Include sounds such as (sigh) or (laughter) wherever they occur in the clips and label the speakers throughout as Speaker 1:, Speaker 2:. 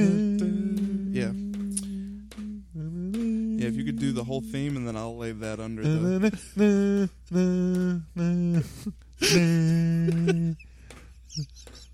Speaker 1: Yeah.
Speaker 2: Yeah, if you could do the whole theme and then I'll lay that under the.
Speaker 1: That's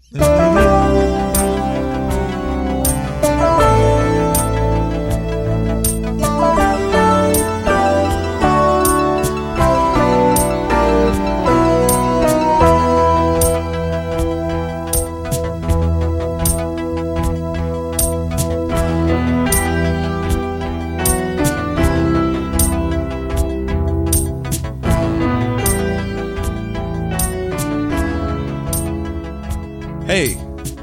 Speaker 2: Hey,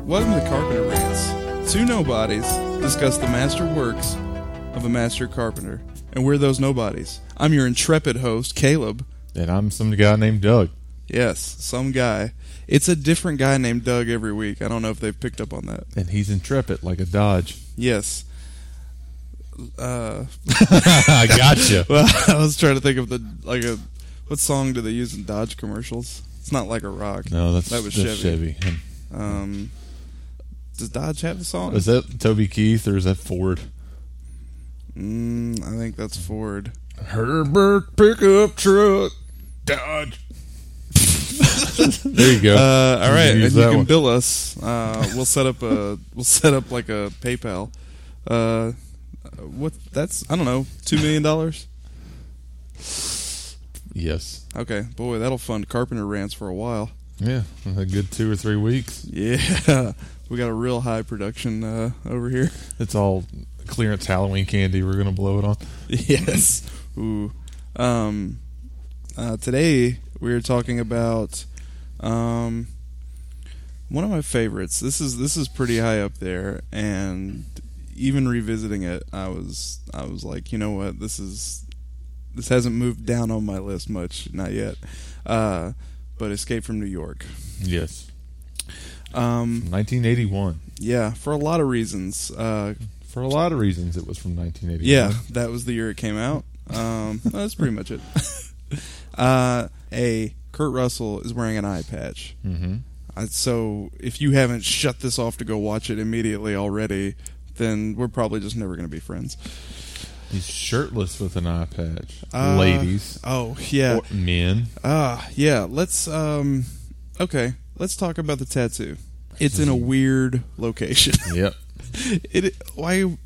Speaker 2: welcome to Carpenter Rants. Two nobodies discuss the master works of a master carpenter. And we're those nobodies. I'm your intrepid host, Caleb.
Speaker 3: And I'm some guy named Doug.
Speaker 2: Yes, some guy. It's a different guy named Doug every week. I don't know if they've picked up on that.
Speaker 3: And he's intrepid like a Dodge.
Speaker 2: Yes. Uh,
Speaker 3: (laughs)
Speaker 2: (laughs)
Speaker 3: I gotcha.
Speaker 2: well, I was trying to think of the like a what song do they use in Dodge commercials? It's not like a rock.
Speaker 3: No, that's,
Speaker 2: that was
Speaker 3: that's
Speaker 2: Chevy.
Speaker 3: Chevy.
Speaker 2: Um, does Dodge have the song?
Speaker 3: Is that Toby Keith or is that Ford?
Speaker 2: Mm, I think that's Ford.
Speaker 3: Herbert pickup truck Dodge. there you go.
Speaker 2: Uh, all right, and
Speaker 3: Use
Speaker 2: you
Speaker 3: that
Speaker 2: can
Speaker 3: one.
Speaker 2: bill us. Uh, we'll set up a (laughs) we'll set up like a PayPal. Uh, what? That's I don't know. Two million dollars.
Speaker 3: yes.
Speaker 2: Okay, boy, that'll fund carpenter rants for a while.
Speaker 3: Yeah. A good two or three weeks.
Speaker 2: Yeah, (laughs) we got a real high production uh, over here.
Speaker 3: It's all clearance Halloween candy. We're gonna blow it on.
Speaker 2: (laughs) yes. Ooh. Um, uh, today we are talking about um, one of my favorites. This is this is pretty high up there, and even revisiting it, I was I was like, you know what, this is this hasn't moved down on my list much, not yet. Uh, but Escape from New York.
Speaker 3: Yes.
Speaker 2: Um,
Speaker 3: 1981.
Speaker 2: yeah, for a lot of reasons. Uh,
Speaker 3: For a lot of reasons, it was from 1981.
Speaker 2: Yeah, that was the year it came out. Um, (laughs) that's pretty much it. uh, a Kurt Russell is wearing an eye patch.
Speaker 3: Mm-hmm.
Speaker 2: Uh, So if you haven't shut this off to go watch it immediately already, then we're probably just never going to be friends.
Speaker 3: He's shirtless with an eye patch.
Speaker 2: Uh,
Speaker 3: Ladies.
Speaker 2: Oh yeah,
Speaker 3: Or men.
Speaker 2: ah yeah. Let's um, okay. Let's talk about the tattoo. It's (laughs) in a weird location. (laughs)
Speaker 3: Yep.
Speaker 2: it why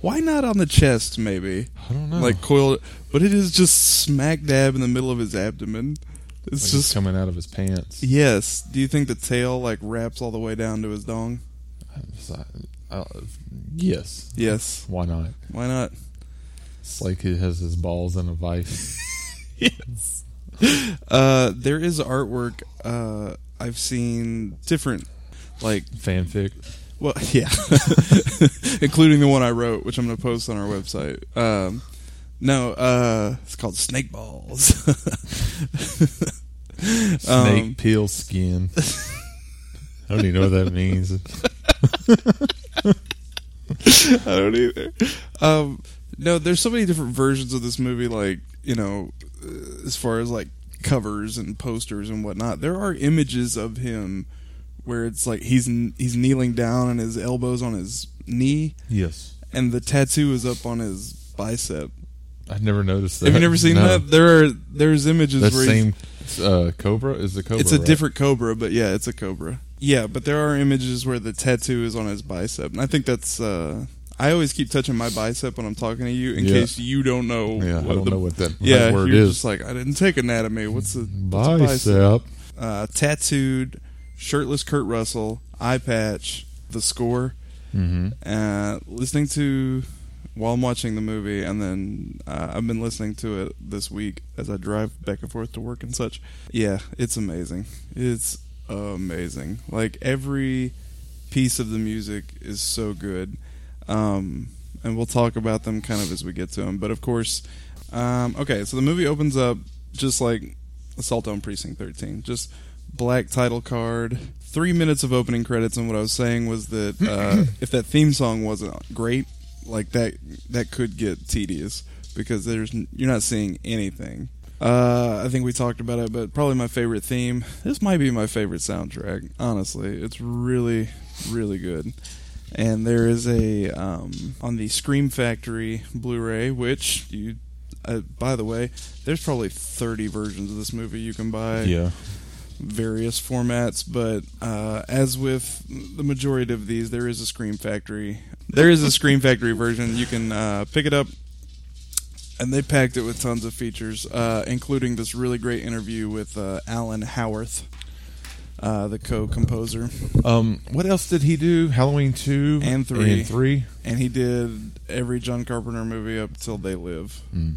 Speaker 2: why not on the chest maybe?
Speaker 3: I don't know.
Speaker 2: like coiled, but it is just smack dab in the middle of his abdomen.
Speaker 3: Like
Speaker 2: It's just
Speaker 3: it's coming out of his pants.
Speaker 2: yes. Do you think the tail like wraps all the way down to his dong?
Speaker 3: I'm just like, uh, yes.
Speaker 2: Yes.
Speaker 3: Why not?
Speaker 2: Why not?
Speaker 3: It's like he has his balls in a vice. (laughs)
Speaker 2: Uh, there is artwork uh, I've seen different, like
Speaker 3: Fanfic.
Speaker 2: well, (laughs) yeah, including the one I wrote, which I'm gonna post on our website. Um, no, uh, it's called Snake Balls. (laughs) Um,
Speaker 3: Snake peel (laughs) skin. I don't even know what that means.
Speaker 2: I don't either. Um, no, there's so many different versions of this movie. Like you know, uh, as far as like covers and posters and whatnot, there are images of him where it's like he's he's kneeling down and his elbows on his knee,
Speaker 3: Yes.
Speaker 2: and the tattoo is up on his bicep.
Speaker 3: I've never noticed that.
Speaker 2: Have you never seen
Speaker 3: No.
Speaker 2: that? There are there's images
Speaker 3: That
Speaker 2: where he's-
Speaker 3: same uh, cobra is the cobra.
Speaker 2: it's a
Speaker 3: right?
Speaker 2: different cobra, but yeah, it's a cobra. Yeah, but there are images where the tattoo is on his bicep, and I think that's. Uh, I always keep touching my bicep when I'm talking to you, in
Speaker 3: Yeah.
Speaker 2: case you don't know.
Speaker 3: Yeah, I don't
Speaker 2: the,
Speaker 3: know what that
Speaker 2: Yeah,
Speaker 3: that word
Speaker 2: you're
Speaker 3: is.
Speaker 2: just like I didn't take anatomy. What's a what's a
Speaker 3: bicep.
Speaker 2: Uh, tattooed, shirtless Kurt Russell, eye patch, the score,
Speaker 3: Mm-hmm.
Speaker 2: uh, listening to while I'm watching the movie, and then uh, I've been listening to it this week as I drive back and forth to work and such. Yeah, it's amazing. It's amazing. Like every piece of the music is so good, um, and we'll talk about them kind of as we get to them. But of course, um, okay. So the movie opens up just like Assault on Precinct 13. Just black title card. Three minutes of opening credits, and what I was saying was that uh, if that theme song wasn't great, like that, that could get tedious because there's n- you're not seeing anything. Uh, I think we talked about it, but probably my favorite theme. This might be my favorite soundtrack. Honestly, it's really, really good. And there is a um, on the Scream Factory Blu-ray, which you, uh, by the way, there's probably 30 versions of this movie you can buy
Speaker 3: Yeah.
Speaker 2: various formats, but uh, as with the majority of these, there is a Scream Factory. There is a Scream Factory version. You can uh, pick it up, and they packed it with tons of features, uh, including this really great interview with uh, Alan Howarth, uh, the co-composer,
Speaker 3: Um, what else did he do? Halloween two
Speaker 2: And three.
Speaker 3: And three.
Speaker 2: and he did every John Carpenter movie up till They Live.
Speaker 3: Mm.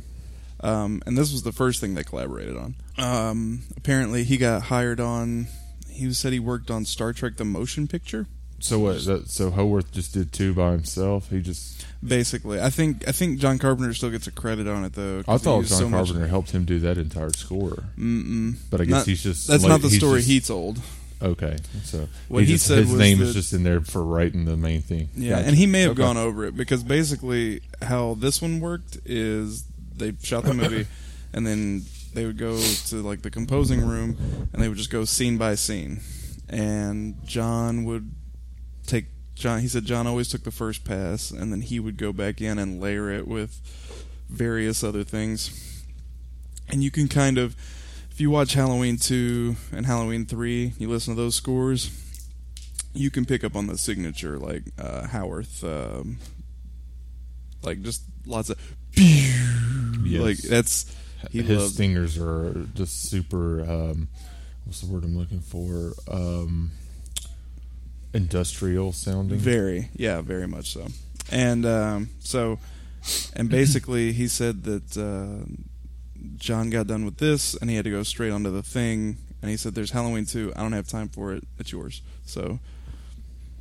Speaker 2: um, and this was the first thing they collaborated on. Um, apparently, he got hired on. He said he worked on Star Trek: The Motion Picture.
Speaker 3: So what? That, so Howarth just did two by himself. He just.
Speaker 2: Basically, I think I think John Carpenter still gets a credit on it though. 'cause
Speaker 3: I
Speaker 2: he
Speaker 3: thought John
Speaker 2: used so much-
Speaker 3: Carpenter helped him do that entire score,
Speaker 2: Mm-mm.
Speaker 3: but I guess
Speaker 2: Not-
Speaker 3: he's just.
Speaker 2: That's
Speaker 3: like,
Speaker 2: not the
Speaker 3: he's
Speaker 2: story
Speaker 3: just-
Speaker 2: he told.
Speaker 3: Okay, so
Speaker 2: What he
Speaker 3: just-
Speaker 2: said
Speaker 3: his
Speaker 2: was
Speaker 3: name
Speaker 2: that-
Speaker 3: is just in there for writing the main thing.
Speaker 2: Yeah,
Speaker 3: Gotcha.
Speaker 2: and he may have
Speaker 3: Okay.
Speaker 2: gone over it because basically how this one worked is they shot the movie
Speaker 3: (laughs)
Speaker 2: and then they would go to like the composing room and they would just go scene by scene. And John would take John he said John always took the first pass and then he would go back in and layer it with various other things. And you can kind of if you watch Halloween 2 and Halloween 3, you listen to those scores, you can pick up on the signature like uh, Howarth, um, like just lots of
Speaker 3: Yes.
Speaker 2: like that's he
Speaker 3: his
Speaker 2: loves
Speaker 3: stingers are just super. Um, what's the word I'm looking for? Um, industrial sounding.
Speaker 2: very yeah very much so, and um, so and basically he said that uh, John got done with this and he had to go straight onto the thing and he said there's Halloween too I don't have time for it it's yours so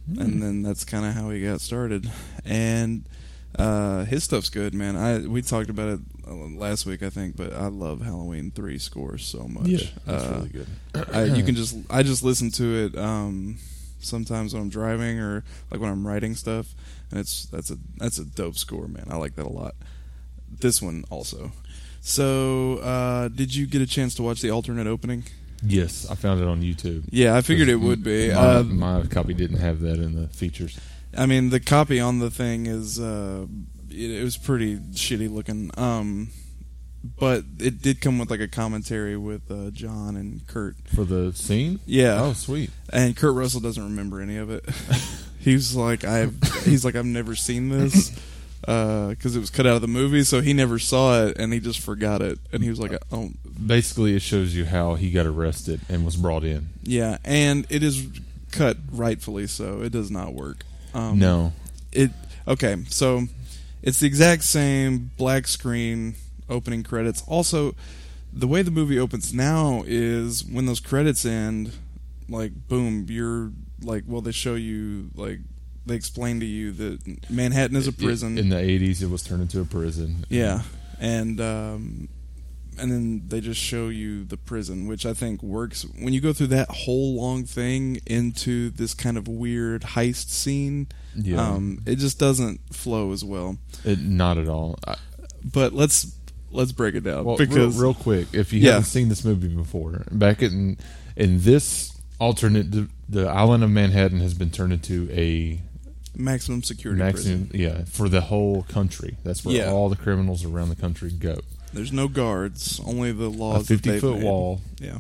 Speaker 3: Hmm.
Speaker 2: and then that's kind of how he got started. And uh, his stuff's good, man. I we talked about it uh, last week, I think, but I love Halloween three scores so much.
Speaker 3: yeah, that's
Speaker 2: Uh,
Speaker 3: really good.
Speaker 2: I, you can just I just listen to it um, sometimes when I'm driving or like when I'm writing stuff, and it's that's a that's a dope score, man. I like that a lot. This one also. So, uh, did you get a chance to watch the alternate opening?
Speaker 3: (clears throat) Yes, I found it on YouTube.
Speaker 2: Yeah, I figured it would be.
Speaker 3: My,
Speaker 2: Uh,
Speaker 3: my copy didn't have that in the features.
Speaker 2: I mean, the copy on the thing is uh, it, it was pretty shitty looking. Um, but it did come with like a commentary with uh, John and Kurt.
Speaker 3: For the scene?
Speaker 2: Yeah,
Speaker 3: Oh, sweet.
Speaker 2: and Kurt Russell doesn't remember any of it. (laughs) he's like, I. He's like, I've never seen this because it was cut out of the movie, so he never saw it and he just forgot it. And he was like, oh,
Speaker 3: Basically, it shows you how he got arrested and was brought in.
Speaker 2: yeah. And it is cut rightfully so. It does not work. Um,
Speaker 3: no.
Speaker 2: it okay so it's the exact same black screen opening credits also the way the movie opens now is when those credits end like boom you're like well they show you like they explain to you that manhattan is a prison
Speaker 3: In the 80s, it was turned into a prison.
Speaker 2: yeah and um and then they just show you the prison which i think works when you go through that whole long thing into this kind of weird heist scene
Speaker 3: Yeah.
Speaker 2: um, it just doesn't flow as well.
Speaker 3: It, not at all. I,
Speaker 2: But let's let's break it down
Speaker 3: well,
Speaker 2: because
Speaker 3: real, real quick, if you
Speaker 2: Yeah.
Speaker 3: haven't seen this movie before, back in in this alternate, the, the island of Manhattan has been turned into a
Speaker 2: maximum security prison.
Speaker 3: maximum, yeah, for the whole country. That's where
Speaker 2: Yeah.
Speaker 3: all the criminals around the country go.
Speaker 2: There's no guards, only the
Speaker 3: A
Speaker 2: laws. that
Speaker 3: fifty
Speaker 2: they've
Speaker 3: foot
Speaker 2: made.
Speaker 3: wall,
Speaker 2: Yeah,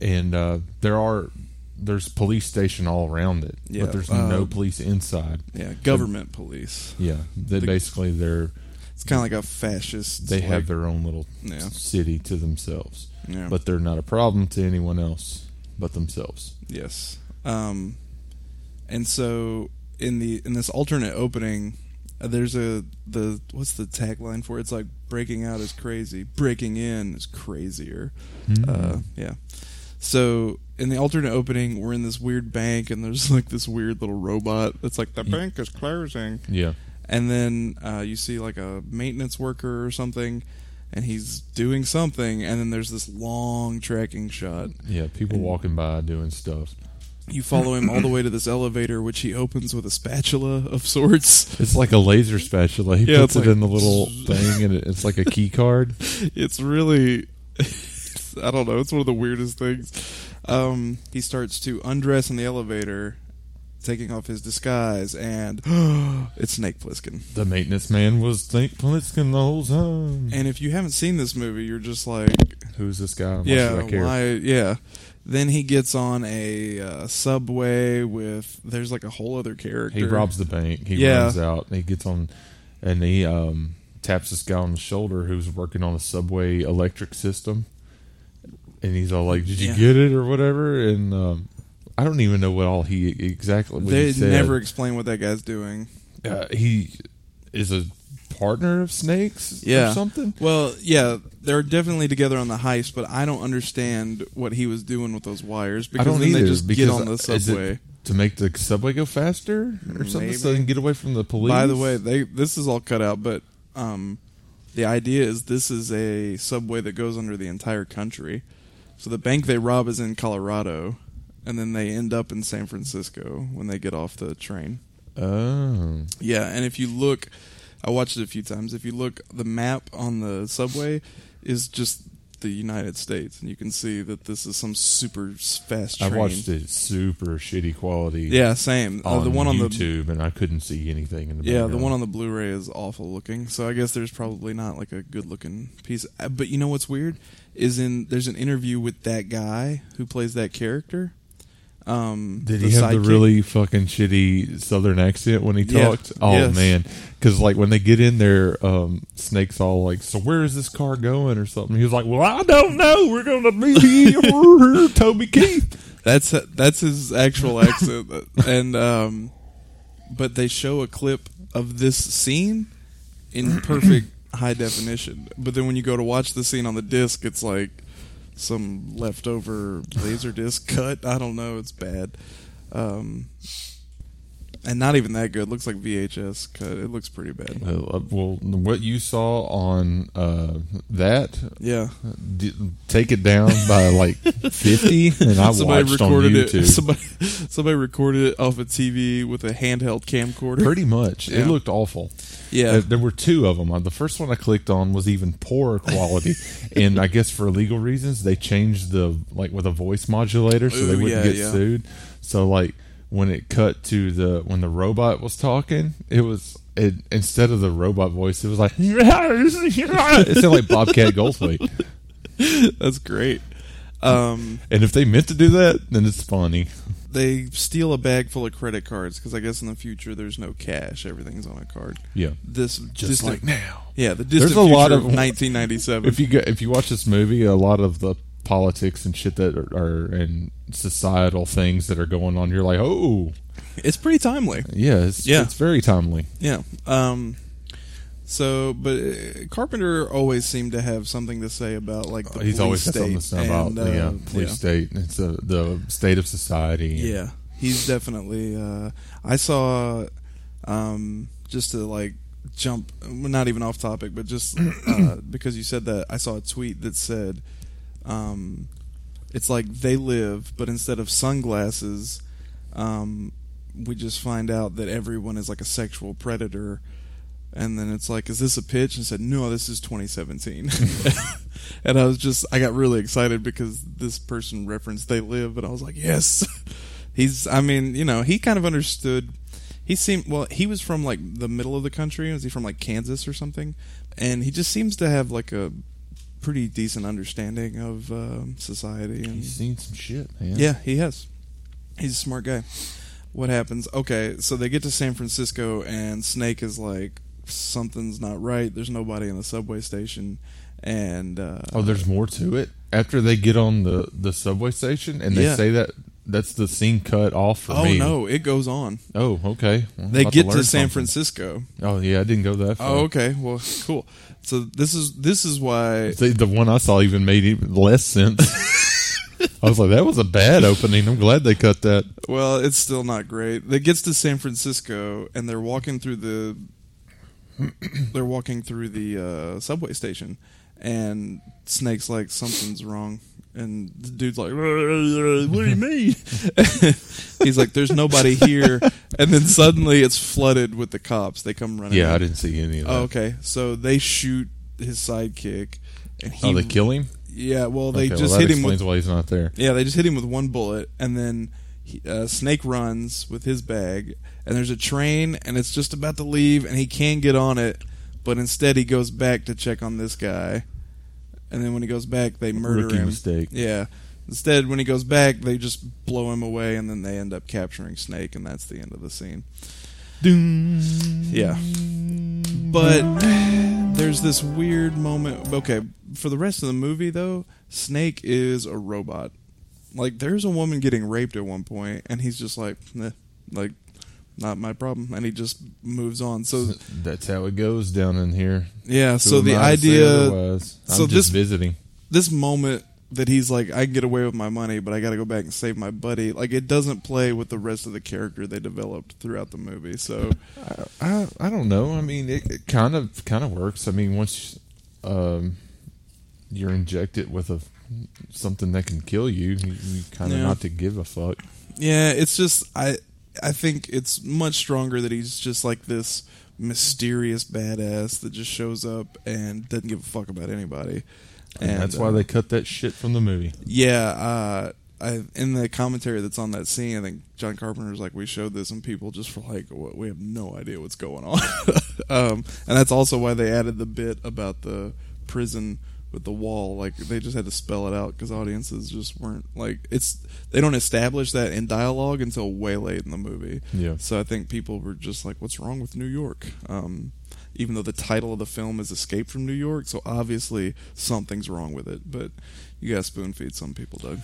Speaker 3: and uh, there are there's police station all around it,
Speaker 2: Yeah,
Speaker 3: but there's
Speaker 2: uh,
Speaker 3: no police inside.
Speaker 2: yeah. Government police.
Speaker 3: Yeah, they
Speaker 2: The-
Speaker 3: basically they're
Speaker 2: It's kind of like a fascist.
Speaker 3: they
Speaker 2: like-
Speaker 3: have their own little
Speaker 2: Yeah.
Speaker 3: city to themselves,
Speaker 2: Yeah.
Speaker 3: but they're not a problem to anyone else but themselves.
Speaker 2: Yes. Um, and so in the in this alternate opening, uh, there's a the what's the tagline for it? It's like breaking out is crazy, breaking in is crazier.
Speaker 3: Mm-hmm.
Speaker 2: Uh, yeah. So in the alternate opening, we're in this weird bank, and there's (laughs) like this weird little robot that's like the bank is closing,
Speaker 3: Yeah.
Speaker 2: and then uh, you see like a maintenance worker or something. And he's doing something, and then there's this long tracking shot,
Speaker 3: Yeah, people walking by doing stuff.
Speaker 2: You follow him all the way to this elevator, which he opens with a spatula of sorts. (laughs)
Speaker 3: It's like a laser spatula. He
Speaker 2: Yeah,
Speaker 3: puts
Speaker 2: it's
Speaker 3: it
Speaker 2: (laughs) like-
Speaker 3: in the little thing, and it, it's like a key card.
Speaker 2: It's really (laughs) it's I don't know. It's one of the weirdest things. Um, he starts to undress in the elevator, taking off his disguise, and (gasps) it's Snake Plissken.
Speaker 3: The maintenance man was Snake Plissken the whole time.
Speaker 2: And if you haven't seen this movie, you're just like,
Speaker 3: Who's this guy? Why
Speaker 2: yeah,
Speaker 3: should I care?
Speaker 2: why? Yeah. Then he gets on a uh, subway with. There's like a whole other character.
Speaker 3: He robs the bank. He
Speaker 2: Yeah.
Speaker 3: runs out. He gets on, and he um, taps this guy on the shoulder who's working on a subway electric system. And he's all like, "Did you
Speaker 2: Yeah.
Speaker 3: get it or whatever?" And um, I don't even know what all he exactly. What
Speaker 2: They
Speaker 3: he said.
Speaker 2: never explain what that guy's doing.
Speaker 3: Uh, he is a partner of snakes.
Speaker 2: Yeah.
Speaker 3: or something.
Speaker 2: Well, yeah, they're definitely together on the heist, but I don't understand what he was doing with those wires because
Speaker 3: I don't
Speaker 2: then
Speaker 3: either.
Speaker 2: they just
Speaker 3: because
Speaker 2: get on the
Speaker 3: is it
Speaker 2: subway.
Speaker 3: to make the subway go faster or something, so they
Speaker 2: Maybe.
Speaker 3: can get away from the police.
Speaker 2: By the way, they this is all cut out, but um, the idea is this is a subway that goes under the entire country. So the bank they rob is in Colorado, and then they end up in San Francisco when they get off the train.
Speaker 3: oh,
Speaker 2: Yeah, and if you look, I watched it a few times. If you look, the map on the subway is just the United States, and you can see that this is some super s- fast train.
Speaker 3: I watched it super shitty quality.
Speaker 2: Yeah, same. Uh, the one on the
Speaker 3: YouTube, and I couldn't see anything in the
Speaker 2: yeah, the one on the Blu-ray is awful looking. So I guess there's probably not like a good looking piece. Uh, But you know what's weird is in there's an interview with that guy who plays that character. Um,
Speaker 3: Did he have the
Speaker 2: sidekick.
Speaker 3: really fucking shitty Southern accent when he
Speaker 2: Yeah.
Speaker 3: talked? Oh man. 'Cause
Speaker 2: Yes.
Speaker 3: man, because like when they get in there, um, Snake's all like, "So where is this car going?" or something. He was like, "Well, I don't know. We're gonna be
Speaker 2: (laughs)
Speaker 3: here, Toby Keith."
Speaker 2: That's that's
Speaker 3: (laughs)
Speaker 2: his actual accent, and um, but they show a clip of this scene
Speaker 3: (clears throat)
Speaker 2: in perfect high definition. But then when you go to watch the scene on the disc, it's like some leftover laser disc (laughs) cut. I don't know. It's bad, um, and not even that good. Looks like VHS cut. It looks pretty bad.
Speaker 3: Well, uh, well, what you saw on uh, that,
Speaker 2: Yeah,
Speaker 3: d- take it down by like fifty, and
Speaker 2: (laughs)
Speaker 3: I watched on
Speaker 2: recorded
Speaker 3: YouTube.
Speaker 2: it. (laughs) Somebody, somebody recorded it off a TV with a handheld camcorder.
Speaker 3: Pretty much, it
Speaker 2: Yeah.
Speaker 3: looked awful.
Speaker 2: yeah,
Speaker 3: Uh, there were two of them. Uh, The first one I clicked on was even poorer
Speaker 2: (laughs)
Speaker 3: quality, and I guess for legal reasons they changed the like with a voice modulator so they
Speaker 2: Ooh,
Speaker 3: wouldn't
Speaker 2: yeah,
Speaker 3: get
Speaker 2: yeah.
Speaker 3: sued. So like when it cut to the when the robot was talking, it was it instead of the robot voice, it was like (laughs) it sounded like Bobcat Goldthwait.
Speaker 2: (laughs) that's great. Um,
Speaker 3: And if they meant to do that, then it's funny.
Speaker 2: they steal a bag full of credit cards because I guess in the future there's no cash; everything's on a card.
Speaker 3: Yeah,
Speaker 2: This
Speaker 3: just
Speaker 2: distant,
Speaker 3: like now.
Speaker 2: yeah, the distant
Speaker 3: There's a lot
Speaker 2: future
Speaker 3: of-
Speaker 2: 1997.
Speaker 3: if you go, if you watch this movie, a lot of the politics and shit that are, are and societal things that are going on, you're like, oh,
Speaker 2: it's pretty timely.
Speaker 3: yeah, it's,
Speaker 2: Yeah.
Speaker 3: it's very timely.
Speaker 2: Yeah. Um. So, but uh, Carpenter always seemed to have something to say about like the
Speaker 3: Uh, He's
Speaker 2: police
Speaker 3: always got
Speaker 2: state
Speaker 3: something to say about
Speaker 2: and,
Speaker 3: the uh,
Speaker 2: uh,
Speaker 3: police
Speaker 2: yeah.
Speaker 3: state. It's uh, the state of society. and-
Speaker 2: Yeah, he's definitely. Uh, I saw, um, just to like jump, not even off topic, but just uh, because you said that, I saw a tweet that said, um, "It's like they live, but instead of sunglasses, um, we just find out that everyone is like a sexual predator." And then it's like, is this a pitch? And said, no, this is 2017. (laughs) and I was just, I got really excited because this person referenced They Live, and I was like, yes. (laughs) He's, I mean, you know, he kind of understood. He seemed, well, he was from like the middle of the country. Was he from like Kansas or something? And he just seems to have like a pretty decent understanding of um, society. And
Speaker 3: He's seen some shit, man.
Speaker 2: yeah, he has. He's a smart guy. What happens? Okay, so they get to San Francisco, and Snake is like, something's not right. There's nobody in the subway station, and uh,
Speaker 3: Oh, there's more to it. After they get on the the subway station and they
Speaker 2: Yeah.
Speaker 3: say that that's the scene cut off for
Speaker 2: oh
Speaker 3: me.
Speaker 2: no, it goes on.
Speaker 3: Oh, okay. Well, I'm
Speaker 2: They
Speaker 3: about
Speaker 2: get to,
Speaker 3: learn
Speaker 2: San
Speaker 3: something.
Speaker 2: Francisco.
Speaker 3: Oh yeah, I didn't go that far.
Speaker 2: Oh, okay. Well, cool. So this is this is why.
Speaker 3: See, the one I saw even made even less sense. (laughs) I was like, that was a bad opening. I'm glad they cut that.
Speaker 2: Well, it's still not great. They gets to San Francisco, and they're walking through the. (clears throat) They're walking through the uh, subway station, and Snake's like, "Something's wrong," and the dude's like, "What do you mean?" (laughs) He's like, "There's
Speaker 3: (laughs)
Speaker 2: nobody here," and then suddenly it's flooded with the cops. They come running.
Speaker 3: Yeah, I
Speaker 2: in.
Speaker 3: didn't see any of that.
Speaker 2: Oh, okay, so they shoot his sidekick, and he
Speaker 3: Oh, they kill him?
Speaker 2: Yeah, well, they
Speaker 3: Okay, well,
Speaker 2: just
Speaker 3: that
Speaker 2: hit him
Speaker 3: explains
Speaker 2: with
Speaker 3: why he's not there.
Speaker 2: yeah, they just hit him with one bullet, and then he, uh, Snake runs with his bag, and there's a train, and it's just about to leave, and he can get on it, but instead he goes back to check on this guy, and then when he goes back, they murder
Speaker 3: Rookie
Speaker 2: him.
Speaker 3: mistake.
Speaker 2: Yeah. Instead, when he goes back, they just blow him away, and then they end up capturing Snake, and that's the end of the scene. Yeah. But there's this weird moment. Okay, for the rest of the movie, though, Snake is a robot. Like, there's a woman getting raped at one point, and he's just like, "Nah, like, not my problem, and he just moves
Speaker 3: (laughs)
Speaker 2: on. So,
Speaker 3: That's how it goes down in here.
Speaker 2: yeah.
Speaker 3: Who
Speaker 2: So
Speaker 3: am
Speaker 2: the
Speaker 3: I to say
Speaker 2: idea,
Speaker 3: otherwise? I'm
Speaker 2: so
Speaker 3: just
Speaker 2: this-
Speaker 3: visiting.
Speaker 2: this moment that he's like, I can get away with my money, but I got to go back and save my buddy. Like, it doesn't play with the rest of the character they developed throughout the movie. So,
Speaker 3: I I don't know. I mean, it, it kind of kind of works. I mean, once um, you're injected with a something that can kill you, you, you kind of
Speaker 2: Yeah.
Speaker 3: not to give a fuck.
Speaker 2: Yeah, it's just I I think it's much stronger that he's just like this mysterious badass that just shows up and doesn't give a fuck about anybody.
Speaker 3: And, that's why
Speaker 2: uh,
Speaker 3: they cut that shit from the movie.
Speaker 2: Yeah, uh I, in the commentary that's on that scene, I think John Carpenter's like, we showed this, and people just were like, "What- we have no idea what's going on. um, and that's also why they added the bit about the prison with the wall. Like, they just had to spell it out because audiences just weren't like, it's, they don't establish that in dialogue until way late in the movie.
Speaker 3: Yeah.
Speaker 2: So I think people were just like, what's wrong with New York? Um, even though the title of the film is Escape from New York, so obviously something's wrong with it. But you gotta spoon feed some people, Doug.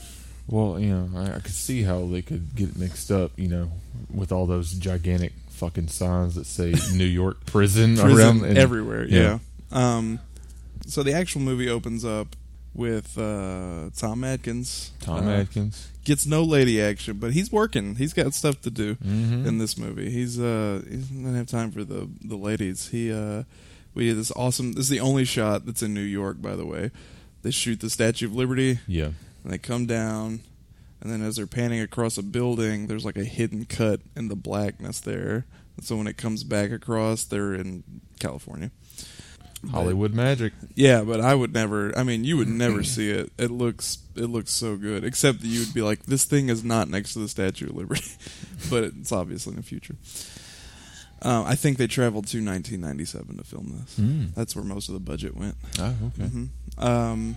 Speaker 3: Well, you know, I, I could see how they could get it mixed up. You know, with all those gigantic fucking signs that (laughs) say New York prison,
Speaker 2: Prison
Speaker 3: around and-
Speaker 2: everywhere,
Speaker 3: yeah.
Speaker 2: yeah. Um, so the actual movie opens up with uh, Tom Atkins.
Speaker 3: Tom
Speaker 2: Uh,
Speaker 3: Atkins.
Speaker 2: gets no lady action, but he's working. He's got stuff to do
Speaker 3: Mhm.
Speaker 2: in this movie. He's uh he doesn't have time for the the ladies. He uh we did this awesome this is the only shot that's in New York, by the way. They shoot the Statue of Liberty
Speaker 3: Yeah.
Speaker 2: and they come down and then as they're panning across a building, there's like a hidden cut in the blackness there. And so when it comes back across, they're in California.
Speaker 3: Hollywood magic.
Speaker 2: Yeah, but I would never. I mean, you
Speaker 3: (clears throat)
Speaker 2: would never see it. It looks it looks so good. Except that you would be like, this thing is not next to the Statue of Liberty, (laughs) but it's obviously in the future. Um, I think they traveled to 1997 to film this.
Speaker 3: Mm.
Speaker 2: That's where most of the budget went.
Speaker 3: Oh, okay.
Speaker 2: hmm Um,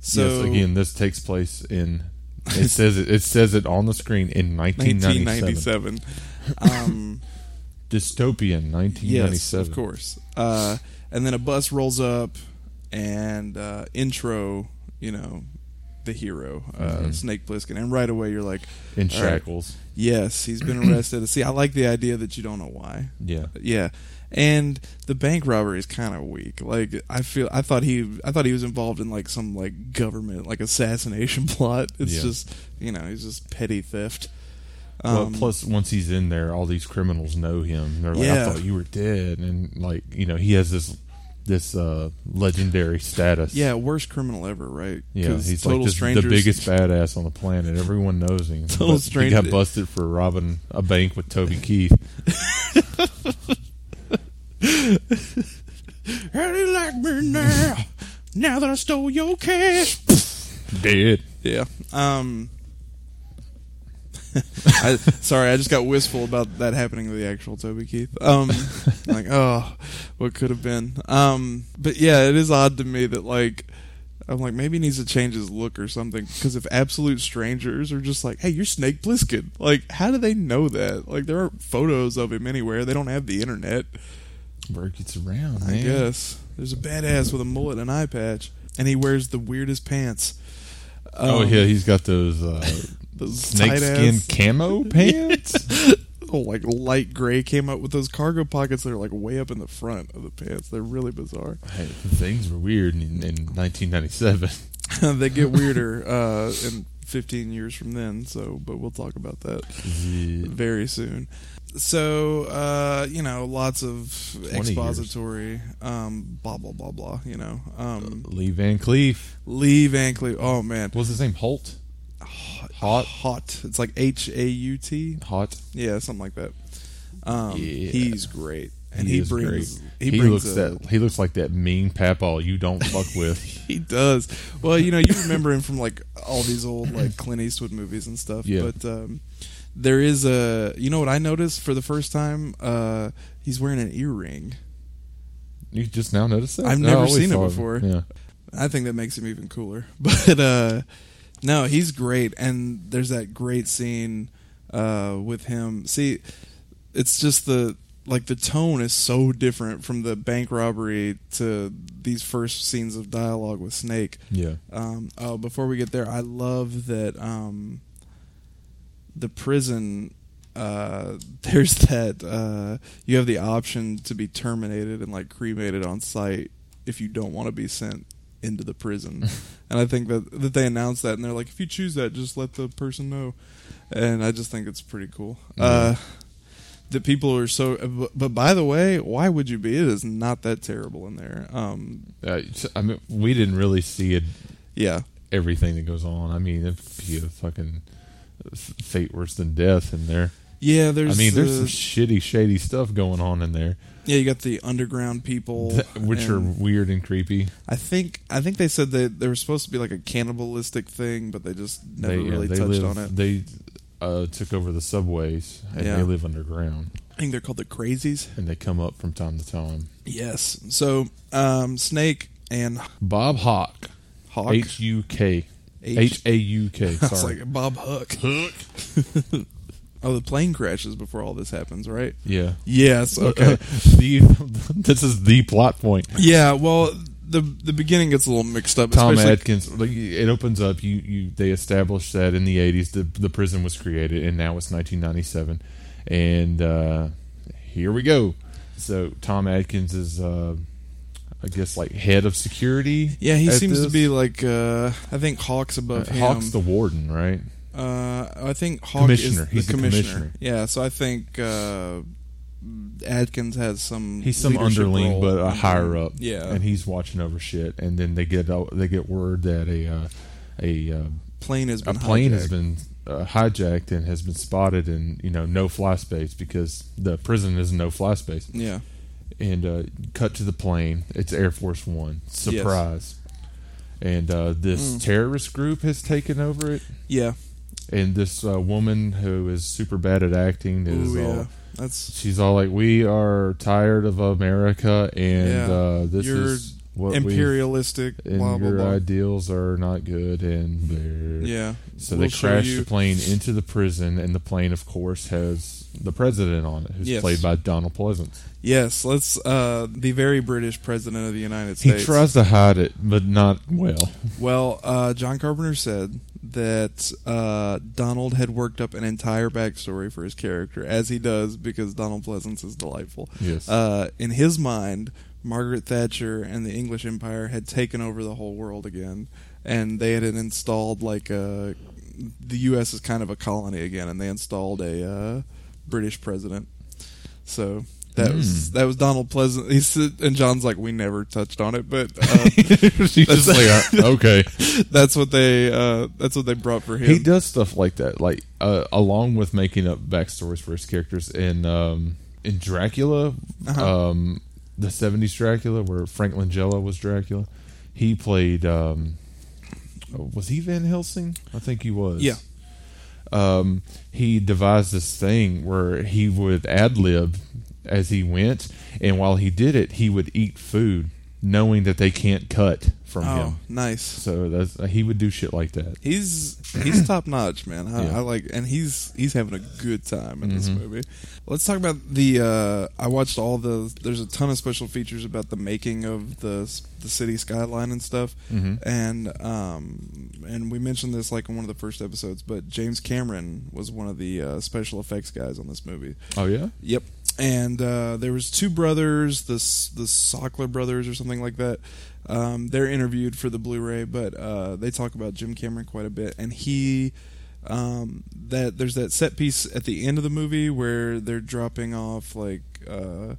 Speaker 2: so
Speaker 3: yes, again, this takes place in. It says it, it says it on the screen in 1997. (laughs)
Speaker 2: 1997. um,
Speaker 3: Dystopian 1997.
Speaker 2: yes, of course. Uh, and then a bus rolls up and uh, intro. You know, the hero, uh,
Speaker 3: Mhm.
Speaker 2: Snake Plissken, and right away you're like,
Speaker 3: In
Speaker 2: All right.
Speaker 3: shackles.
Speaker 2: Yes, he's been arrested. See, I like the idea that you don't know why.
Speaker 3: Yeah.
Speaker 2: Yeah. And the bank robbery is kind of weak. Like I feel I thought he I thought he was involved in like some like government like assassination (laughs) plot. It's
Speaker 3: Yeah.
Speaker 2: just, you know, he's just petty theft. Um,
Speaker 3: well, plus once he's in there, all these criminals know him. They're like,
Speaker 2: Yeah.
Speaker 3: "I thought you were dead," and like you know, he has this this uh, legendary status.
Speaker 2: yeah, worst criminal ever, right?
Speaker 3: Yeah,
Speaker 2: 'Cause
Speaker 3: he's like this, the biggest badass on the planet. Everyone knows him.
Speaker 2: (laughs) Total
Speaker 3: But He
Speaker 2: stranger-
Speaker 3: got busted for robbing a bank with Toby
Speaker 2: (laughs)
Speaker 3: Keith.
Speaker 2: How do you like me now? now that I stole your cash.
Speaker 3: Dead.
Speaker 2: Yeah. Um. (laughs) I, sorry, I just got wistful about that happening to the actual Toby Keith. (laughs) Um, like, oh, what could have been? Um, but yeah, it is odd to me that like, I'm like maybe he needs to change his look or something. Because if absolute strangers are just like, hey, you're Snake Plissken, like, how do they know that? Like, there aren't photos of him anywhere. They don't have the internet.
Speaker 3: Bird gets around.
Speaker 2: I
Speaker 3: man.
Speaker 2: guess there's a badass with a mullet and eye patch, and he wears the weirdest pants.
Speaker 3: Oh
Speaker 2: Um,
Speaker 3: yeah, he's got those uh, (laughs)
Speaker 2: those
Speaker 3: snake skin
Speaker 2: tight-ass- (laughs)
Speaker 3: camo pants.
Speaker 2: oh, like light gray came out with those cargo pockets that are like way up in the front of the pants. They're really bizarre. (laughs)
Speaker 3: Hey, things were weird in, in (laughs) 1997.
Speaker 2: they get weirder
Speaker 3: (laughs)
Speaker 2: uh, in 15 years from then. So, but we'll talk about that very soon. So, uh, you know, lots of
Speaker 3: 20
Speaker 2: expository, um, blah blah blah blah. You know, um,
Speaker 3: Lee Van Cleef.
Speaker 2: Lee Van Cleef. Oh man,
Speaker 3: What's his name? Holt. Hot.
Speaker 2: hot. It's like H A U T.
Speaker 3: Hot.
Speaker 2: Yeah, something like that. Um,
Speaker 3: Yeah.
Speaker 2: He's great. and
Speaker 3: He
Speaker 2: he,
Speaker 3: is
Speaker 2: brings he,
Speaker 3: He,
Speaker 2: brings
Speaker 3: looks
Speaker 2: a-
Speaker 3: that he looks like that mean papaw you don't fuck with.
Speaker 2: (laughs) he does. Well, you know, you remember him from like all these old
Speaker 3: (clears throat)
Speaker 2: like Clint Eastwood movies and stuff.
Speaker 3: Yeah.
Speaker 2: But um, there is a you know what I noticed for the first time? Uh, he's wearing an earring.
Speaker 3: you just now noticed that?
Speaker 2: I've
Speaker 3: No, I
Speaker 2: never
Speaker 3: always
Speaker 2: seen it
Speaker 3: thought-
Speaker 2: before.
Speaker 3: Yeah.
Speaker 2: I think that makes him even cooler. (laughs) But uh, no, he's great, and there's that great scene uh, with him. See, it's just the like the tone is so different from the bank robbery to these first scenes of dialogue with Snake.
Speaker 3: Yeah.
Speaker 2: Um, oh, before we get there, I love that um, the prison. Uh, (laughs) there's that uh, you have the option to be terminated and like cremated on site if you don't want to be sent into the prison,
Speaker 3: (laughs)
Speaker 2: and I think that that they announced that and they're like, if you choose that, just let the person know, and I just think it's pretty cool.
Speaker 3: Mm-hmm.
Speaker 2: Uh, that people are so, but- but by the way, why would you be? It is not that terrible in there. Um,
Speaker 3: Uh, so, I mean, we didn't really see it,
Speaker 2: yeah,
Speaker 3: everything that goes on. I mean, it'd be a fucking f- fate worse than death in there.
Speaker 2: yeah. There's,
Speaker 3: I mean, there's
Speaker 2: uh,
Speaker 3: some shitty, shady stuff going on in there,
Speaker 2: Yeah, you got the underground people,
Speaker 3: that- which are
Speaker 2: and
Speaker 3: weird and creepy.
Speaker 2: I think I think they said that they were supposed to be like a cannibalistic thing, but they just never
Speaker 3: they yeah,
Speaker 2: really
Speaker 3: they
Speaker 2: touched
Speaker 3: live,
Speaker 2: on it.
Speaker 3: They uh, took over the subways, and
Speaker 2: Yeah.
Speaker 3: they live underground,
Speaker 2: I think they're called the Crazies.
Speaker 3: and they come up from time to time.
Speaker 2: Yes. So um, Snake and
Speaker 3: Bob Hawk,
Speaker 2: Hawk.
Speaker 3: H U K,
Speaker 2: H-
Speaker 3: H A U K.
Speaker 2: (laughs) I was
Speaker 3: Sorry,
Speaker 2: like Bob Hook.
Speaker 3: Hook.
Speaker 2: (laughs) Oh, the plane crashes before all this happens, right?
Speaker 3: Yeah.
Speaker 2: Yes. (laughs)
Speaker 3: Uh,
Speaker 2: Okay.
Speaker 3: (laughs) the, (laughs) this is the plot point.
Speaker 2: yeah. Well, the the beginning gets a little mixed up.
Speaker 3: Tom
Speaker 2: especially-
Speaker 3: Atkins. Like, it opens up. You, you they established that in the eighties the the prison was created, and now it's nineteen ninety seven, and uh, here we go. So Tom Atkins is, uh, I guess, like head of security.
Speaker 2: Yeah, he
Speaker 3: at
Speaker 2: seems to
Speaker 3: this.
Speaker 2: be like uh, I think Hawk's
Speaker 3: Uh,
Speaker 2: above him.
Speaker 3: Hawk's the warden, right?
Speaker 2: Uh, I think Hawk
Speaker 3: Commissioner.
Speaker 2: is the
Speaker 3: He's the
Speaker 2: commissioner.
Speaker 3: commissioner.
Speaker 2: Yeah, so I think uh, Adkins has some.
Speaker 3: He's some
Speaker 2: leadership
Speaker 3: underling,
Speaker 2: role. Mm-hmm.
Speaker 3: but a higher up.
Speaker 2: Yeah,
Speaker 3: and he's watching over shit. And then they get out, they get word that a uh, a uh,
Speaker 2: plane has
Speaker 3: a
Speaker 2: been
Speaker 3: plane
Speaker 2: hijacked.
Speaker 3: has been uh, hijacked and has been spotted in you know no fly space because the prison is no fly space
Speaker 2: Yeah,
Speaker 3: and uh, cut to the plane it's air force one surprise and uh, this
Speaker 2: Mm.
Speaker 3: terrorist group has taken over it
Speaker 2: yeah.
Speaker 3: and this uh, woman who is super bad at acting is uh,
Speaker 2: Ooh, yeah.
Speaker 3: all
Speaker 2: That's
Speaker 3: she's all like we are tired of america and
Speaker 2: Yeah.
Speaker 3: uh, this
Speaker 2: Your
Speaker 3: is what we-
Speaker 2: imperialistic.
Speaker 3: and
Speaker 2: Blah blah
Speaker 3: your
Speaker 2: blah.
Speaker 3: ideals are not good and blah.
Speaker 2: Yeah.
Speaker 3: So
Speaker 2: We'll
Speaker 3: they
Speaker 2: show
Speaker 3: crash
Speaker 2: you-
Speaker 3: the plane into the prison, and the plane, of course, has the president on it, who's
Speaker 2: Yes.
Speaker 3: played by Donald Pleasance.
Speaker 2: Yes. Let's. Uh, the very British president of the United
Speaker 3: He
Speaker 2: States.
Speaker 3: tries to hide it, but not well.
Speaker 2: Well, uh, John Carpenter said that uh, Donald had worked up an entire backstory for his character, as he does, because Donald Pleasance is delightful.
Speaker 3: Yes. (laughs)
Speaker 2: Uh, in his mind, Margaret Thatcher and the English Empire had taken over the whole world again, and they had installed like a. The U.S. is kind of a colony again, and they installed a uh, British president. So that was
Speaker 3: Hmm.
Speaker 2: that was Donald Pleasant. He said, and John's like, we never touched on it,
Speaker 3: (laughs)
Speaker 2: but uh,
Speaker 3: He's
Speaker 2: (laughs)
Speaker 3: just like, "Uh, okay.
Speaker 2: that's what they uh, that's what they brought for him.
Speaker 3: He does stuff like that, like uh, along with making up backstories for his characters in um, in Dracula,
Speaker 2: Uh-huh.
Speaker 3: um, the '70s Dracula, where Frank Langella was Dracula. He played. Um, was he Van Helsing? I think he was.
Speaker 2: Yeah.
Speaker 3: Um, he devised this thing where he would ad lib as he went, and while he did it, he would eat food, knowing that they can't cut from
Speaker 2: oh,
Speaker 3: him.
Speaker 2: nice.
Speaker 3: So that's he would do shit like that.
Speaker 2: He's he's top notch, man. I,
Speaker 3: Yeah.
Speaker 2: I like, and he's he's having a good time in this
Speaker 3: Mhm.
Speaker 2: movie. Let's talk about the. Uh, I watched all the. There's a ton of special features about the making of the the city skyline and stuff.
Speaker 3: Mm-hmm.
Speaker 2: And um, and we mentioned this like in one of the first episodes, but James Cameron was one of the uh, special effects guys on this movie.
Speaker 3: Oh yeah.
Speaker 2: Yep. And uh, there was two brothers, the S- the Sockler brothers or something like that. Um, they're interviewed for the Blu-ray, but uh, they talk about Jim Cameron quite a bit, and he um, that there's that set piece at the end of the movie where they're dropping off like uh,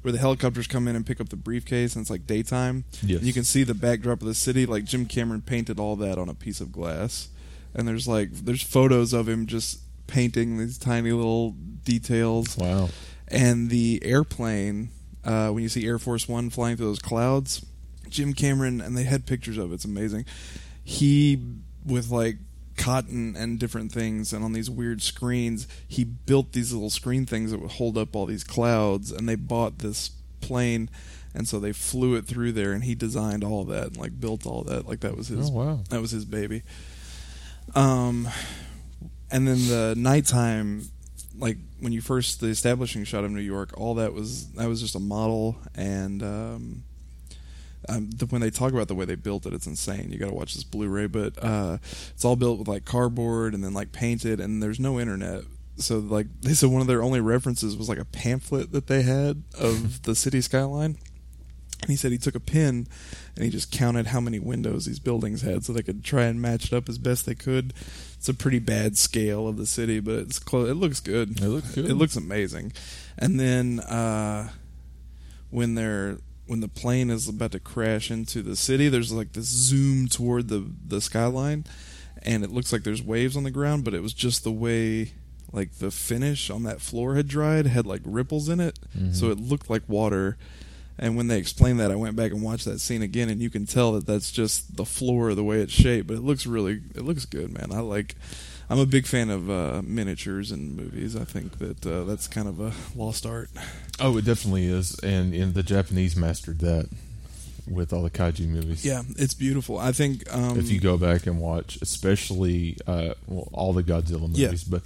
Speaker 2: where the helicopters come in and pick up the briefcase, and it's like daytime.
Speaker 3: Yes.
Speaker 2: And you can see the backdrop of the city. Like Jim Cameron painted all that on a piece of glass, and there's like there's photos of him just painting these tiny little details.
Speaker 3: Wow.
Speaker 2: And the airplane uh, when you see Air Force One flying through those clouds. Jim Cameron, and they had pictures of it. It's amazing. He, with like cotton and different things, and on these weird screens, he built these little screen things that would hold up all these clouds. And they bought this plane, and so they flew it through there. And he designed all that, and like built all that. Like that was his.
Speaker 3: Oh wow.
Speaker 2: That was his baby. Um, and then the nighttime, like when you first the establishing shot of New York, all that was that was just a model. And um, um, the, when they talk about the way they built it, it's insane. You got to watch this Blu-ray, but uh, it's all built with like cardboard and then like painted, and there's no internet. So like (laughs) they said, one of their only references was like a pamphlet that they had
Speaker 3: (laughs)
Speaker 2: of the city skyline. And he said he took a pin and he just counted how many windows these buildings had so they could try and match it up as best they could. It's a pretty bad scale of the city, but it's close. It looks good.
Speaker 3: It looks good.
Speaker 2: It looks amazing. And then uh, when they're when the plane is about to crash into the city, there's like this zoom toward the the skyline, and it looks like there's waves on the ground, but it was just the way like the finish on that floor had dried had like ripples in it, so it looked like water. And when they explained that, I went back and watched that scene again, and you can tell that that's just the floor, the way it's shaped. But it looks really, it looks good, man. I like. I'm a big fan of uh, miniatures in movies. I think that uh, that's kind of a lost art.
Speaker 3: Oh, it definitely is, and and the Japanese mastered that with all the kaiju movies.
Speaker 2: Yeah, it's beautiful. I think um,
Speaker 3: If you go back and watch, especially uh, well, all the Godzilla
Speaker 2: Yeah.
Speaker 3: movies, but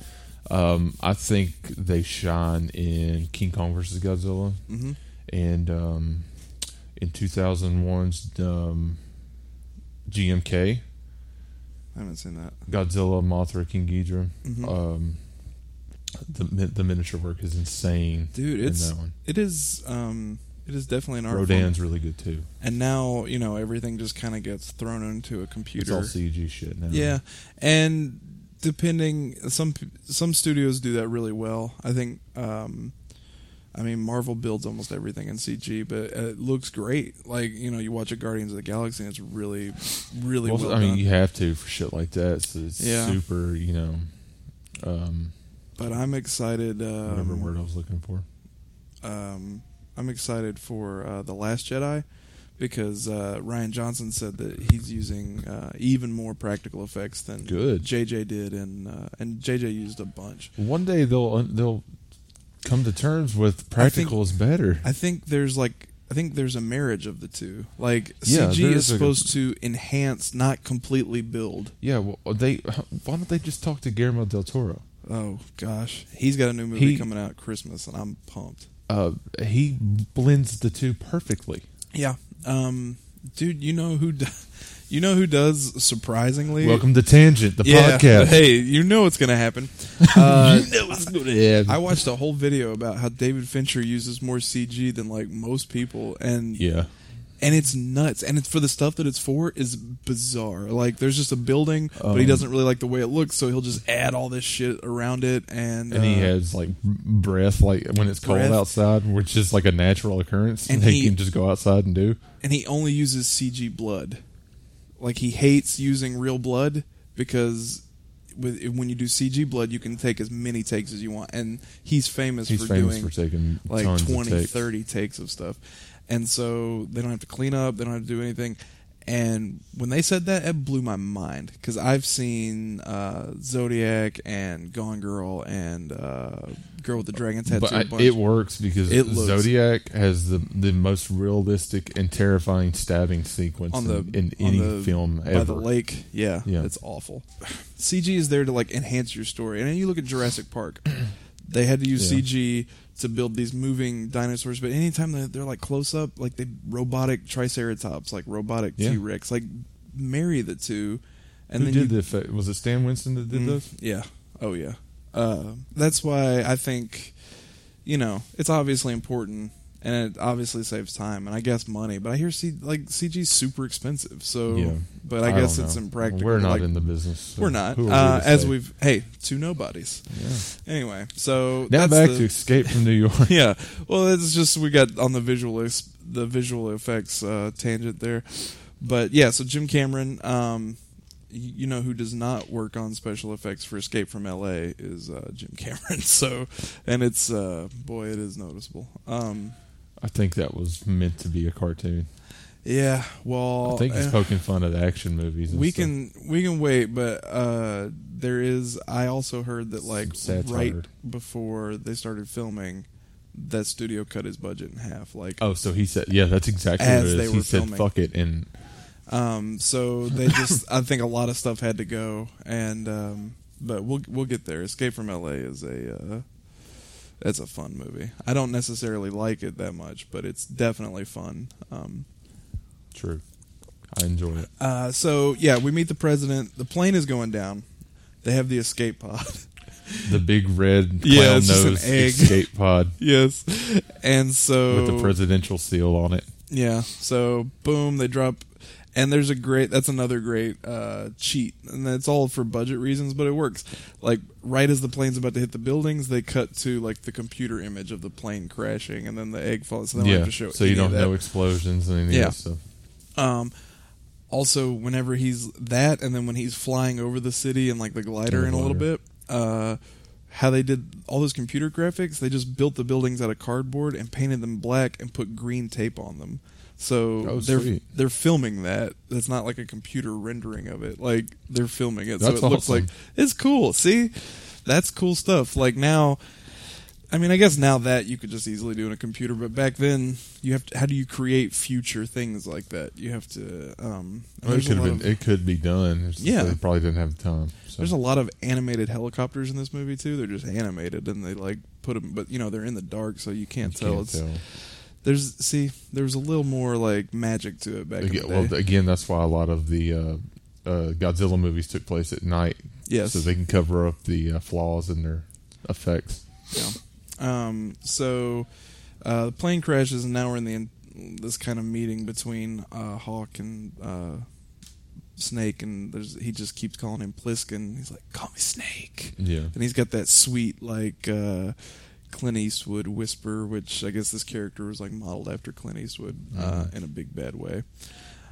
Speaker 3: um, I think they shine in King Kong versus Godzilla,
Speaker 2: Mhm.
Speaker 3: and um, in 2001's um, GMK
Speaker 2: I haven't seen that.
Speaker 3: Godzilla, Mothra, King Ghidorah.
Speaker 2: Mhm.
Speaker 3: Um, the mi- the miniature work is insane,
Speaker 2: Dude,
Speaker 3: in
Speaker 2: it's
Speaker 3: that one.
Speaker 2: it is um it is definitely an art form.
Speaker 3: Rodan's really good too.
Speaker 2: And now, you know, everything just kind of gets thrown into a
Speaker 3: It's
Speaker 2: computer.
Speaker 3: all CG shit now.
Speaker 2: Yeah, and depending some p- some studios do that really well. I think um, I mean Marvel builds almost everything in CG, but it looks great. Like you know, you watch a Guardians of the Galaxy, and it's really really well,
Speaker 3: Well, I mean,
Speaker 2: done.
Speaker 3: you have to for shit like that. So it's
Speaker 2: Yeah.
Speaker 3: super, you know, um,
Speaker 2: But I'm excited. Um,
Speaker 3: whatever word I was looking for.
Speaker 2: um, I'm excited for uh, the Last Jedi because uh, Ryan Johnson said that he's using uh, even more practical effects than
Speaker 3: Good.
Speaker 2: JJ did, and uh, and JJ used a bunch.
Speaker 3: One day they'll they'll come to terms with practical is better.
Speaker 2: I think there's like I think there's a marriage of the two. Like
Speaker 3: Yeah,
Speaker 2: CG
Speaker 3: there
Speaker 2: is
Speaker 3: is a-
Speaker 2: supposed to enhance, not completely build.
Speaker 3: yeah, well, they why don't they just talk to Guillermo del Toro?
Speaker 2: Oh gosh, he's got a new movie
Speaker 3: He-
Speaker 2: coming out at Christmas, and I'm pumped.
Speaker 3: Uh, he blends the two perfectly.
Speaker 2: Yeah, um, dude, you know who, do- (laughs) you know who does surprisingly.
Speaker 3: Welcome to Tangent, the
Speaker 2: yeah,
Speaker 3: podcast. (laughs)
Speaker 2: Hey, you know what's gonna happen. Uh, I
Speaker 3: yeah,
Speaker 2: watched a whole video about how David Fincher uses more CG than like most people, and
Speaker 3: yeah.
Speaker 2: and it's nuts and it's for the stuff that it's for is bizarre like there's just a building but he
Speaker 3: Um,
Speaker 2: doesn't really like the way it looks so he'll just add all this shit around it and
Speaker 3: And he
Speaker 2: uh,
Speaker 3: has like breath, like when it's cold
Speaker 2: Breath.
Speaker 3: outside, which is like a natural occurrence.
Speaker 2: And
Speaker 3: they
Speaker 2: he-
Speaker 3: can just go outside and do.
Speaker 2: and he only uses cg blood like he hates using real blood because with, when you do cg blood you can take as many takes as you want and he's famous
Speaker 3: He's
Speaker 2: for
Speaker 3: famous
Speaker 2: doing
Speaker 3: for taking
Speaker 2: like
Speaker 3: tons
Speaker 2: twenty, thirty 20
Speaker 3: of takes.
Speaker 2: 30 takes of stuff and so they don't have to clean up they don't have to do anything and when they said that it blew my mind because i've seen uh, zodiac and gone girl and uh, girl with the dragon tattoo
Speaker 3: But
Speaker 2: a
Speaker 3: I,
Speaker 2: bunch.
Speaker 3: it works because
Speaker 2: It looks-
Speaker 3: Zodiac has the the most realistic and terrifying stabbing sequence
Speaker 2: on the
Speaker 3: in, in
Speaker 2: on
Speaker 3: any
Speaker 2: the-
Speaker 3: film
Speaker 2: by
Speaker 3: ever.
Speaker 2: the lake. Yeah,
Speaker 3: Yeah.
Speaker 2: it's awful. CG is there to like enhance your story, and then you look at Jurassic Park. (clears throat) They had to use
Speaker 3: Yeah.
Speaker 2: CG to build these moving dinosaurs, but anytime they're, they're like close up, like they robotic Triceratops, like robotic
Speaker 3: Yeah.
Speaker 2: T Rex, like marry the two, and
Speaker 3: Who
Speaker 2: then
Speaker 3: did
Speaker 2: you,
Speaker 3: the effect? Was it Stan Winston that did
Speaker 2: Mm,
Speaker 3: those?
Speaker 2: Yeah. Oh yeah. Uh, that's why I think, you know, it's obviously important and it obviously saves time and I guess money. But I hear C- like CG's super expensive. So,
Speaker 3: Yeah.
Speaker 2: but I,
Speaker 3: don't
Speaker 2: guess it's
Speaker 3: know.
Speaker 2: impractical.
Speaker 3: We're not
Speaker 2: Like,
Speaker 3: in the business. so
Speaker 2: We're not.
Speaker 3: who are we
Speaker 2: uh,
Speaker 3: to
Speaker 2: as
Speaker 3: say?
Speaker 2: we've hey two nobodies. (laughs)
Speaker 3: Yeah.
Speaker 2: Anyway, so
Speaker 3: Now
Speaker 2: that's
Speaker 3: back
Speaker 2: the-
Speaker 3: to Escape from New York. (laughs)
Speaker 2: (laughs) yeah. Well, it's just we got on the visual ex- the visual effects uh, tangent there, but yeah. So Jim Cameron, um, y- you know who does not work on special effects for Escape from L.A. (laughs) is uh, Jim Cameron. So, and it's uh, boy, it is noticeable. Um,
Speaker 3: I think that was meant to be a cartoon.
Speaker 2: Yeah, well,
Speaker 3: I think it's
Speaker 2: eh,
Speaker 3: poking fun at action movies. and
Speaker 2: we
Speaker 3: stuff.
Speaker 2: can we can wait, but uh, there is. I also heard that like
Speaker 3: Some satire.
Speaker 2: right before they started filming, that studio cut his budget in half. Like,
Speaker 3: Oh, so he said, yeah, that's exactly
Speaker 2: As
Speaker 3: what it
Speaker 2: they
Speaker 3: is.
Speaker 2: were
Speaker 3: He said,
Speaker 2: filming.
Speaker 3: "Fuck it," and
Speaker 2: um, so they just. I think a lot of stuff had to go, and um, but we'll we'll get there. Escape from L.A. is a. Uh, it's a fun movie. I don't necessarily like it that much, but it's definitely fun. Um,
Speaker 3: true. I enjoy it.
Speaker 2: Uh, so yeah, we meet the president. The plane is going down. They have the escape pod.
Speaker 3: The big red clown
Speaker 2: Yeah, it's just an
Speaker 3: nose
Speaker 2: egg. Oh.
Speaker 3: escape pod
Speaker 2: yes. And so
Speaker 3: with the presidential seal on it.
Speaker 2: Yeah. So boom, they drop and there's a great that's another great uh, cheat. And that's all for budget reasons, but it works. Like right as the plane's about to hit the buildings, they cut to like the computer image of the plane crashing and then the egg falls. So they don't
Speaker 3: yeah,
Speaker 2: have to show
Speaker 3: so you
Speaker 2: any of
Speaker 3: don't
Speaker 2: that.
Speaker 3: know explosions and any
Speaker 2: Yeah.
Speaker 3: of that stuff.
Speaker 2: Um, also, whenever he's that, and then when he's flying over the city and like the glider
Speaker 3: The
Speaker 2: in a little
Speaker 3: glider.
Speaker 2: bit, uh, how they did all those computer graphics, they just built the buildings out of cardboard and painted them black and put green tape on them. So
Speaker 3: Oh,
Speaker 2: they're
Speaker 3: sweet.
Speaker 2: they're filming that. That's not like a computer rendering of it. Like they're filming it,
Speaker 3: That's
Speaker 2: so it looks
Speaker 3: awesome.
Speaker 2: like it's cool. See, that's cool stuff. Like now, I mean, I guess now that you could just easily do in a computer, but back then you have to. How do you create future things like that? You have to. Um, and
Speaker 3: It
Speaker 2: there's, a
Speaker 3: could
Speaker 2: lot
Speaker 3: have been.
Speaker 2: of,
Speaker 3: It could be done. It's just
Speaker 2: Yeah.
Speaker 3: they probably didn't have the time. So.
Speaker 2: there's a lot of animated helicopters in this movie too. They're just animated and they like put them, but you know they're in the dark, so you can't
Speaker 3: You
Speaker 2: tell.
Speaker 3: can't
Speaker 2: it's there's see, there was a little more like magic to it back in the
Speaker 3: Again,
Speaker 2: day.
Speaker 3: well, again, that's why a lot of the uh, uh, Godzilla movies took place at night,
Speaker 2: yes.
Speaker 3: so they can cover up the uh, flaws in their effects.
Speaker 2: Yeah. Um, so uh, the plane crashes, and now we're in the in- this kind of meeting between uh, Hawk and uh, Snake, and there's he just keeps calling him Pliskin. He's like, "Call me Snake,"
Speaker 3: Yeah,
Speaker 2: and he's got that sweet like. Uh, Clint Eastwood whisper, which I guess this character was like modeled after Clint Eastwood uh,
Speaker 3: Mhm.
Speaker 2: in a big bad way.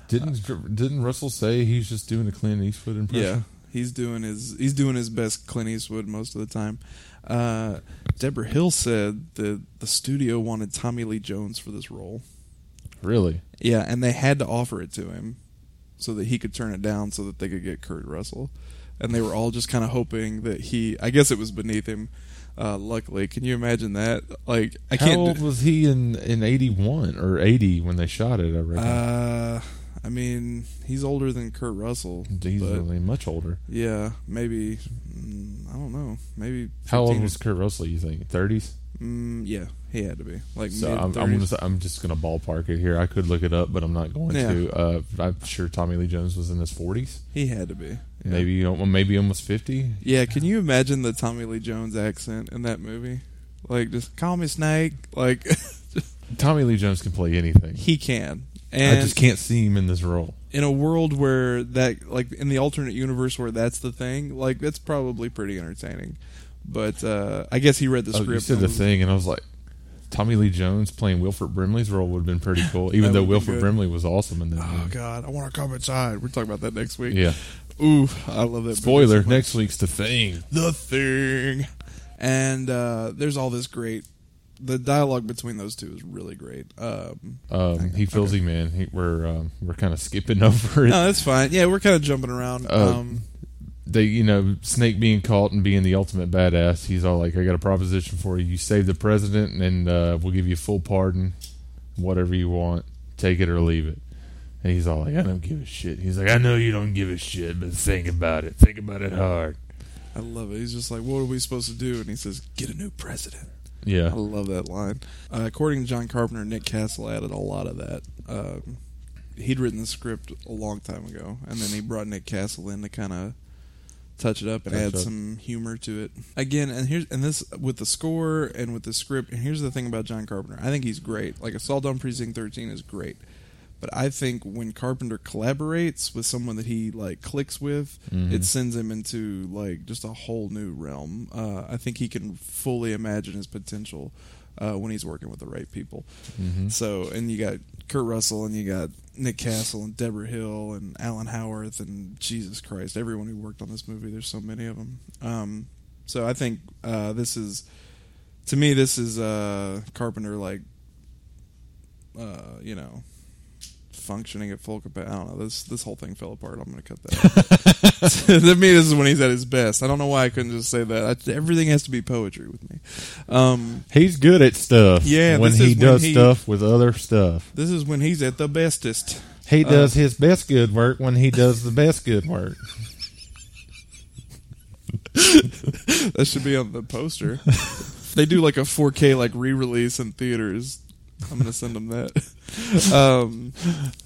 Speaker 3: didn't
Speaker 2: Uh,
Speaker 3: didn't Russell say he's just doing a Clint Eastwood impression?
Speaker 2: Yeah, he's doing his he's doing his best Clint Eastwood most of the time. Uh, Deborah Hill said that the studio wanted Tommy Lee Jones for this role.
Speaker 3: Really?
Speaker 2: Yeah, and they had to offer it to him so that he could turn it down so that they could get Kurt Russell. And they were all just kind of hoping that he. I guess it was beneath him. Uh, luckily, can you imagine that? Like, I
Speaker 3: How
Speaker 2: can't.
Speaker 3: old was he in in eighty one or eighty when they shot it? I reckon
Speaker 2: uh, I mean, he's older than Kurt Russell.
Speaker 3: he's
Speaker 2: but-
Speaker 3: really much older.
Speaker 2: Yeah, maybe. Mm, I don't know. Maybe.
Speaker 3: How old
Speaker 2: 15 or
Speaker 3: was Kurt Russell? You think thirties?
Speaker 2: Mm, yeah, he had to be like
Speaker 3: So
Speaker 2: mid
Speaker 3: I'm, I'm, gonna, say- I'm just gonna ballpark it here. I could look it up, but I'm not going
Speaker 2: Yeah.
Speaker 3: to. Uh, I'm sure Tommy Lee Jones was in his forties,
Speaker 2: He had to be. Yeah.
Speaker 3: maybe you know, well, maybe almost fifty.
Speaker 2: Yeah, can you imagine the Tommy Lee Jones accent in that movie? Like, just call me Snake. Like, (laughs)
Speaker 3: Tommy Lee Jones can play anything.
Speaker 2: he can.
Speaker 3: I
Speaker 2: And
Speaker 3: just can't see him in this role.
Speaker 2: in a world where that, like, in the alternate universe where that's the thing, like, that's probably pretty entertaining. But uh, I guess he read the
Speaker 3: Oh,
Speaker 2: script.
Speaker 3: you said
Speaker 2: and
Speaker 3: the
Speaker 2: was-
Speaker 3: thing, and I was like, Tommy Lee Jones playing Wilford Brimley's role would have been pretty cool, even
Speaker 2: (laughs) That
Speaker 3: though
Speaker 2: would've been
Speaker 3: Wilford
Speaker 2: good.
Speaker 3: Brimley was awesome in that.
Speaker 2: Oh
Speaker 3: movie.
Speaker 2: God, I want to come inside. We're talking about that next week.
Speaker 3: Yeah.
Speaker 2: Ooh, I love that. movie so
Speaker 3: Spoiler:
Speaker 2: much.
Speaker 3: Next week's the thing.
Speaker 2: the thing and uh, there's all this great the dialogue between those two is really great um,
Speaker 3: Um, he feels he man. He, we're um, we're kind of skipping (laughs) over it.
Speaker 2: no that's fine yeah we're kind of jumping around
Speaker 3: Uh,
Speaker 2: um,
Speaker 3: they, you know, Snake being caught and being the ultimate badass. He's all like, "I got a proposition for you. You save the president, and uh, we'll give you full pardon, whatever you want. Take it or leave it." And he's all like, "I don't give a shit." He's like, "I know you don't give a shit, but think about it. Think about it hard."
Speaker 2: i love it he's just like what are we supposed to do and he says get a new president i
Speaker 3: Yeah,
Speaker 2: love that line uh, according to john carpenter nick castle added a lot of that um, he'd written the script a long time ago and then he brought nick castle in to kind of touch it up and
Speaker 3: Touch
Speaker 2: add
Speaker 3: up.
Speaker 2: some humor to it again and here's and this with the score and with the script and here's the thing about john carpenter i think he's great like assault on precinct 13 is great but i think when carpenter collaborates with someone that he like clicks with
Speaker 3: Mhm.
Speaker 2: it sends him into like just a whole new realm uh, i think he can fully imagine his potential uh, when he's working with the right people
Speaker 3: hmm
Speaker 2: so, and you got Kurt Russell, and you got Nick Castle, and Deborah Hill, and Alan Howarth, and Jesus Christ, everyone who worked on this movie. There's so many of them. Um, so I think uh, this is, to me, this is uh, Carpenter like uh, you know, functioning at full capacity. I don't know. This this whole thing fell apart. I'm going to cut that. out. to me, this is when he's at his best. I don't know why I couldn't just say that. I, everything has to be poetry with me. Um,
Speaker 3: He's good at stuff.
Speaker 2: Yeah,
Speaker 3: when
Speaker 2: this
Speaker 3: he
Speaker 2: is when
Speaker 3: does
Speaker 2: he-
Speaker 3: stuff with other stuff,
Speaker 2: this is when he's at the bestest.
Speaker 3: he does his best good work when he does the best good work.
Speaker 2: That should be on the poster. If they do like a 4K like re-release in theaters. I'm gonna send them that. (laughs) Um,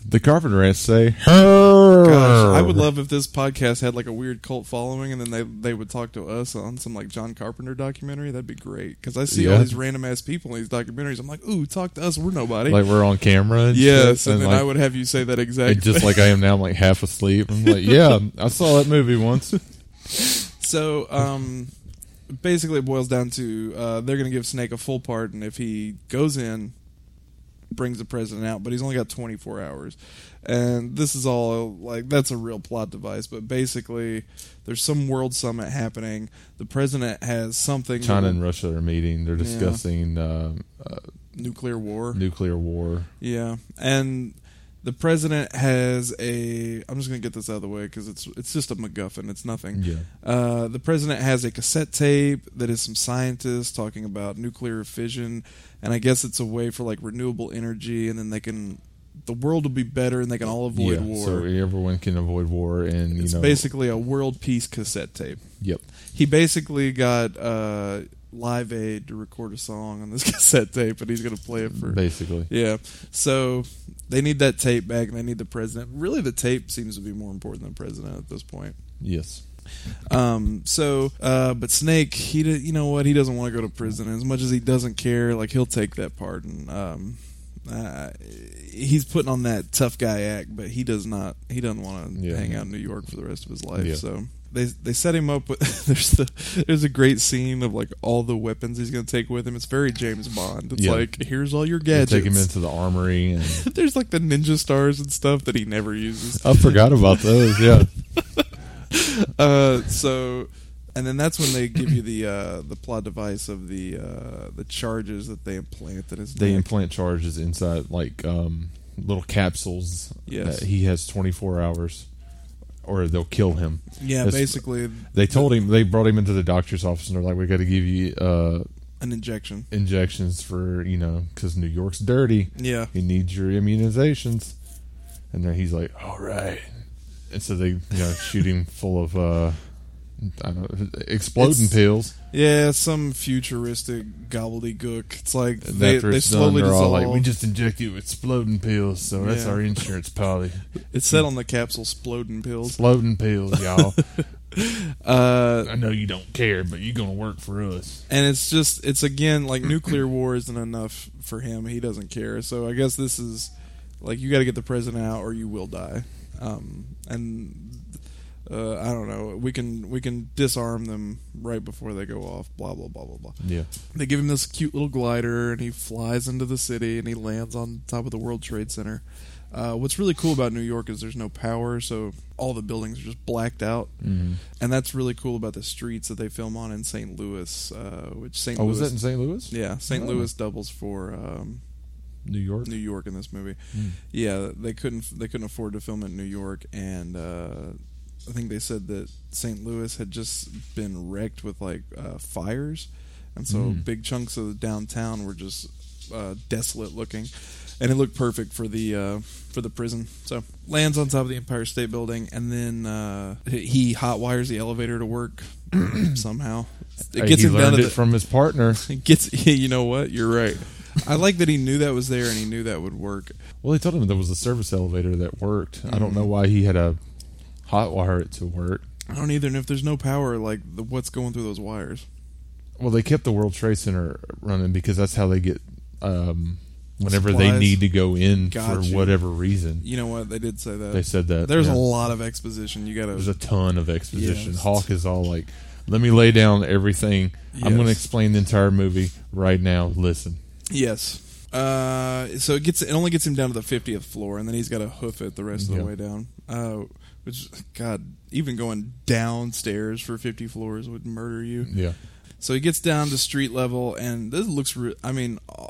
Speaker 3: The carpenter has to say, "Her."
Speaker 2: gosh, I would love if this podcast had like a weird cult following, and then they they would talk to us on some like John Carpenter documentary. That'd be great because I see all
Speaker 3: Yeah.
Speaker 2: these random ass people in these documentaries. I'm like, ooh, talk to us. We're nobody.
Speaker 3: like we're on camera. And
Speaker 2: yes,
Speaker 3: shit,
Speaker 2: and then
Speaker 3: like,
Speaker 2: I would have you say that exact.
Speaker 3: and just
Speaker 2: thing.
Speaker 3: like I am now, I'm like half asleep. I'm like, yeah, I saw that movie
Speaker 2: (laughs)
Speaker 3: once.
Speaker 2: So, um, basically, it boils down to uh, they're going to give Snake a full pardon if he goes in, brings the president out, but he's only got 24 hours. And this is all like that's a real plot device, but basically, there's some world summit happening. The president has something
Speaker 3: China and Russia are meeting. They're discussing uh, uh,
Speaker 2: nuclear war.
Speaker 3: nuclear war.
Speaker 2: Yeah, and the president has a. I'm just gonna get this out of the way because it's it's just a MacGuffin. It's nothing.
Speaker 3: Yeah.
Speaker 2: Uh, the president has a cassette tape that is some scientists talking about nuclear fission, and I guess it's a way for like renewable energy, and then they can. The world will be better, and they can all
Speaker 3: yeah,
Speaker 2: avoid war.
Speaker 3: so everyone can avoid war, and
Speaker 2: it's
Speaker 3: you know,
Speaker 2: basically a world peace cassette tape.
Speaker 3: yep.
Speaker 2: He basically got uh, Live Aid to record a song on this (laughs) cassette tape, and he's gonna play it for
Speaker 3: Basically,
Speaker 2: yeah. So they need that tape back and they need the president. Really, the tape seems to be more important than the president at this point.
Speaker 3: yes.
Speaker 2: Um, so, uh, but Snake, he, di- you know what? He doesn't want to go to prison. As much as he doesn't care, like, he'll take that pardon. Um, uh, he's putting on that tough guy act, but he does not, he doesn't want to
Speaker 3: Yeah.
Speaker 2: hang out in New York for the rest of his life.
Speaker 3: Yeah.
Speaker 2: So. They, they set him up with (laughs) there's the there's a great scene of like all the weapons he's gonna take with him. It's very James Bond. It's
Speaker 3: Yeah.
Speaker 2: like here's all your
Speaker 3: They
Speaker 2: gadgets.
Speaker 3: Take him into the armory, and
Speaker 2: (laughs) There's like the ninja stars and stuff that he never uses.
Speaker 3: I forgot about those. Yeah,
Speaker 2: Uh, so, and then that's when they give you the uh, the plot device of the uh, the charges that they implant in his
Speaker 3: they
Speaker 2: neck.
Speaker 3: implant charges inside like um, little capsules.
Speaker 2: Yes.
Speaker 3: that he has 24 hours, or they'll kill him.
Speaker 2: yeah,
Speaker 3: That's-
Speaker 2: basically
Speaker 3: They told him they brought him into the doctor's office, and they're like, "We got to give you uh,
Speaker 2: an injection.
Speaker 3: injections for you know because New York's dirty.
Speaker 2: Yeah,
Speaker 3: He needs your immunizations." And then he's like, "All right," and so they you know shoot him full of uh, I don't know, exploding
Speaker 2: It's-
Speaker 3: pills.
Speaker 2: yeah, some futuristic gobbledygook. It's like
Speaker 3: And
Speaker 2: they,
Speaker 3: after
Speaker 2: they
Speaker 3: it's done,
Speaker 2: slowly
Speaker 3: they're all
Speaker 2: dissolve.
Speaker 3: like, "We just inject you with exploding pills, so that's
Speaker 2: Yeah.
Speaker 3: our insurance policy."
Speaker 2: (laughs) it's said on the capsule, "Splodin pills."
Speaker 3: Exploding pills,
Speaker 2: (laughs)
Speaker 3: y'all.
Speaker 2: Uh,
Speaker 3: I know you don't care, but you're gonna work for us.
Speaker 2: and it's just it's again like nuclear war isn't enough for him he doesn't care so i guess this is like you got to get the president out or you will die um, and uh, i don't know we can we can disarm them right before they go off blah blah blah blah blah
Speaker 3: Yeah,
Speaker 2: they give him this cute little glider and he flies into the city and he lands on top of the world trade center uh, what's really cool about new york is there's no power so all the buildings are just blacked out
Speaker 3: Mm-hmm.
Speaker 2: and that's really cool about the streets that they film on in st louis uh, which st
Speaker 3: Oh,
Speaker 2: louis
Speaker 3: was that in St. Louis?
Speaker 2: yeah st
Speaker 3: Oh.
Speaker 2: louis doubles for um,
Speaker 3: New York. Hmm.
Speaker 2: new york in this movie yeah they couldn't they couldn't afford to film it in new york and uh, i think they said that st louis had just been wrecked with like uh, fires and so
Speaker 3: Mm.
Speaker 2: big chunks of downtown were just uh, desolate looking and it looked perfect for the uh, for the prison so lands on top of the empire state building and then uh, he- he hot wires the elevator to work (clears throat) somehow it
Speaker 3: Hey,
Speaker 2: gets
Speaker 3: Uh, he
Speaker 2: him down
Speaker 3: learned
Speaker 2: to
Speaker 3: it
Speaker 2: the,
Speaker 3: from his partner.
Speaker 2: it (laughs) gets you know what you're right i like that he knew that was there and he knew that would work
Speaker 3: Well, they told him there was a service elevator that worked. I
Speaker 2: Mm.
Speaker 3: don't know why he had a hot wire it to work.
Speaker 2: I don't either. And if there's no power, like the, what's going through those wires?
Speaker 3: Well, they kept the World Trade Center running because that's how they get um, whenever they
Speaker 2: Supplies.
Speaker 3: need to go in
Speaker 2: Got
Speaker 3: for
Speaker 2: you.
Speaker 3: whatever reason.
Speaker 2: You know what? They did say that.
Speaker 3: They said that
Speaker 2: There's
Speaker 3: yeah.
Speaker 2: a lot of exposition. You gotta.
Speaker 3: There's a ton of exposition.
Speaker 2: Yes.
Speaker 3: Hawk is all like, "Let me lay down everything. I'm going to
Speaker 2: Yes.
Speaker 3: explain the entire movie right now. Listen."
Speaker 2: yes. Uh, so it gets it only gets him down to the 50th floor, and then he's got to hoof it the rest of
Speaker 3: Yeah.
Speaker 2: the way down. Uh, which God, even going downstairs for 50 floors would murder you.
Speaker 3: Yeah,
Speaker 2: So he gets down to street level, and this looks. Re- I mean, uh,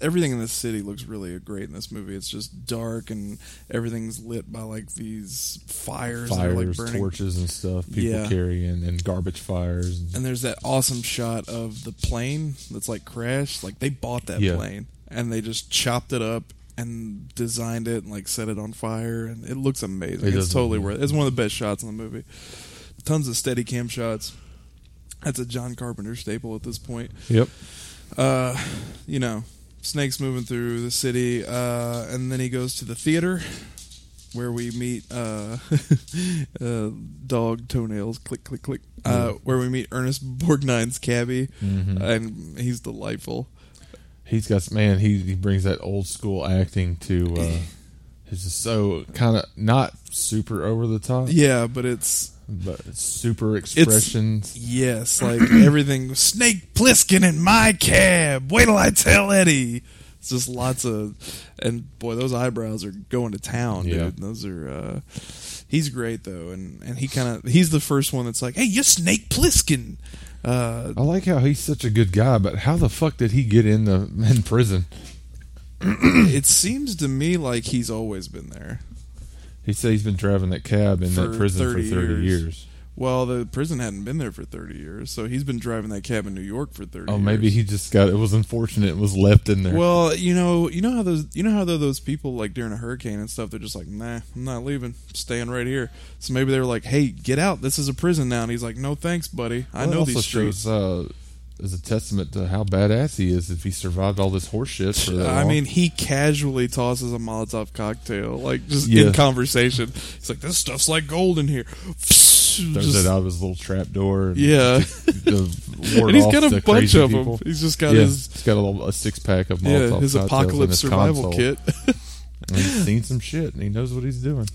Speaker 2: everything in this city looks really great in this movie. It's just dark and everything's lit by like these fires, that are, like
Speaker 3: Fires,
Speaker 2: burning.
Speaker 3: torches, and stuff people
Speaker 2: Yeah.
Speaker 3: carrying, and garbage fires.
Speaker 2: And there's that awesome shot of the plane that's like crashed. Like they bought that
Speaker 3: Yeah.
Speaker 2: plane and they just chopped it up and designed it and like set it on fire and it looks amazing.
Speaker 3: It
Speaker 2: it's
Speaker 3: does
Speaker 2: totally
Speaker 3: look-
Speaker 2: worth it. It's one of the best shots in the movie. Tons of steady cam shots. That's a John Carpenter staple at this point.
Speaker 3: Yep.
Speaker 2: Uh, you know, snakes moving through the city, uh, and then he goes to the theater where we meet uh, (laughs) uh, dog toenails click click click. Uh, where we meet Ernest Borgnine's cabbie,
Speaker 3: Mhm.
Speaker 2: and he's delightful.
Speaker 3: He's got some- man. He he brings that old school acting to. Uh, it's just so kind of not super over the top,
Speaker 2: Yeah, but it's
Speaker 3: but it's super expressions.
Speaker 2: yes, like (clears throat) everything. Snake Plissken in my cab. Wait till I tell Eddie. It's just lots of, and boy, those eyebrows are going to town,
Speaker 3: Yeah.
Speaker 2: dude. Those are. Uh, he's great though, and and he kind of he's the first one that's like, hey, you're Snake Plissken. Uh,
Speaker 3: I like how he's such a good guy, but how the fuck did he get in the in prison?
Speaker 2: it seems to me like he's always been there.
Speaker 3: He said he's been driving that cab in
Speaker 2: For
Speaker 3: that prison
Speaker 2: 30
Speaker 3: for thirty
Speaker 2: years.
Speaker 3: years.
Speaker 2: Well, the prison hadn't been there for thirty years, so he's been driving that cab in New York for thirty.
Speaker 3: Oh, maybe
Speaker 2: years.
Speaker 3: he just got it was unfortunate. It was left in there.
Speaker 2: Well, you know, you know how those, you know how tho- those people like during a hurricane and stuff, they're just like, nah, I'm not leaving, I'm staying right here. So maybe they were like, hey, get out, this is a prison now, and he's like, no, thanks, buddy, I
Speaker 3: Well, it
Speaker 2: know
Speaker 3: also
Speaker 2: these streets.
Speaker 3: Shows, uh, is a testament to how badass he is if he survived all this horse shit. For that
Speaker 2: I
Speaker 3: long.
Speaker 2: mean, he casually tosses a Molotov cocktail, like just
Speaker 3: Yeah.
Speaker 2: in conversation. He's like, "This stuff's like gold in here."
Speaker 3: throws
Speaker 2: Just-
Speaker 3: it out of his little trap door. And
Speaker 2: yeah,
Speaker 3: the,
Speaker 2: (laughs) and he's got
Speaker 3: the
Speaker 2: a bunch
Speaker 3: crazy
Speaker 2: of
Speaker 3: people.
Speaker 2: them. He's just got
Speaker 3: yeah,
Speaker 2: his
Speaker 3: he's got a, little- a six pack of Molotov
Speaker 2: yeah his
Speaker 3: cocktails in
Speaker 2: apocalypse
Speaker 3: his
Speaker 2: survival
Speaker 3: console.
Speaker 2: kit.
Speaker 3: And He's seen some shit and he knows what he's doing.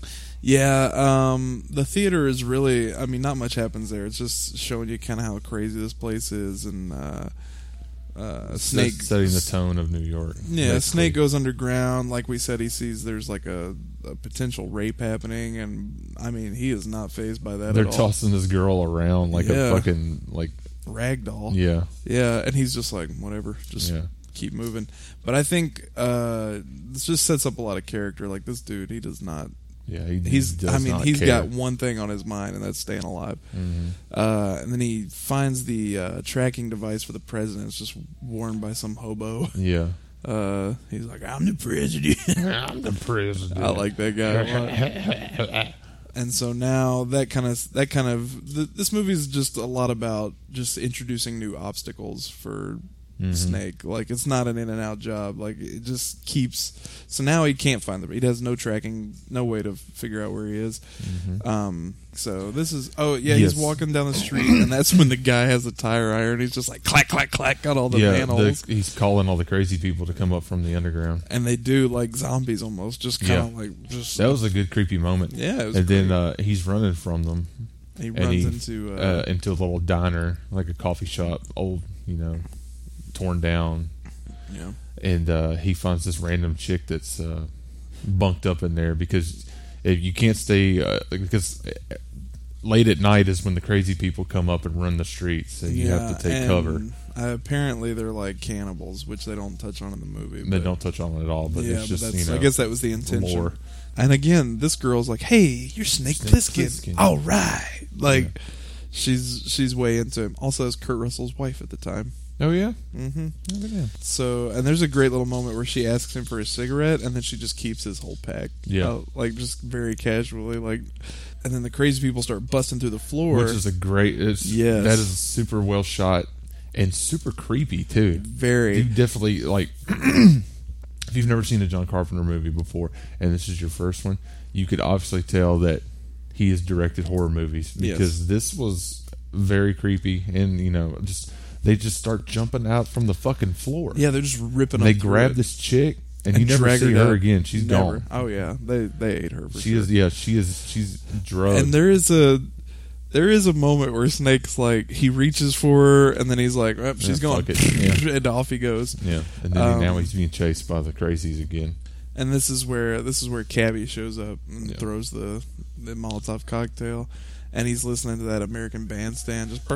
Speaker 2: Yeah, um, the theater is really. I mean, not much happens there. It's just showing you kind of how crazy this place is, and uh, uh, snake.
Speaker 3: That's setting the tone of New York.
Speaker 2: yeah,
Speaker 3: basically.
Speaker 2: snake goes underground. Like we said, he sees there's like a, a potential rape happening, and I mean, he is not phased by that
Speaker 3: They're
Speaker 2: at all.
Speaker 3: tossing this girl around like
Speaker 2: Yeah.
Speaker 3: a fucking like
Speaker 2: Ragdoll.
Speaker 3: yeah
Speaker 2: Yeah, and he's just like whatever, just
Speaker 3: yeah.
Speaker 2: keep moving. But I think uh, this just sets up a lot of character. Like this dude, he does not.
Speaker 3: Yeah, he,
Speaker 2: He's.
Speaker 3: does
Speaker 2: I mean,
Speaker 3: not
Speaker 2: he's
Speaker 3: care.
Speaker 2: got one thing on his mind, and that's staying alive.
Speaker 3: Mhm.
Speaker 2: Uh, and then he finds the uh, tracking device for the president. It's just worn by some hobo. (laughs)
Speaker 3: Yeah,
Speaker 2: Uh, he's like, "I'm the president." (laughs)
Speaker 3: I'm the president.
Speaker 2: I like that guy a lot. And so now that kind of that kind of th- this movie is just a lot about just introducing new obstacles for
Speaker 3: Mhm.
Speaker 2: Snake. Like it's not an in and out job. Like it just keeps. So now he can't find the. He has no tracking, no way to figure out where he is. Um, so this is oh yeah,
Speaker 3: Mm-hmm. Yes.
Speaker 2: he's walking down the street and that's when the guy has a tire iron. He's just like clack clack clack on all the
Speaker 3: yeah, (laughs)
Speaker 2: manholes,
Speaker 3: the- he's calling all the crazy people to come up from the underground.
Speaker 2: and they do like zombies almost, just kind of like just
Speaker 3: That was a good creepy moment.
Speaker 2: yeah. It was
Speaker 3: and then
Speaker 2: great.
Speaker 3: uh, he's running from them
Speaker 2: he
Speaker 3: and
Speaker 2: runs
Speaker 3: he,
Speaker 2: into uh,
Speaker 3: uh, into a little diner, like a coffee shop, old, you know, torn down.
Speaker 2: you know,
Speaker 3: And uh, he finds this random chick that's uh, bunked up in there because if you can't stay, uh, because late at night is when the crazy people come up and run the streets, so you have to
Speaker 2: Yeah,
Speaker 3: take
Speaker 2: and,
Speaker 3: cover.
Speaker 2: Uh, apparently, they're like cannibals, which they don't touch on in the movie.
Speaker 3: They
Speaker 2: but-
Speaker 3: don't touch on it at all, but
Speaker 2: yeah,
Speaker 3: it's just
Speaker 2: but
Speaker 3: you
Speaker 2: that's,
Speaker 3: know,
Speaker 2: I guess that was the intention.
Speaker 3: lore.
Speaker 2: And again, this girl's like, "Hey, you're Snake,
Speaker 3: Snake
Speaker 2: Plissken.
Speaker 3: Plissken.
Speaker 2: All right, like she's she's way into him. Also, is Kurt Russell's wife at the time.
Speaker 3: Oh yeah,
Speaker 2: hmm
Speaker 3: Oh, look at him.
Speaker 2: So, and there's a great little moment where she asks him for a cigarette, and then she just keeps his whole pack.
Speaker 3: Yeah.
Speaker 2: Uh, like just very casually, like. And then the crazy people start busting through the floor.
Speaker 3: which is a great. It's,
Speaker 2: Yes.
Speaker 3: that is super well shot and super creepy too.
Speaker 2: very
Speaker 3: You definitely like (clears throat) if you've never seen a John Carpenter movie before, and this is your first one, you could obviously tell that he has directed horror movies
Speaker 2: Yes.
Speaker 3: because this was very creepy and you know just they just start jumping out from the fucking floor.
Speaker 2: yeah, they're just ripping.
Speaker 3: they
Speaker 2: up through
Speaker 3: grab
Speaker 2: it.
Speaker 3: this chick and,
Speaker 2: And
Speaker 3: you never
Speaker 2: drag
Speaker 3: see
Speaker 2: her
Speaker 3: her
Speaker 2: down.
Speaker 3: again. She's
Speaker 2: Never.
Speaker 3: gone.
Speaker 2: Oh yeah, they they ate her. For
Speaker 3: She
Speaker 2: sure.
Speaker 3: is yeah. She is she's drugged.
Speaker 2: And there is a there is a moment where Snake's like he reaches for her and then he's like, oh, she's
Speaker 3: Yeah,
Speaker 2: gone,
Speaker 3: fuck it.
Speaker 2: (laughs) and off he goes.
Speaker 3: yeah, and then
Speaker 2: Um,
Speaker 3: now he's being chased by the crazies again.
Speaker 2: And this is where this is where Cabby shows up and
Speaker 3: Yeah.
Speaker 2: throws the, the Molotov cocktail, and he's listening to that American Bandstand just.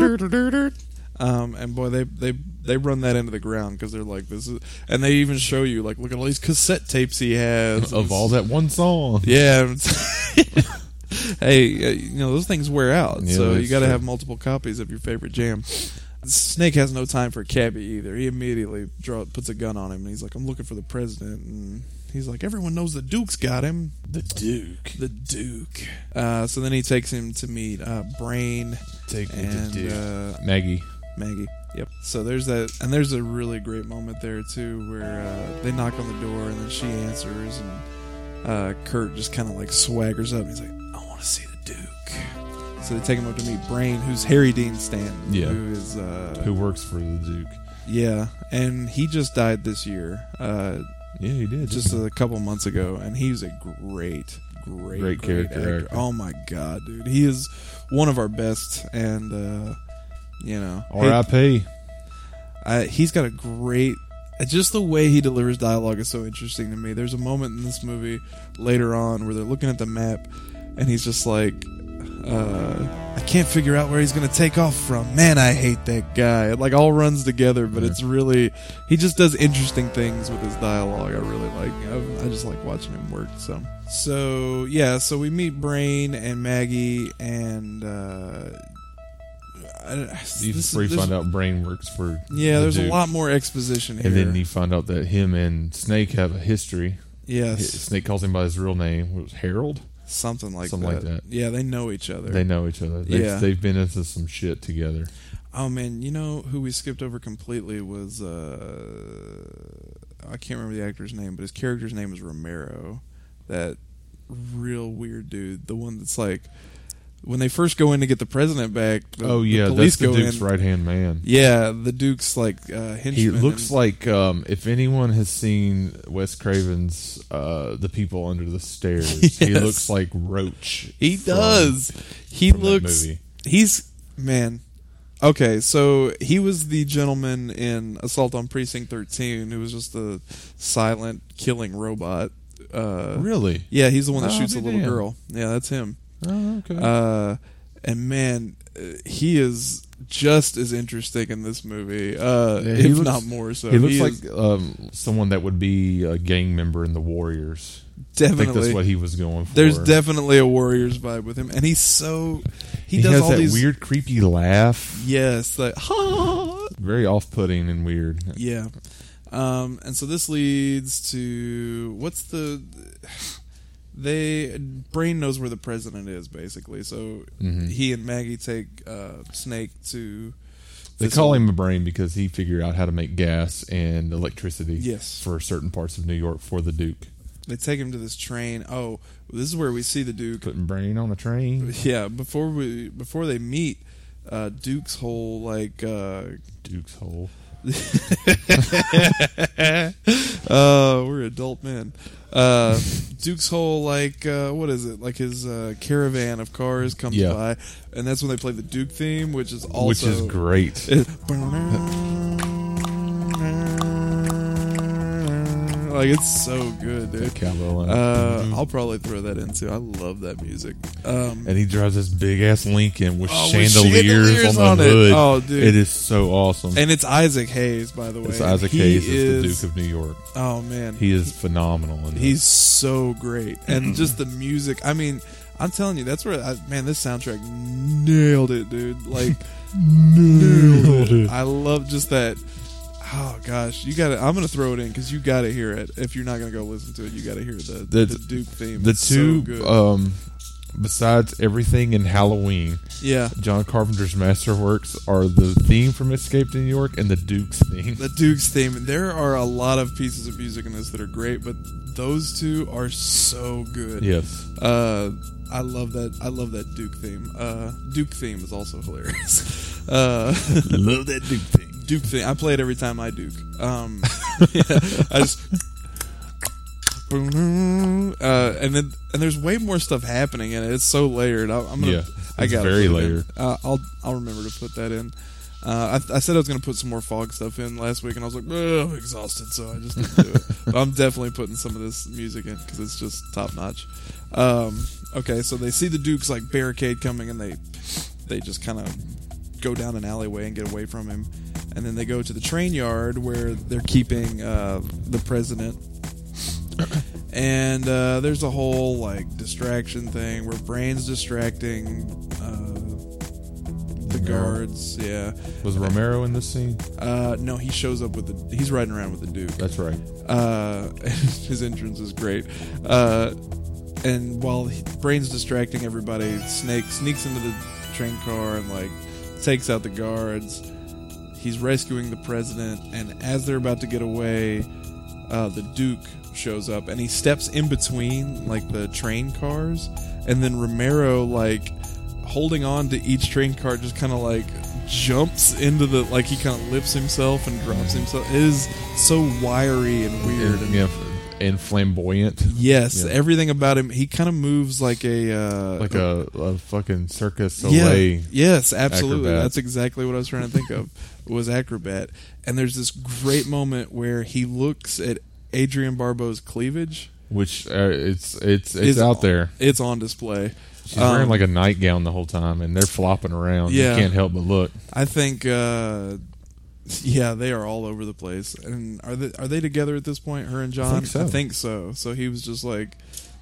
Speaker 3: Yeah.
Speaker 2: Um, and boy, they they they run that into the ground because they're like this is, and they even show you like look at all these cassette tapes he has
Speaker 3: of all that one song.
Speaker 2: Yeah. (laughs) hey, uh, you know those things wear out,
Speaker 3: Yeah,
Speaker 2: so you
Speaker 3: that's
Speaker 2: got to
Speaker 3: true.
Speaker 2: have multiple copies of your favorite jam. Snake has no time for Cabby either. He immediately draw, puts a gun on him, and he's like, "I'm looking for the president." And he's like, "Everyone knows the Duke's got him."
Speaker 3: The Duke.
Speaker 2: The Duke. Uh, so then he takes him to meet uh, Brain
Speaker 3: Take me to
Speaker 2: and
Speaker 3: Duke.
Speaker 2: uh,
Speaker 3: Maggie.
Speaker 2: Maggie. Yep. So there's that, and there's a really great moment there too, where uh, they knock on the door and then she answers, and uh, Kurt just kind of like swaggers up. And he's like, "I want to see the Duke." So they take him up to meet Brain, who's Harry Dean Stanton,
Speaker 3: Yeah.
Speaker 2: who is uh,
Speaker 3: Who works for the Duke?
Speaker 2: yeah, and he just died this year, uh,
Speaker 3: Yeah, he did.
Speaker 2: just
Speaker 3: didn't
Speaker 2: a couple months ago, and he's a great, great,
Speaker 3: Great character actor.
Speaker 2: Oh my god, dude, he is one of our best, and uh, you know,
Speaker 3: he? R.I.P.
Speaker 2: I, he's got a great. uh, Just the way he delivers dialogue is so interesting to me. There's a moment in this movie later on where they're looking at the map, and he's just like, uh, "I can't figure out where he's gonna take off from." Man, I hate that guy. It like all runs together, but
Speaker 3: Yeah.
Speaker 2: it's really he just does interesting things with his dialogue. I really like. I, I just like watching him work. So, so yeah. So we meet Brain and Maggie and. Uh, I, don't-
Speaker 3: You
Speaker 2: this is-
Speaker 3: before you
Speaker 2: this-
Speaker 3: find out Brain works for.
Speaker 2: yeah,
Speaker 3: the
Speaker 2: there's
Speaker 3: Duke.
Speaker 2: a lot more exposition here.
Speaker 3: And then you find out that him and Snake have a history.
Speaker 2: yes,
Speaker 3: Snake calls him by his real name. What was it, Harold?
Speaker 2: something like
Speaker 3: Something
Speaker 2: that.
Speaker 3: like that.
Speaker 2: Yeah, they know each other.
Speaker 3: They know each other. They've,
Speaker 2: Yeah.
Speaker 3: they've been into some shit together.
Speaker 2: oh man, you know who we skipped over completely was uh, I can't remember the actor's name, but his character's name is Romero. That real weird dude, the one that's like when they first go in to get the president back. The,
Speaker 3: oh yeah,
Speaker 2: the police
Speaker 3: that's the
Speaker 2: go
Speaker 3: Duke's
Speaker 2: in.
Speaker 3: right hand man.
Speaker 2: Yeah, the Duke's like uh, henchman.
Speaker 3: He looks
Speaker 2: and-
Speaker 3: like um, if anyone has seen Wes Craven's uh, "The People Under the Stairs," he
Speaker 2: (laughs) Yes.
Speaker 3: looks like Roach.
Speaker 2: He
Speaker 3: from-
Speaker 2: does. He
Speaker 3: from that
Speaker 2: looks.
Speaker 3: movie.
Speaker 2: He's man. Okay, so he was the gentleman in Assault on Precinct 13 who was just a silent killing robot. Uh,
Speaker 3: Really?
Speaker 2: Yeah, he's the one that
Speaker 3: Oh,
Speaker 2: shoots a
Speaker 3: be
Speaker 2: little
Speaker 3: damned.
Speaker 2: girl. Yeah, that's him.
Speaker 3: Oh, okay.
Speaker 2: Uh, and man, uh, he is just as interesting in this movie, uh,
Speaker 3: Yeah, he
Speaker 2: if
Speaker 3: looks-
Speaker 2: not more so.
Speaker 3: he looks like
Speaker 2: is
Speaker 3: um, someone that would be a gang member in the Warriors. I think
Speaker 2: definitely.
Speaker 3: that's what he was going for.
Speaker 2: there's definitely a Warriors vibe with him, and he's so he,
Speaker 3: he,
Speaker 2: does
Speaker 3: has
Speaker 2: all
Speaker 3: that
Speaker 2: these
Speaker 3: weird, creepy laugh.
Speaker 2: yes, like (laughs) ha.
Speaker 3: Very off-putting and weird.
Speaker 2: Yeah. Um, and so this leads to what's the they brain knows where the president is basically. So
Speaker 3: Mhm.
Speaker 2: he and Maggie take uh, Snake to.
Speaker 3: They
Speaker 2: this-
Speaker 3: call him a brain because he figured out how to make gas and electricity
Speaker 2: Yes.
Speaker 3: for certain parts of New York for the Duke.
Speaker 2: They take him to this train. Oh, this is where we see the Duke. (laughs)
Speaker 3: Putting brain on a train.
Speaker 2: Yeah, before we before they meet, uh, Duke's whole like uh,
Speaker 3: Duke's hole.
Speaker 2: (laughs) uh, we're adult men. Uh, Duke's whole like uh, what is it? Like his uh, caravan of cars comes
Speaker 3: Yeah.
Speaker 2: by, and that's when they play the Duke theme, which is also
Speaker 3: which is (laughs) great.
Speaker 2: It- (laughs) like it's so good,
Speaker 3: The
Speaker 2: dude.
Speaker 3: cowbell line. Mm-hmm.
Speaker 2: Uh, I'll probably throw that in too. I love that music. Um,
Speaker 3: and he drives this big ass Lincoln with
Speaker 2: Oh, with
Speaker 3: chandeliers,
Speaker 2: chandeliers
Speaker 3: on the
Speaker 2: on it.
Speaker 3: hood.
Speaker 2: Oh, dude.
Speaker 3: It is so awesome.
Speaker 2: and it's Isaac Hayes, by the way.
Speaker 3: it's Isaac
Speaker 2: He
Speaker 3: Hayes is, the Duke of New York.
Speaker 2: Oh man,
Speaker 3: He is phenomenal. In this.
Speaker 2: He's so great, and just the music. I mean, I'm telling you, that's where I, man, this soundtrack nailed it, dude. Like (laughs) nailed it. I love just that. Oh gosh, you got to I'm gonna throw it in because you got to hear it. If you're not gonna go listen to it, you got to hear the, the,
Speaker 3: The-
Speaker 2: Duke uh, theme.
Speaker 3: the
Speaker 2: It's so
Speaker 3: two.
Speaker 2: good.
Speaker 3: um, besides everything in Halloween,
Speaker 2: yeah,
Speaker 3: John Carpenter's masterworks are the theme from Escape to New York and the Duke's theme.
Speaker 2: the Duke's theme. There are a lot of pieces of music in this that are great, but those two are so good. (laughs)
Speaker 3: Yes.
Speaker 2: Uh, I love that. I love that Duke theme. Uh, Duke theme is also hilarious. (laughs) Uh,
Speaker 3: Love that Duke thing.
Speaker 2: Duke theme. I play it every time I Duke.
Speaker 3: (laughs)
Speaker 2: Um, I just. Uh, and then and there's way more stuff happening in it. It's so layered. I, I'm gonna.
Speaker 3: Yeah,
Speaker 2: I
Speaker 3: it's
Speaker 2: got
Speaker 3: very layered.
Speaker 2: Uh, I'll I'll remember to put that in. Uh, I, I said I was gonna put some more fog stuff in last week, and I was like, "Ugh, I'm exhausted, so I just didn't
Speaker 3: (laughs)
Speaker 2: do it. but I'm definitely putting some of this music in because it's just top notch. Um, okay, so they see the Dukes like barricade coming, and they they just kind of go down an alleyway and get away from him. And then they go to the train yard where they're keeping uh, the president. (coughs) and uh, there's a whole like distraction thing where Brain's distracting uh, the
Speaker 3: Romero.
Speaker 2: guards. Yeah.
Speaker 3: Was Romero in this scene?
Speaker 2: Uh, no, he shows up with the. He's riding around with the Duke
Speaker 3: That's right.
Speaker 2: uh, (laughs) his entrance is great. Uh, and while he, Brain's distracting everybody, Snake sneaks into the train car and like takes out the guards. He's rescuing the president, and as they're about to get away, uh, the Duke shows up and he steps in between like the train cars, and then Romero like holding on to each train car just kind of like jumps into the like he kind of lifts himself and drops himself. It is so wiry and weird. And,
Speaker 3: Yeah, f- and flamboyant,
Speaker 2: Yes,
Speaker 3: Yeah.
Speaker 2: everything about him. He kind of moves like a uh,
Speaker 3: like a, a fucking circus
Speaker 2: yeah.
Speaker 3: Soleil.
Speaker 2: Yes, absolutely.
Speaker 3: acrobat.
Speaker 2: That's exactly what I was trying to think of. was acrobat. And there's this great moment where he looks at Adrian Barbeau's cleavage.
Speaker 3: which uh, it's it's it's
Speaker 2: Is-
Speaker 3: out there.
Speaker 2: It's on display.
Speaker 3: She's wearing
Speaker 2: Um,
Speaker 3: like a nightgown the whole time, and they're flopping around.
Speaker 2: Yeah.
Speaker 3: You can't help but look.
Speaker 2: I think uh yeah, they are all over the place. And are they are they together at this point, her and John?
Speaker 3: think so.
Speaker 2: so. So he was just like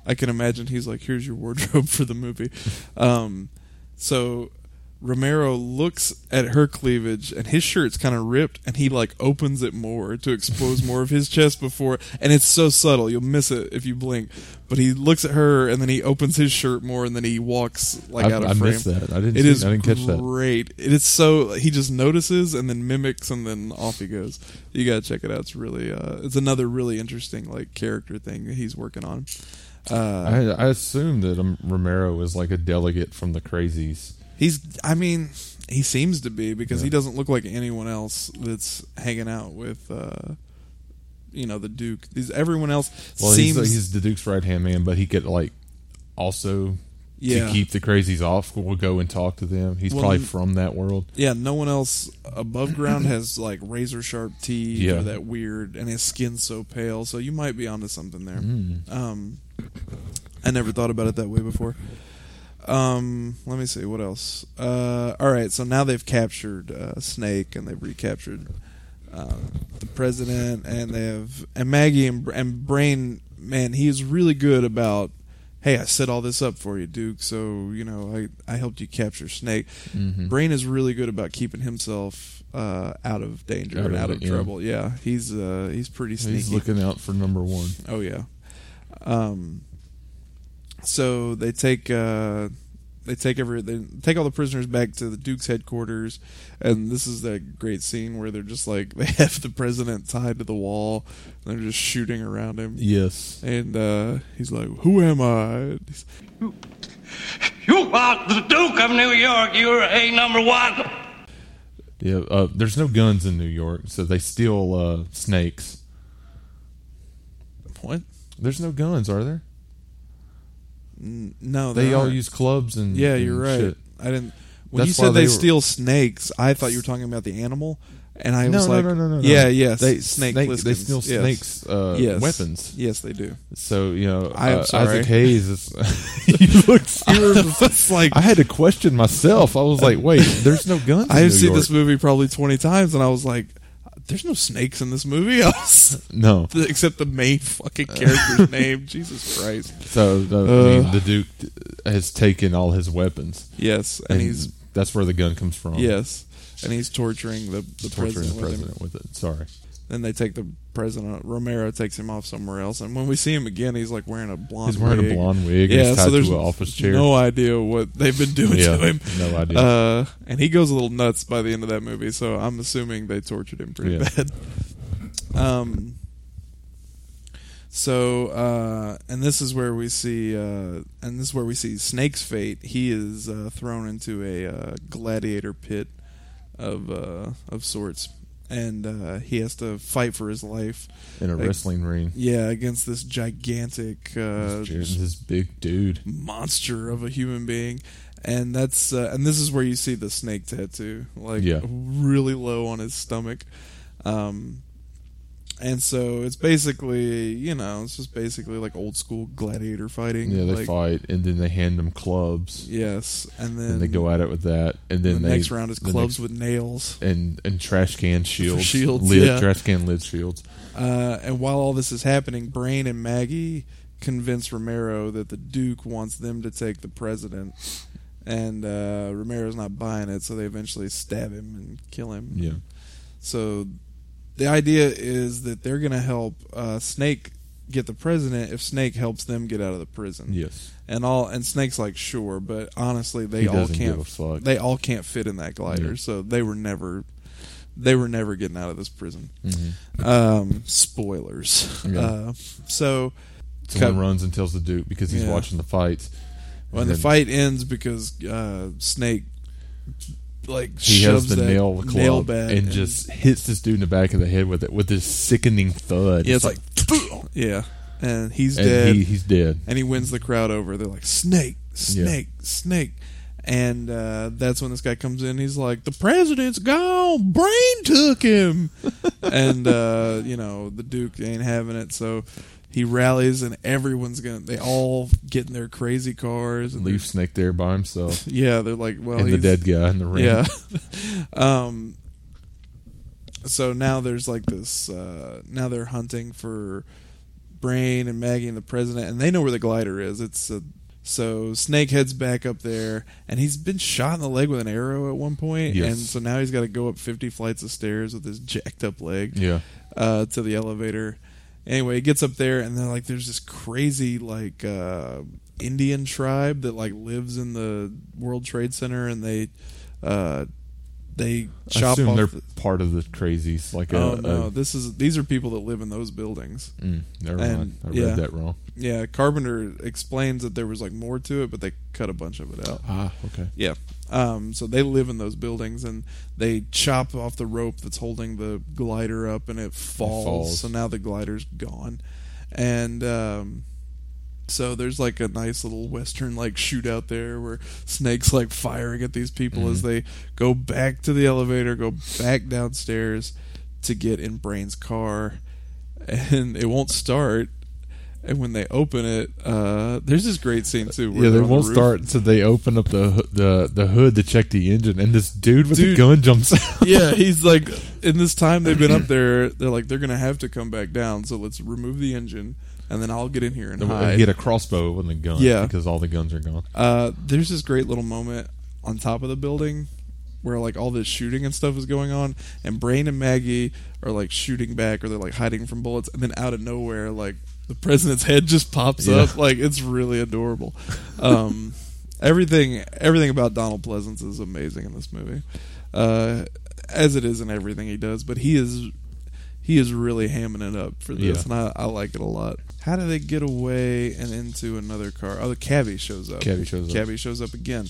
Speaker 2: I can imagine he's like, Here's your wardrobe (laughs) for the movie. Um so Romero looks at her cleavage and his shirt's kind of ripped and he like opens it more to expose more of his chest before and it's so subtle you'll miss it if you blink but he looks at her and then he opens his shirt more and then he walks like
Speaker 3: I,
Speaker 2: out of
Speaker 3: I
Speaker 2: frame
Speaker 3: missed that. I didn't.
Speaker 2: it
Speaker 3: see-
Speaker 2: is
Speaker 3: I didn't catch that.
Speaker 2: great. It is so he just notices and then mimics and then off he goes. You gotta check it out. It's really uh, it's another really interesting like character thing that he's working on. Uh,
Speaker 3: I, I assume that um, Romero is like a delegate from the crazies.
Speaker 2: he's I mean he seems to be because
Speaker 3: Yeah.
Speaker 2: he doesn't look like anyone else that's hanging out with uh, you know the Duke. These everyone else
Speaker 3: Well,
Speaker 2: seems
Speaker 3: he's, he's the Duke's right hand man, but he could like also
Speaker 2: yeah
Speaker 3: to keep the crazies off. We'll go and talk to them. He's
Speaker 2: Well,
Speaker 3: probably
Speaker 2: then-
Speaker 3: from that world.
Speaker 2: yeah. No one else above ground has like razor sharp teeth
Speaker 3: Yeah.
Speaker 2: or that weird and his skin's so pale. So you might be onto something there.
Speaker 3: Mm.
Speaker 2: Um, I never thought about it that way before. Um, let me see what else. Uh, all right, so now they've captured uh, Snake and they've recaptured uh, the president, and they have and Maggie and, and Brain. Man, he is really good about. Hey, I set all this up for you, Duke. So you know, I I helped you capture Snake.
Speaker 3: Mm-hmm.
Speaker 2: Brain is really good about keeping himself uh, out of danger
Speaker 3: Out
Speaker 2: and
Speaker 3: of
Speaker 2: out
Speaker 3: it,
Speaker 2: of
Speaker 3: yeah.
Speaker 2: trouble. Yeah, he's uh, he's pretty sneaky.
Speaker 3: He's looking out for number one.
Speaker 2: Oh yeah. Um. So they take uh, they take every they take all the prisoners back to the Duke's headquarters, and this is that great scene where they're just like (laughs) they have the president tied to the wall, and they're just shooting around him,
Speaker 3: Yes.
Speaker 2: and uh, he's like, "Who am I?" And he's-
Speaker 4: You are the Duke of New York. You're a number one.
Speaker 3: Yeah. Uh, there's no guns in New York, so they steal uh, snakes.
Speaker 2: What?
Speaker 3: There's no guns, are there?
Speaker 2: No,
Speaker 3: They
Speaker 2: there
Speaker 3: all
Speaker 2: aren't.
Speaker 3: use clubs and
Speaker 2: Uh, Yeah, you're
Speaker 3: and
Speaker 2: right.
Speaker 3: shit.
Speaker 2: I didn't. When
Speaker 3: That's
Speaker 2: you
Speaker 3: why
Speaker 2: said they,
Speaker 3: they were-
Speaker 2: steal snakes, I thought you were talking about the animal, and I
Speaker 3: No,
Speaker 2: was
Speaker 3: no,
Speaker 2: like,
Speaker 3: no, no, no, no.
Speaker 2: yeah, yes,
Speaker 3: They
Speaker 2: snake,
Speaker 3: snake they
Speaker 2: Liskins,
Speaker 3: steal
Speaker 2: yes.
Speaker 3: snakes uh,
Speaker 2: Yes.
Speaker 3: weapons.
Speaker 2: Yes, they do.
Speaker 3: So you know,
Speaker 2: I am
Speaker 3: uh,
Speaker 2: sorry.
Speaker 3: Isaac Hayes
Speaker 2: (laughs)
Speaker 3: is. (laughs) he looks
Speaker 2: it's (laughs) like
Speaker 3: I had to question myself. I was like,
Speaker 2: (laughs)
Speaker 3: wait, there's no guns. In
Speaker 2: I have
Speaker 3: New
Speaker 2: seen
Speaker 3: York.
Speaker 2: this movie probably twenty times, and I was like, "There's no snakes in this movie, (laughs) I was-
Speaker 3: No.
Speaker 2: except the main fucking
Speaker 3: (laughs)
Speaker 2: character's name." Jesus Christ!
Speaker 3: So the,
Speaker 2: Uh,
Speaker 3: I mean, the Duke d- has taken all his weapons,
Speaker 2: Yes, and, he's
Speaker 3: that's where the gun comes from.
Speaker 2: yes, and he's torturing the the
Speaker 3: torturing
Speaker 2: president.
Speaker 3: the
Speaker 2: with him.
Speaker 3: president with it. Sorry.
Speaker 2: Then they take the president. Romero takes him off somewhere else, and when we see him again, he's like wearing a blonde.
Speaker 3: He's wearing
Speaker 2: wig.
Speaker 3: a blonde wig. and
Speaker 2: Yeah,
Speaker 3: he's tied
Speaker 2: so there's
Speaker 3: to an office chair.
Speaker 2: no (laughs) idea what they've been doing
Speaker 3: Yeah,
Speaker 2: to him.
Speaker 3: no idea.
Speaker 2: Uh, and he goes a little nuts by the end of that movie, so I'm assuming they tortured him pretty
Speaker 3: Yeah.
Speaker 2: bad. (laughs) Um, so, uh, and this is where we see, uh, and this is where we see Snake's fate. He is uh, thrown into a uh, gladiator pit of uh, of sorts, and uh, he has to fight for his life.
Speaker 3: in a
Speaker 2: Like,
Speaker 3: wrestling ring.
Speaker 2: Yeah, against this gigantic uh,
Speaker 3: Here's this big dude.
Speaker 2: monster of a human being and that's uh, and this is where you see the snake tattoo like
Speaker 3: Yeah.
Speaker 2: really low on his stomach um And so it's basically, you know, it's just basically like old school gladiator fighting.
Speaker 3: Yeah, they
Speaker 2: like,
Speaker 3: fight, and then they hand them clubs,
Speaker 2: Yes, and then
Speaker 3: and they go at it with that, and then
Speaker 2: the
Speaker 3: they,
Speaker 2: next round is
Speaker 3: the
Speaker 2: clubs with nails.
Speaker 3: next- and and trash can shields,
Speaker 2: shields,
Speaker 3: lid,
Speaker 2: yeah.
Speaker 3: trash can lid shields.
Speaker 2: Uh, and while all this is happening, Brain and Maggie convince Romero that the Duke wants them to take the president, and uh, Romero's not buying it, so they eventually stab him and kill him.
Speaker 3: Yeah,
Speaker 2: So the idea is that they're going to help uh, Snake get the president if Snake helps them get out of the prison.
Speaker 3: yes,
Speaker 2: And all and Snake's like sure, but honestly they
Speaker 3: He
Speaker 2: all
Speaker 3: doesn't
Speaker 2: can't
Speaker 3: give a fuck.
Speaker 2: they all can't fit in that glider,
Speaker 3: Yeah.
Speaker 2: so they were never they were never getting out of this prison.
Speaker 3: Mhm.
Speaker 2: Um, spoilers.
Speaker 3: Yeah.
Speaker 2: Uh, so
Speaker 3: someone
Speaker 2: Cut.
Speaker 3: runs and tells the Duke because he's
Speaker 2: Yeah.
Speaker 3: watching the fights.
Speaker 2: when the
Speaker 3: then
Speaker 2: fight ends because uh, Snake like
Speaker 3: he
Speaker 2: shoves
Speaker 3: has the
Speaker 2: that
Speaker 3: nail club
Speaker 2: nail bat
Speaker 3: and, just hits this dude in the back of the head with it with this sickening thud.
Speaker 2: yeah, it's like (laughs) yeah, and he's
Speaker 3: and
Speaker 2: dead.
Speaker 3: he, he's dead.
Speaker 2: and he wins the crowd over. They're like snake, snake, snake, and uh, that's when this guy comes in. He's like, the president's gone. Brain
Speaker 3: (laughs)
Speaker 2: took him, and uh, you know the Duke ain't having it. So he rallies, and everyone's gonna. They all get in their crazy cars. And
Speaker 3: Leaf snake there by himself,
Speaker 2: (laughs) they're- Yeah, they're like, well,
Speaker 3: and the
Speaker 2: Oh, he's,
Speaker 3: dead guy in the ring.
Speaker 2: yeah.
Speaker 3: (laughs)
Speaker 2: (laughs) um. So now there's like this. Uh, now they're hunting for Brain and Maggie and the president, and they know where the glider is. It's a, so Snake heads back up there, and he's been shot in the leg with an arrow at one point,
Speaker 3: Yes.
Speaker 2: and so now he's got to go up 50 flights of stairs with his jacked up leg
Speaker 3: yeah.
Speaker 2: uh, to the elevator. Anyway, he gets up there, and then like there's this crazy like uh, Indian tribe that like lives in the World Trade Center, and they uh, they
Speaker 3: I
Speaker 2: chop
Speaker 3: assume
Speaker 2: off.
Speaker 3: they're
Speaker 2: the-
Speaker 3: part of the crazies. Like a,
Speaker 2: oh no, this is these are people that live in those buildings.
Speaker 3: a- mm, never
Speaker 2: And-
Speaker 3: mind. I read
Speaker 2: yeah.
Speaker 3: that wrong.
Speaker 2: Yeah, Carpenter explains that there was like more to it, but they cut a bunch of it out.
Speaker 3: Ah, okay.
Speaker 2: Yeah. Um, so they live in those buildings and they chop off the rope that's holding the glider up and it falls.
Speaker 3: falls.
Speaker 2: So now the glider's gone. And um, so there's like a nice little Western like shootout there where Snake's like firing at these people as
Speaker 3: Mm-hmm.
Speaker 2: they go back to the elevator, go back downstairs to get in Brain's car. And it won't start. And when they open it, uh, there's this great scene too. Where
Speaker 3: Yeah, they
Speaker 2: they're on the
Speaker 3: won't
Speaker 2: roof.
Speaker 3: start until they open up the hoo- the the hood to check the engine, and this dude with
Speaker 2: Dude.
Speaker 3: the gun jumps (laughs)
Speaker 2: (laughs)
Speaker 3: out.
Speaker 2: yeah, he's like, in this time they've been up there, they're like, they're gonna have to come back down, so let's remove the engine, and then I'll get in here and
Speaker 3: And
Speaker 2: hide.
Speaker 3: get a crossbow with a gun.
Speaker 2: Yeah.
Speaker 3: because all the guns are gone.
Speaker 2: uh, there's this great little moment on top of the building where like all this shooting and stuff is going on, and Brain and Maggie are like shooting back, or they're like hiding from bullets, and then out of nowhere, like the president's (laughs) head just pops
Speaker 3: Yeah.
Speaker 2: up. Like it's really adorable.
Speaker 3: (laughs)
Speaker 2: Um, everything, everything about Donald Pleasance is amazing in this movie, uh, as it is in everything he does. But he is, he is really hamming it up for this,
Speaker 3: Yeah.
Speaker 2: and I, I like it a lot. How do they get away and into another car? Oh, the cabbie shows up.
Speaker 3: Cabbie shows up.
Speaker 2: Cabbie shows up again,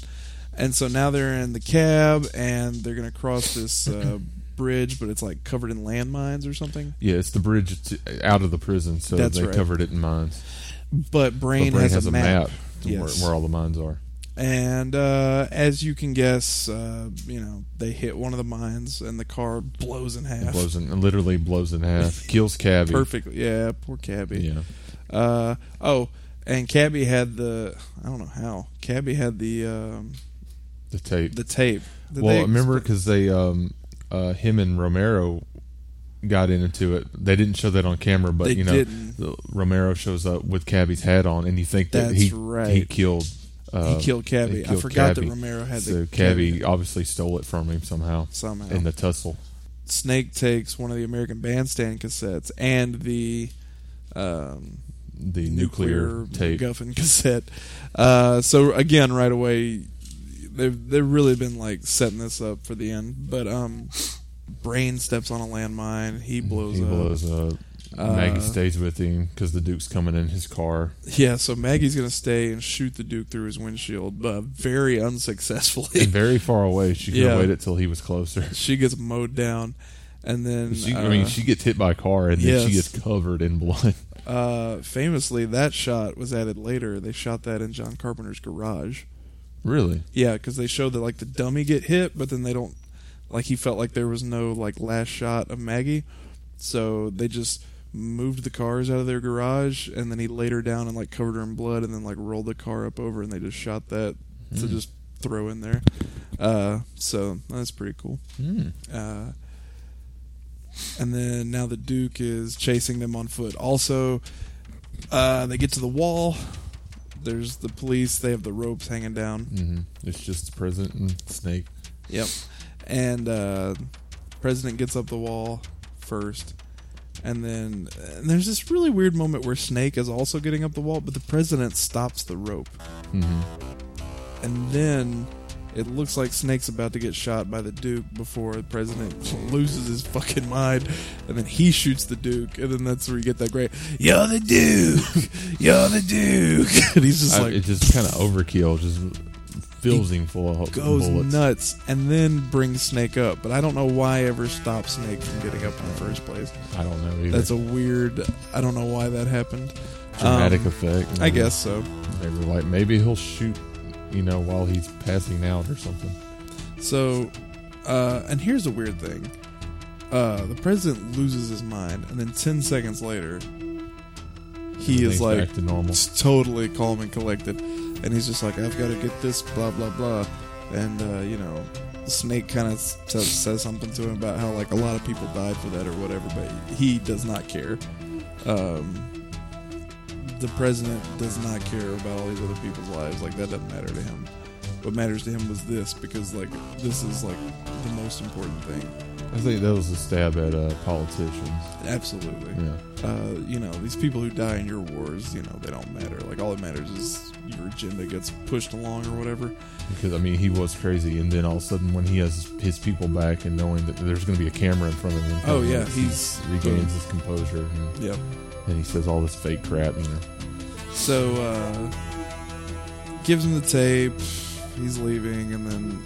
Speaker 2: and so now they're in the cab and they're gonna cross
Speaker 3: (laughs)
Speaker 2: this. Uh, Bridge, but it's like covered in landmines or something.
Speaker 3: Yeah, it's the bridge to, out of the prison, so
Speaker 2: That's
Speaker 3: they
Speaker 2: right.
Speaker 3: covered it in mines.
Speaker 2: But Brain,
Speaker 3: But Brain
Speaker 2: has, a, map,
Speaker 3: to
Speaker 2: Yes.
Speaker 3: where, where all the mines are.
Speaker 2: And uh, as you can guess, uh, you know they hit one of the mines, and the car blows in half.
Speaker 3: Blows in, literally blows in
Speaker 2: (laughs)
Speaker 3: half. Kills Cabby.
Speaker 2: Perfectly, yeah. Poor Cabby.
Speaker 3: Yeah.
Speaker 2: Uh, oh, and Cabby had the I don't know how Cabby had the um,
Speaker 3: The tape.
Speaker 2: the tape. Did
Speaker 3: well,
Speaker 2: they
Speaker 3: I remember because they, um, uh, him and Romero got into it. They didn't show that on camera, but
Speaker 2: They
Speaker 3: you know,
Speaker 2: didn't.
Speaker 3: the- Romero shows up with Cabby's hat on, and you think that
Speaker 2: That's
Speaker 3: he
Speaker 2: right.
Speaker 3: he killed. Uh,
Speaker 2: he killed Cabby. I
Speaker 3: killed
Speaker 2: forgot
Speaker 3: Cabby.
Speaker 2: that Romero had
Speaker 3: so
Speaker 2: the
Speaker 3: Cabby obviously stole it from him somehow
Speaker 2: somehow.
Speaker 3: in the tussle.
Speaker 2: Snake takes one of the American Bandstand cassettes and the um,
Speaker 3: The nuclear, tape.
Speaker 2: MacGuffin (laughs) cassette. Uh, so again, right away, they've they've really been like setting this up for the end. But um, Brain steps on a landmine. He blows
Speaker 3: Mm, he
Speaker 2: up.
Speaker 3: blows up.
Speaker 2: Uh,
Speaker 3: Maggie stays with him because the Duke's coming in his car.
Speaker 2: Yeah, so Maggie's gonna stay and shoot the Duke through his windshield, but very
Speaker 3: And
Speaker 2: (laughs) unsuccessfully.
Speaker 3: very far away. She could
Speaker 2: Yeah.
Speaker 3: have waited till he was closer. (laughs)
Speaker 2: (laughs) she gets mowed down, and then
Speaker 3: She,
Speaker 2: uh,
Speaker 3: I mean, she gets hit by a car and then she
Speaker 2: yes.
Speaker 3: gets covered in blood.
Speaker 2: uh, famously that shot was added later. They shot that in John Carpenter's garage.
Speaker 3: Really?
Speaker 2: Yeah, because they showed that like the dummy get hit, but then they don't. Like he felt like there was no like last shot of Maggie, So they just moved the cars out of their garage, and then he laid her down and like covered her in blood, and then like rolled the car up over, and they just shot that to just throw in there. Uh, so that's pretty cool.
Speaker 3: Mm.
Speaker 2: Uh, and then now the Duke is chasing them on foot. Also, uh, they get to the wall. There's the police. They have the ropes hanging down.
Speaker 3: hmm It's just the president and Snake.
Speaker 2: Yep. And uh, President gets up the wall first. And then and there's this really weird moment where Snake is also getting up the wall, but the president stops the rope.
Speaker 3: hmm
Speaker 2: And then it looks like Snake's about to get shot by the Duke before the president loses his fucking mind. And then he shoots the Duke. And then that's where you get that great, You're the Duke! You're the Duke! (laughs) and he's just
Speaker 3: I-
Speaker 2: like,
Speaker 3: it just kind of overkill, just fills him full of
Speaker 2: goes
Speaker 3: bullets.
Speaker 2: nuts and then brings Snake up. But I don't know why I ever stopped Snake from getting up in the first place.
Speaker 3: I don't know. Either.
Speaker 2: That's a weird. I don't know why that happened.
Speaker 3: dramatic
Speaker 2: Um,
Speaker 3: effect.
Speaker 2: I guess so.
Speaker 3: they were like, maybe he'll shoot, you know, while he's passing out or something.
Speaker 2: So, uh, and here's the weird thing: uh, the president loses his mind, and then ten seconds later, he
Speaker 3: Things
Speaker 2: is like
Speaker 3: back to normal.
Speaker 2: It's totally calm and collected. And he's just like, I've got to get this, blah, blah, blah. And, uh, you know, Snake kind of says something to him about how, like, a lot of people died for that or whatever, but he does not care. Um, the president does not care about all these other people's lives. Like, that doesn't matter to him. What matters to him was this, because, like, this is, like, the most important thing.
Speaker 3: I think that was a stab at uh, politicians.
Speaker 2: Absolutely
Speaker 3: Yeah.
Speaker 2: uh, you know, these people who die in your wars, you know, they don't matter. Like, all that matters is your agenda gets pushed along or whatever.
Speaker 3: Because I mean, he was crazy, and then all of a sudden, when he has his people back, and knowing that there's going to be a camera in front of him,
Speaker 2: Oh, yeah, he's-
Speaker 3: he regains his composure, and,
Speaker 2: Yep.
Speaker 3: and he says all this fake crap. You know,
Speaker 2: So, uh, gives him the tape, he's leaving, and then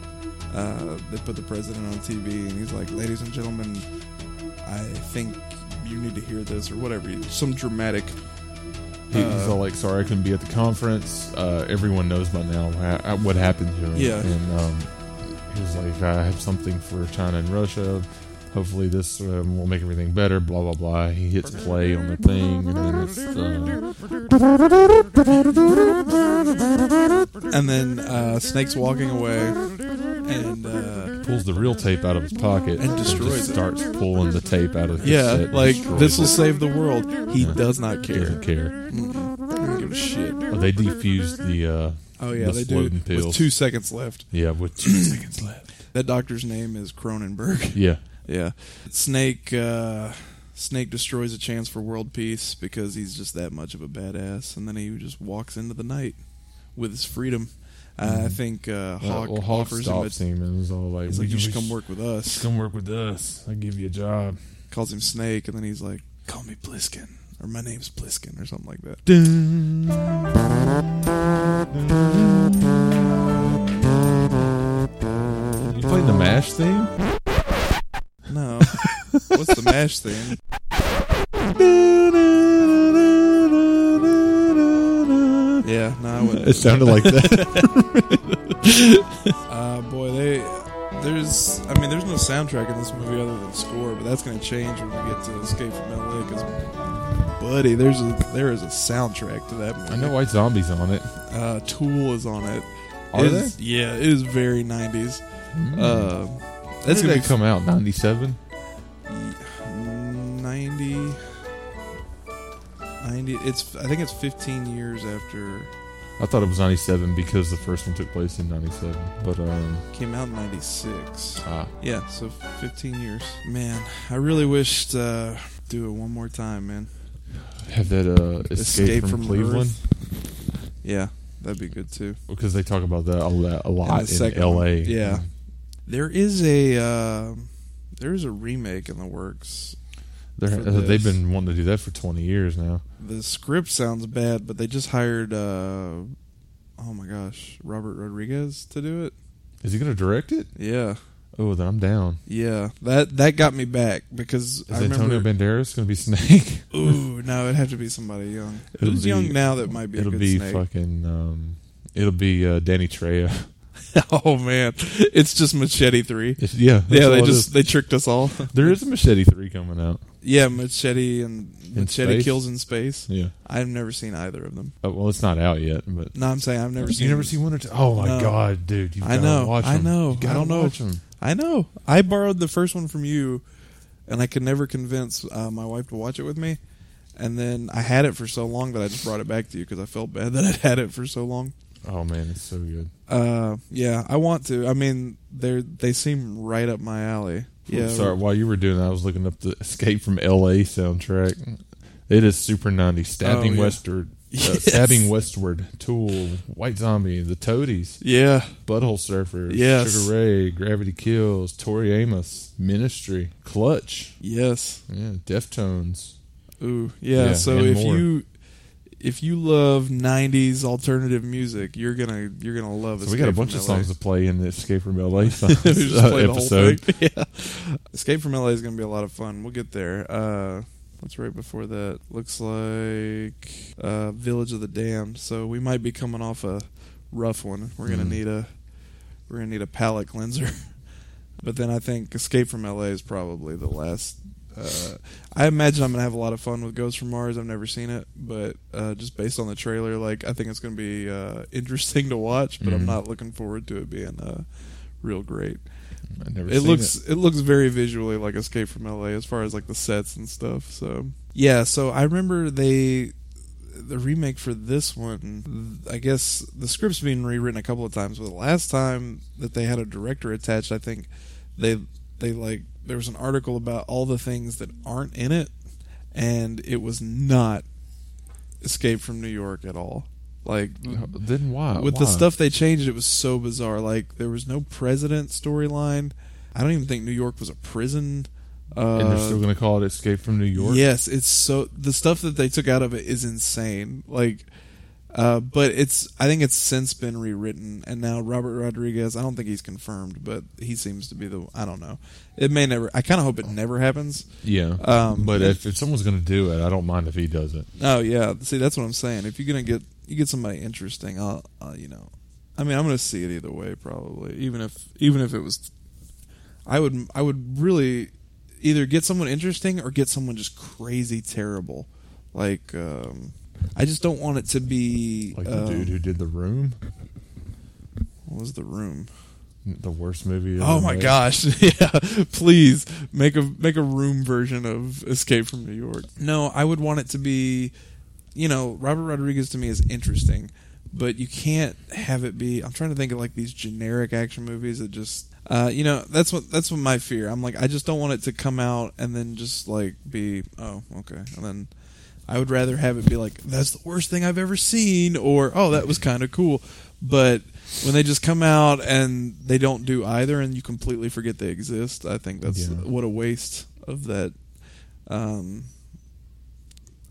Speaker 2: uh, they put the president on TV, and he's like, ladies and gentlemen, I think you need to hear this or whatever. Some dramatic.
Speaker 3: he,
Speaker 2: Uh,
Speaker 3: he's all like, "Sorry, I couldn't be at the conference." Uh, everyone knows by now ha- what happened to him.
Speaker 2: Yeah.
Speaker 3: and um, he was like, "I have something for China and Russia. Hopefully, this um, will make everything better." Blah blah blah. He hits play on the thing, and then it's uh,
Speaker 2: And then uh, Snake's walking away, and. Uh,
Speaker 3: pulls the real tape out of his pocket
Speaker 2: And destroys
Speaker 3: just
Speaker 2: it.
Speaker 3: starts pulling the tape out of the
Speaker 2: yeah,
Speaker 3: cassette and
Speaker 2: like
Speaker 3: destroys
Speaker 2: this
Speaker 3: it.
Speaker 2: will save the world. He
Speaker 3: Yeah.
Speaker 2: does not care.
Speaker 3: doesn't care.
Speaker 2: Mm-mm. I don't give a shit.
Speaker 3: Oh, they defused the. Uh,
Speaker 2: Oh yeah,
Speaker 3: the
Speaker 2: they do.
Speaker 3: floating pills.
Speaker 2: With two seconds left.
Speaker 3: yeah, with
Speaker 2: (clears throat)
Speaker 3: two seconds left.
Speaker 2: That doctor's name is Cronenberg. (laughs)
Speaker 3: Yeah,
Speaker 2: yeah, Snake. Uh, Snake destroys a chance for world peace because he's just that much of a badass, and then he just walks into the night with his freedom. Uh, I think uh, Hawk
Speaker 3: Mm-hmm. well, well, Hawk
Speaker 2: offers him. A,
Speaker 3: stops him and was all like,
Speaker 2: he's like,
Speaker 3: "We-
Speaker 2: "You
Speaker 3: we
Speaker 2: should come work with us."
Speaker 3: Come work with us. I will give you a job."
Speaker 2: Calls him Snake, and then he's like, "Call me Bliskin," or "My name's Bliskin," or something like that.
Speaker 3: You playing the Mash theme? (laughs)
Speaker 2: No, what's the Mash thing? Yeah, no, I wouldn't.
Speaker 3: It sounded like that.
Speaker 2: Uh, boy, they there's I mean there's no soundtrack in this movie other than score, but that's gonna change when we get to Escape from LA because buddy, there's a there is a soundtrack to that movie.
Speaker 3: (laughs) I know White Zombie's on it.
Speaker 2: Uh, Tool is on it.
Speaker 3: Are
Speaker 2: It is- Yeah, it is very 90s. Uh,
Speaker 3: That's
Speaker 2: that's gonna
Speaker 3: Hmm. gonna
Speaker 2: be
Speaker 3: come out ninety seven.
Speaker 2: 90. 90 it's I think it's 15 years after
Speaker 3: I thought it was ninety seven because the first one took place in ninety seven. But um,
Speaker 2: came out in 96.
Speaker 3: ah,
Speaker 2: Yeah, so 15 years. Man, I really wished uh do it one more time, man.
Speaker 3: have that uh, escape,
Speaker 2: Escape
Speaker 3: from,
Speaker 2: from
Speaker 3: Cleveland
Speaker 2: Yeah, that'd be good too.
Speaker 3: because they talk about that a lot, a lot
Speaker 2: the
Speaker 3: in
Speaker 2: second
Speaker 3: L A.
Speaker 2: one, yeah. There is a uh, there is a remake in the works.
Speaker 3: They're, uh,
Speaker 2: for
Speaker 3: they've
Speaker 2: this.
Speaker 3: been wanting to do that for 20 years now.
Speaker 2: The script sounds bad, but they just hired uh, oh my gosh, Robert Rodriguez to do it.
Speaker 3: Is he going to direct it?
Speaker 2: Yeah,
Speaker 3: Oh, then I'm down.
Speaker 2: yeah. That that got me back because
Speaker 3: Is
Speaker 2: I remember.
Speaker 3: Antonio Banderas going to be (laughs) Snake?
Speaker 2: ooh, no, it'd have to be somebody young.
Speaker 3: It'll
Speaker 2: Who's
Speaker 3: be-
Speaker 2: young now that might be a
Speaker 3: it'll
Speaker 2: good
Speaker 3: be
Speaker 2: snake.
Speaker 3: fucking. Um, it'll be uh, Danny Trejo. (laughs)
Speaker 2: (laughs) oh man, it's just Machete Three.
Speaker 3: It's- yeah, that's
Speaker 2: yeah,
Speaker 3: all
Speaker 2: they
Speaker 3: it
Speaker 2: just
Speaker 3: is.
Speaker 2: they tricked us
Speaker 3: (laughs)
Speaker 2: all.
Speaker 3: there is a Machete three coming out.
Speaker 2: yeah, Machete and Machete
Speaker 3: space?
Speaker 2: kills in space.
Speaker 3: Yeah.
Speaker 2: I've never seen either of them.
Speaker 3: Oh, well, it's not out yet, but
Speaker 2: No, I'm saying I've never seen.
Speaker 3: you never
Speaker 2: them.
Speaker 3: seen one or two. Oh my
Speaker 2: No.
Speaker 3: god, dude! You've
Speaker 2: I
Speaker 3: gotta
Speaker 2: know,
Speaker 3: Watch
Speaker 2: I
Speaker 3: 'em.
Speaker 2: know,
Speaker 3: You
Speaker 2: I
Speaker 3: gotta
Speaker 2: don't know.
Speaker 3: watch 'em.
Speaker 2: I know. I borrowed the first one from you, and I could never convince uh, my wife to watch it with me. And then I had it for so long that I just brought it back to you because I felt bad (laughs) that I'd had it for so long.
Speaker 3: Oh man, it's so good.
Speaker 2: Uh, yeah, I want to. I mean, they they seem right up my alley.
Speaker 3: Yeah.
Speaker 2: Yeah,
Speaker 3: sorry, while you were doing that, I was looking up the Escape from L.A. soundtrack. It is super 90s. Stabbing
Speaker 2: Oh, yeah.
Speaker 3: westward, uh,
Speaker 2: (laughs) Yes.
Speaker 3: stabbing westward. Tool, White Zombie, The Toadies,
Speaker 2: yeah,
Speaker 3: Butthole Surfers,
Speaker 2: Yes.
Speaker 3: Sugar Ray, Gravity Kills, Tori Amos, Ministry, Clutch,
Speaker 2: yes.
Speaker 3: yeah, Deftones.
Speaker 2: Ooh, yeah.
Speaker 3: Yeah,
Speaker 2: so
Speaker 3: and
Speaker 2: if
Speaker 3: more.
Speaker 2: you if you love '90s alternative music, you're gonna you're gonna love.
Speaker 3: So we got a
Speaker 2: Escape
Speaker 3: bunch
Speaker 2: from
Speaker 3: of
Speaker 2: LA.
Speaker 3: songs to play in the Escape from (laughs) L.A. songs,
Speaker 2: (laughs) We just
Speaker 3: uh,
Speaker 2: play the whole
Speaker 3: episode.
Speaker 2: thing. (laughs) Yeah. Escape from LA is going to be a lot of fun. We'll get there. Uh, what's right before that? Looks like uh, Village of the Damned. So we might be coming off a rough one. We're going to
Speaker 3: Mhm.
Speaker 2: need a we're going to need a palate cleanser. (laughs) but then I think Escape from LA is probably the last. Uh, I imagine I'm going to have a lot of fun with Ghost from Mars. I've never seen it, but uh, just based on the trailer, like I think it's going to be uh, interesting to watch. But I'm
Speaker 3: Mhm.
Speaker 2: not looking forward to it being uh, real great
Speaker 3: I've never
Speaker 2: it
Speaker 3: seen
Speaker 2: looks it. looks very visually like Escape from LA as far as like the sets and stuff. So yeah, so I remember they the remake for this one. I guess the script's been rewritten a couple of times, but the last time that they had a director attached, I think they they like there was an article about all the things that aren't in it, and it was not Escape from New York at all. Like
Speaker 3: Then why?
Speaker 2: with the
Speaker 3: Why?
Speaker 2: stuff they changed, it was so bizarre. Like there was no president storyline. I don't even think New York was a prison. Uh,
Speaker 3: and they're still going to call it Escape from New York.
Speaker 2: Yes, it's so the stuff that they took out of it is insane. Like, uh, but it's I think it's since been rewritten, and now Robert Rodriguez. I don't think he's confirmed, but he seems to be the. I don't know. It may never. I kind of hope it never happens.
Speaker 3: Yeah.
Speaker 2: Um,
Speaker 3: but
Speaker 2: it-
Speaker 3: if, if someone's going to do it, I don't mind if he does it.
Speaker 2: Oh yeah, see that's what I'm saying. If you're gonna get you get somebody interesting, I'll, I'll you know, I mean I'm gonna see it either way probably. Even if even if it was, I would I would really either get someone interesting or get someone just crazy terrible. Like um, I just don't want it to be
Speaker 3: Like
Speaker 2: um,
Speaker 3: the dude who did The Room,
Speaker 2: What was the room?
Speaker 3: the worst movie. ever
Speaker 2: Oh my
Speaker 3: made.
Speaker 2: gosh! (laughs) yeah, please make a make a room version of Escape from New York. No, I would want it to be, you know, Robert Rodriguez to me is interesting, but you can't have it be. I'm trying to think of like these generic action movies that just, uh, you know, that's what that's what my fear. I'm like, I just don't want it to come out and then just like be, oh, okay, and then. I would rather have it be like that's the worst thing I've ever seen, or oh that was kind of cool. But when they just come out and they don't do either, and you completely forget they exist, I think that's
Speaker 3: Yeah.
Speaker 2: what a waste of that. Um,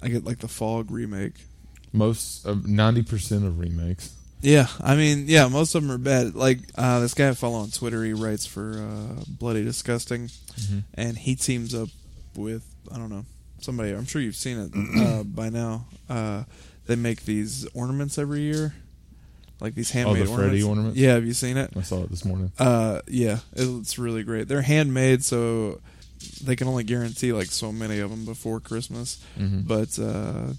Speaker 2: I get like the Fog remake.
Speaker 3: Most ninety percent of remakes.
Speaker 2: Yeah, I mean, yeah, most of them are bad. Like uh, this guy I follow on Twitter, he writes for uh, Bloody Disgusting,
Speaker 3: Mm-hmm.
Speaker 2: and he teams up with I don't know somebody. I'm sure you've seen it
Speaker 3: (clears throat)
Speaker 2: uh, by now. Uh, they make these ornaments every year, like these handmade
Speaker 3: Oh, the Freddy ornaments?
Speaker 2: Yeah, have you seen it?
Speaker 3: I saw it this morning.
Speaker 2: Uh, yeah, it's really great. They're handmade, so they can only guarantee like so many of them before Christmas.
Speaker 3: Mhm.
Speaker 2: But uh,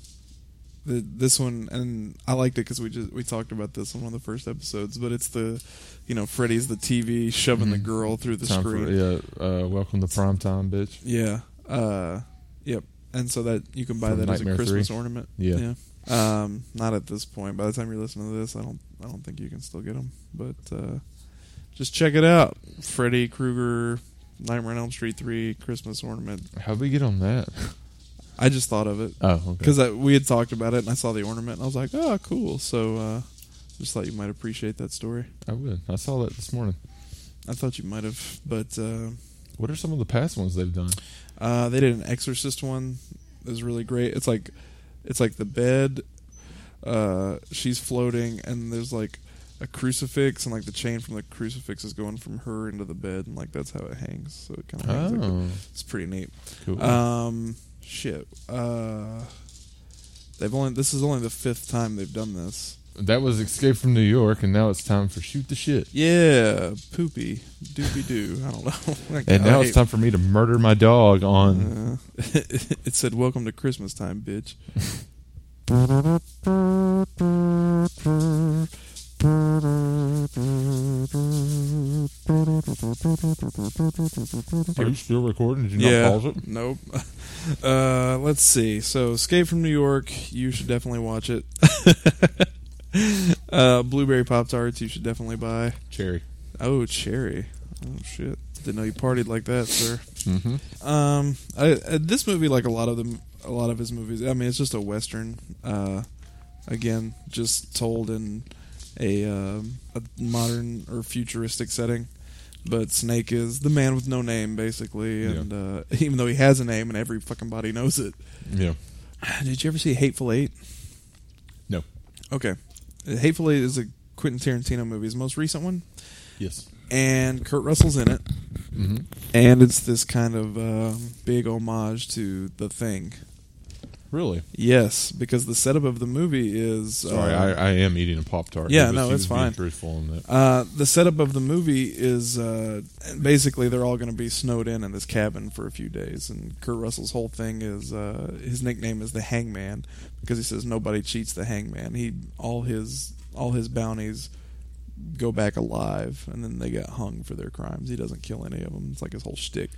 Speaker 2: the, this one, and I liked it because we just we talked about this on one of the first episodes. But it's the, you know, Freddy's the TV shoving the
Speaker 3: Mhm.
Speaker 2: girl through the
Speaker 3: Time
Speaker 2: screen.
Speaker 3: for yeah. Uh, welcome to prime time, bitch.
Speaker 2: Yeah. Uh, yep. And so that you can buy
Speaker 3: From
Speaker 2: that as a
Speaker 3: Nightmare
Speaker 2: Christmas ornament.
Speaker 3: Yeah.
Speaker 2: Yeah. Um, not at this point. By the time you're listening to this, I don't. I don't think you can still get them. But uh, just check it out. Freddy Krueger, Nightmare on Elm Street three Christmas ornament.
Speaker 3: How would we get on that?
Speaker 2: I just thought of it
Speaker 3: Oh, okay.
Speaker 2: because we had talked about it, and I saw the ornament, and I was like, oh, cool. So uh, just thought you might appreciate that story.
Speaker 3: I would. I saw that this morning.
Speaker 2: I thought you might have, but. Uh,
Speaker 3: What are some of the past ones they've done?
Speaker 2: Uh, they did an Exorcist one. It was really great. It's like, it's like the bed. Uh, she's floating, and there's like a crucifix, and like the chain from the crucifix is going from her into the bed, and like that's how it hangs. So it kind of hangs. Like
Speaker 3: Oh,
Speaker 2: it's pretty neat.
Speaker 3: cool.
Speaker 2: Um, Uh, shit. Uh, they've only this is only the fifth time they've done this.
Speaker 3: that was Escape from New York, and now it's time for Shoot the Shit.
Speaker 2: Yeah, poopy, doopy doo. I don't know. (laughs) Like,
Speaker 3: And
Speaker 2: I
Speaker 3: now it's
Speaker 2: hate-
Speaker 3: time for me to murder my dog on.
Speaker 2: Uh, it said, "Welcome to Christmas time, bitch."
Speaker 3: Are you still recording? Did you
Speaker 2: Mm-hmm. yeah.
Speaker 3: not pause it?
Speaker 2: Nope. (laughs) Uh, let's see. So, Escape from New York. You should definitely watch it. (laughs) uh, Blueberry Pop Tarts. You should definitely buy.
Speaker 3: Cherry.
Speaker 2: Oh, cherry. Oh shit! Didn't know you partied like that, sir.
Speaker 3: Mm-hmm.
Speaker 2: Um, I, uh, this movie, like a lot of them, a lot of his movies. I mean, it's just a western. Uh, again, just told in a, um, a modern or futuristic setting. But Snake is the man with no name, basically,
Speaker 3: Yeah.
Speaker 2: and uh, (laughs) even though he has a name and every fucking body knows it.
Speaker 3: Yeah.
Speaker 2: (sighs) Did you ever see Hateful Eight?
Speaker 3: No.
Speaker 2: Okay, Hateful Eight is a Quentin Tarantino movie, his most recent one,
Speaker 3: Yes.
Speaker 2: and Kurt Russell's in it.
Speaker 3: Mm-hmm.
Speaker 2: and it's this kind of um, big homage to the thing.
Speaker 3: Really?
Speaker 2: Yes, because the setup of the movie is
Speaker 3: Sorry,
Speaker 2: uh,
Speaker 3: I, I am eating a pop tart.
Speaker 2: Yeah, no, it's fine.
Speaker 3: Truthful on that.
Speaker 2: uh, the setup of the movie is uh, basically they're all going to be snowed in in this cabin for a few days, and Kurt Russell's whole thing is uh, his nickname is the Hangman because he says nobody cheats the Hangman. He all his all his bounties go back alive, and then they get hung for their crimes. He doesn't kill any of them. It's like his whole shtick.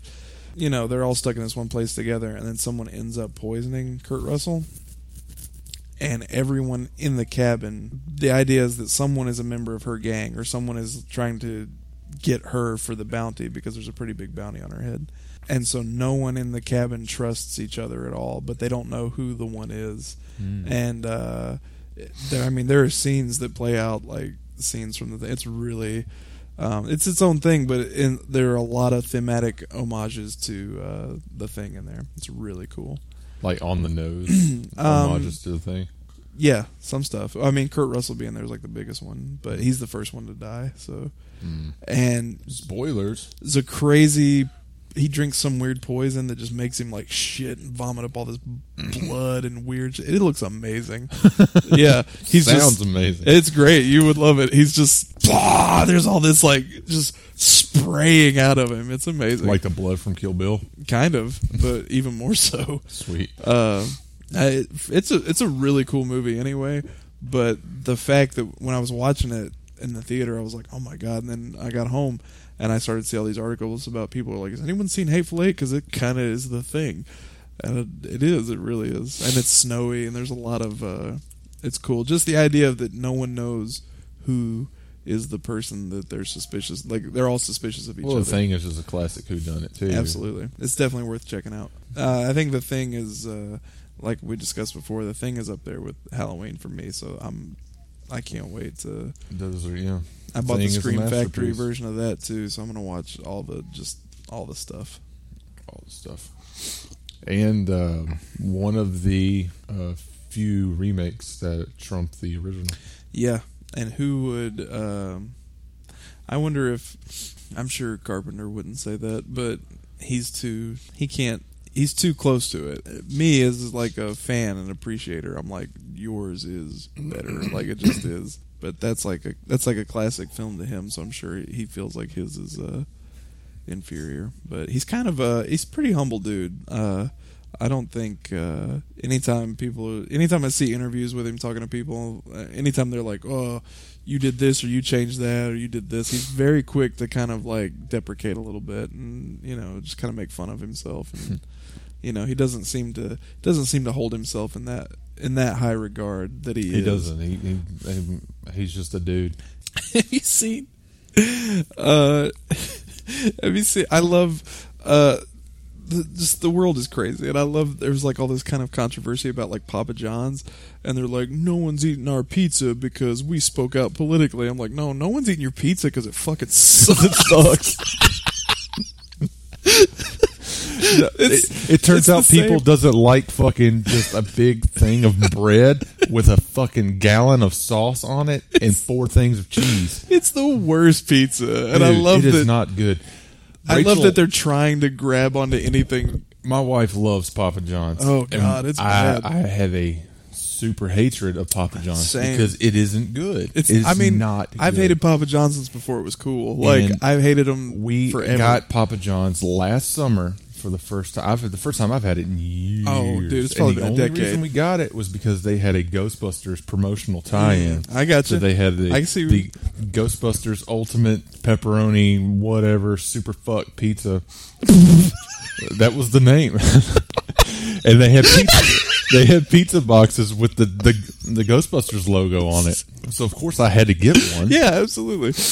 Speaker 2: You know, they're all stuck in this one place together, and then someone ends up poisoning Kurt Russell and everyone in the cabin. The idea is that someone is a member of her gang or someone is trying to get her for the bounty because there's a pretty big bounty on her head. And so no one in the cabin trusts each other at all, but they don't know who the one is. And uh, there, I mean, there are scenes that play out like scenes from the. thing. It's really. Um, it's its own thing, but in, there are a lot of thematic homages to uh, the thing in there. It's really cool.
Speaker 3: Like on the
Speaker 2: (clears throat)
Speaker 3: nose.
Speaker 2: Um,
Speaker 3: homages to the thing.
Speaker 2: Yeah, some stuff. I mean, Kurt Russell being there is like the biggest one, but he's the first one to die. So,
Speaker 3: Mm.
Speaker 2: and
Speaker 3: Spoilers.
Speaker 2: it's a crazy. He drinks some weird poison that just makes him like shit and vomit up all this
Speaker 3: Mm-hmm.
Speaker 2: blood and weird. Shit. It looks amazing.
Speaker 3: (laughs)
Speaker 2: yeah, he's
Speaker 3: Sounds
Speaker 2: just,
Speaker 3: amazing.
Speaker 2: It's great. You would love it. He's just "Bah!" there's all this like just spraying out of him. It's amazing.
Speaker 3: like the blood from Kill Bill.
Speaker 2: kind of, but even more so.
Speaker 3: Sweet.
Speaker 2: Uh, I, it's a it's a really cool movie anyway. But the fact that when I was watching it in the theater, I was like, oh my god! And then I got home and I started to see all these articles about people who are like, has anyone seen Hateful Eight? Because it kind of is the thing, and it, it is. It really is. And it's snowy and there's a lot of. Uh, it's cool. Just the idea that no one knows who is the person that they're suspicious. Like they're all suspicious of each
Speaker 3: Well,
Speaker 2: other.
Speaker 3: the thing is, is a classic Who Done It too.
Speaker 2: Absolutely, it's definitely worth checking out. Uh, I think the thing is, uh, like we discussed before, the thing is up there with Halloween for me. So I'm, I can't wait to.
Speaker 3: Those are yeah.
Speaker 2: I
Speaker 3: Thing
Speaker 2: bought the
Speaker 3: is a
Speaker 2: Scream Factory
Speaker 3: masterpiece.
Speaker 2: version of that too, so I'm gonna watch all the just all the stuff.
Speaker 3: all the stuff. And uh, one of the uh, few remakes that trumped the original.
Speaker 2: Yeah, and who would? Um, I wonder if I'm sure Carpenter wouldn't say that, but he's too he can't he's too close to it. Me as like a fan and appreciator, I'm like yours is better, like it just is. But that's like a that's like a classic film to him, so I'm sure he feels like his is uh inferior. But he's kind of a he's a pretty humble dude. Uh, I don't think uh, anytime people anytime I see interviews with him talking to people, uh, anytime they're like, "Oh, you did this or you changed that or you did this," he's very quick to kind of like deprecate a little bit and you know just kind of make fun of himself.
Speaker 3: Hmm.
Speaker 2: And, you know he doesn't seem to doesn't seem to hold himself in that in that high regard that he,
Speaker 3: He
Speaker 2: is.
Speaker 3: doesn't. He, he, he- he's just a dude.
Speaker 2: have (laughs) you seen uh (laughs) have you seen i love uh the, just the world is crazy and i love there's like all this kind of controversy about like papa john's and they're like no one's eating our pizza because we spoke out politically i'm like no no one's eating your pizza because it fucking sucks
Speaker 3: (laughs)
Speaker 2: (laughs) It's-
Speaker 3: It turns
Speaker 2: it's
Speaker 3: out
Speaker 2: the
Speaker 3: people
Speaker 2: same-
Speaker 3: doesn't like fucking just a big thing of bread with a fucking gallon of sauce on it and four things of cheese.
Speaker 2: it's the worst pizza and i
Speaker 3: Dude,
Speaker 2: love
Speaker 3: it is
Speaker 2: that
Speaker 3: not good.
Speaker 2: i love
Speaker 3: Rachel-
Speaker 2: that they're trying to grab onto anything
Speaker 3: My wife loves Papa John's.
Speaker 2: Oh,
Speaker 3: And
Speaker 2: God, it's
Speaker 3: I,
Speaker 2: bad.
Speaker 3: I have a super hatred of Papa John's
Speaker 2: Same.
Speaker 3: because it isn't good.
Speaker 2: It's,
Speaker 3: It is
Speaker 2: I mean,
Speaker 3: not.
Speaker 2: I've
Speaker 3: good.
Speaker 2: hated Papa Johnson's before it was cool. Like
Speaker 3: And
Speaker 2: I've hated them.
Speaker 3: We
Speaker 2: forever.
Speaker 3: got Papa John's last summer for the first time. I've the first time I've had it in years.
Speaker 2: Oh, dude, it's
Speaker 3: and
Speaker 2: probably
Speaker 3: the
Speaker 2: been a
Speaker 3: only
Speaker 2: decade.
Speaker 3: reason we got it was because they had a Ghostbusters promotional tie-in.
Speaker 2: Mm, I got
Speaker 3: So
Speaker 2: you.
Speaker 3: they had the,
Speaker 2: I can see-
Speaker 3: the Ghostbusters Ultimate Pepperoni Whatever Super Fuck Pizza. that was the name, (laughs) and they had pizza. They had pizza boxes with the, the the Ghostbusters logo on it. So of course I had to get one.
Speaker 2: yeah, absolutely. (laughs)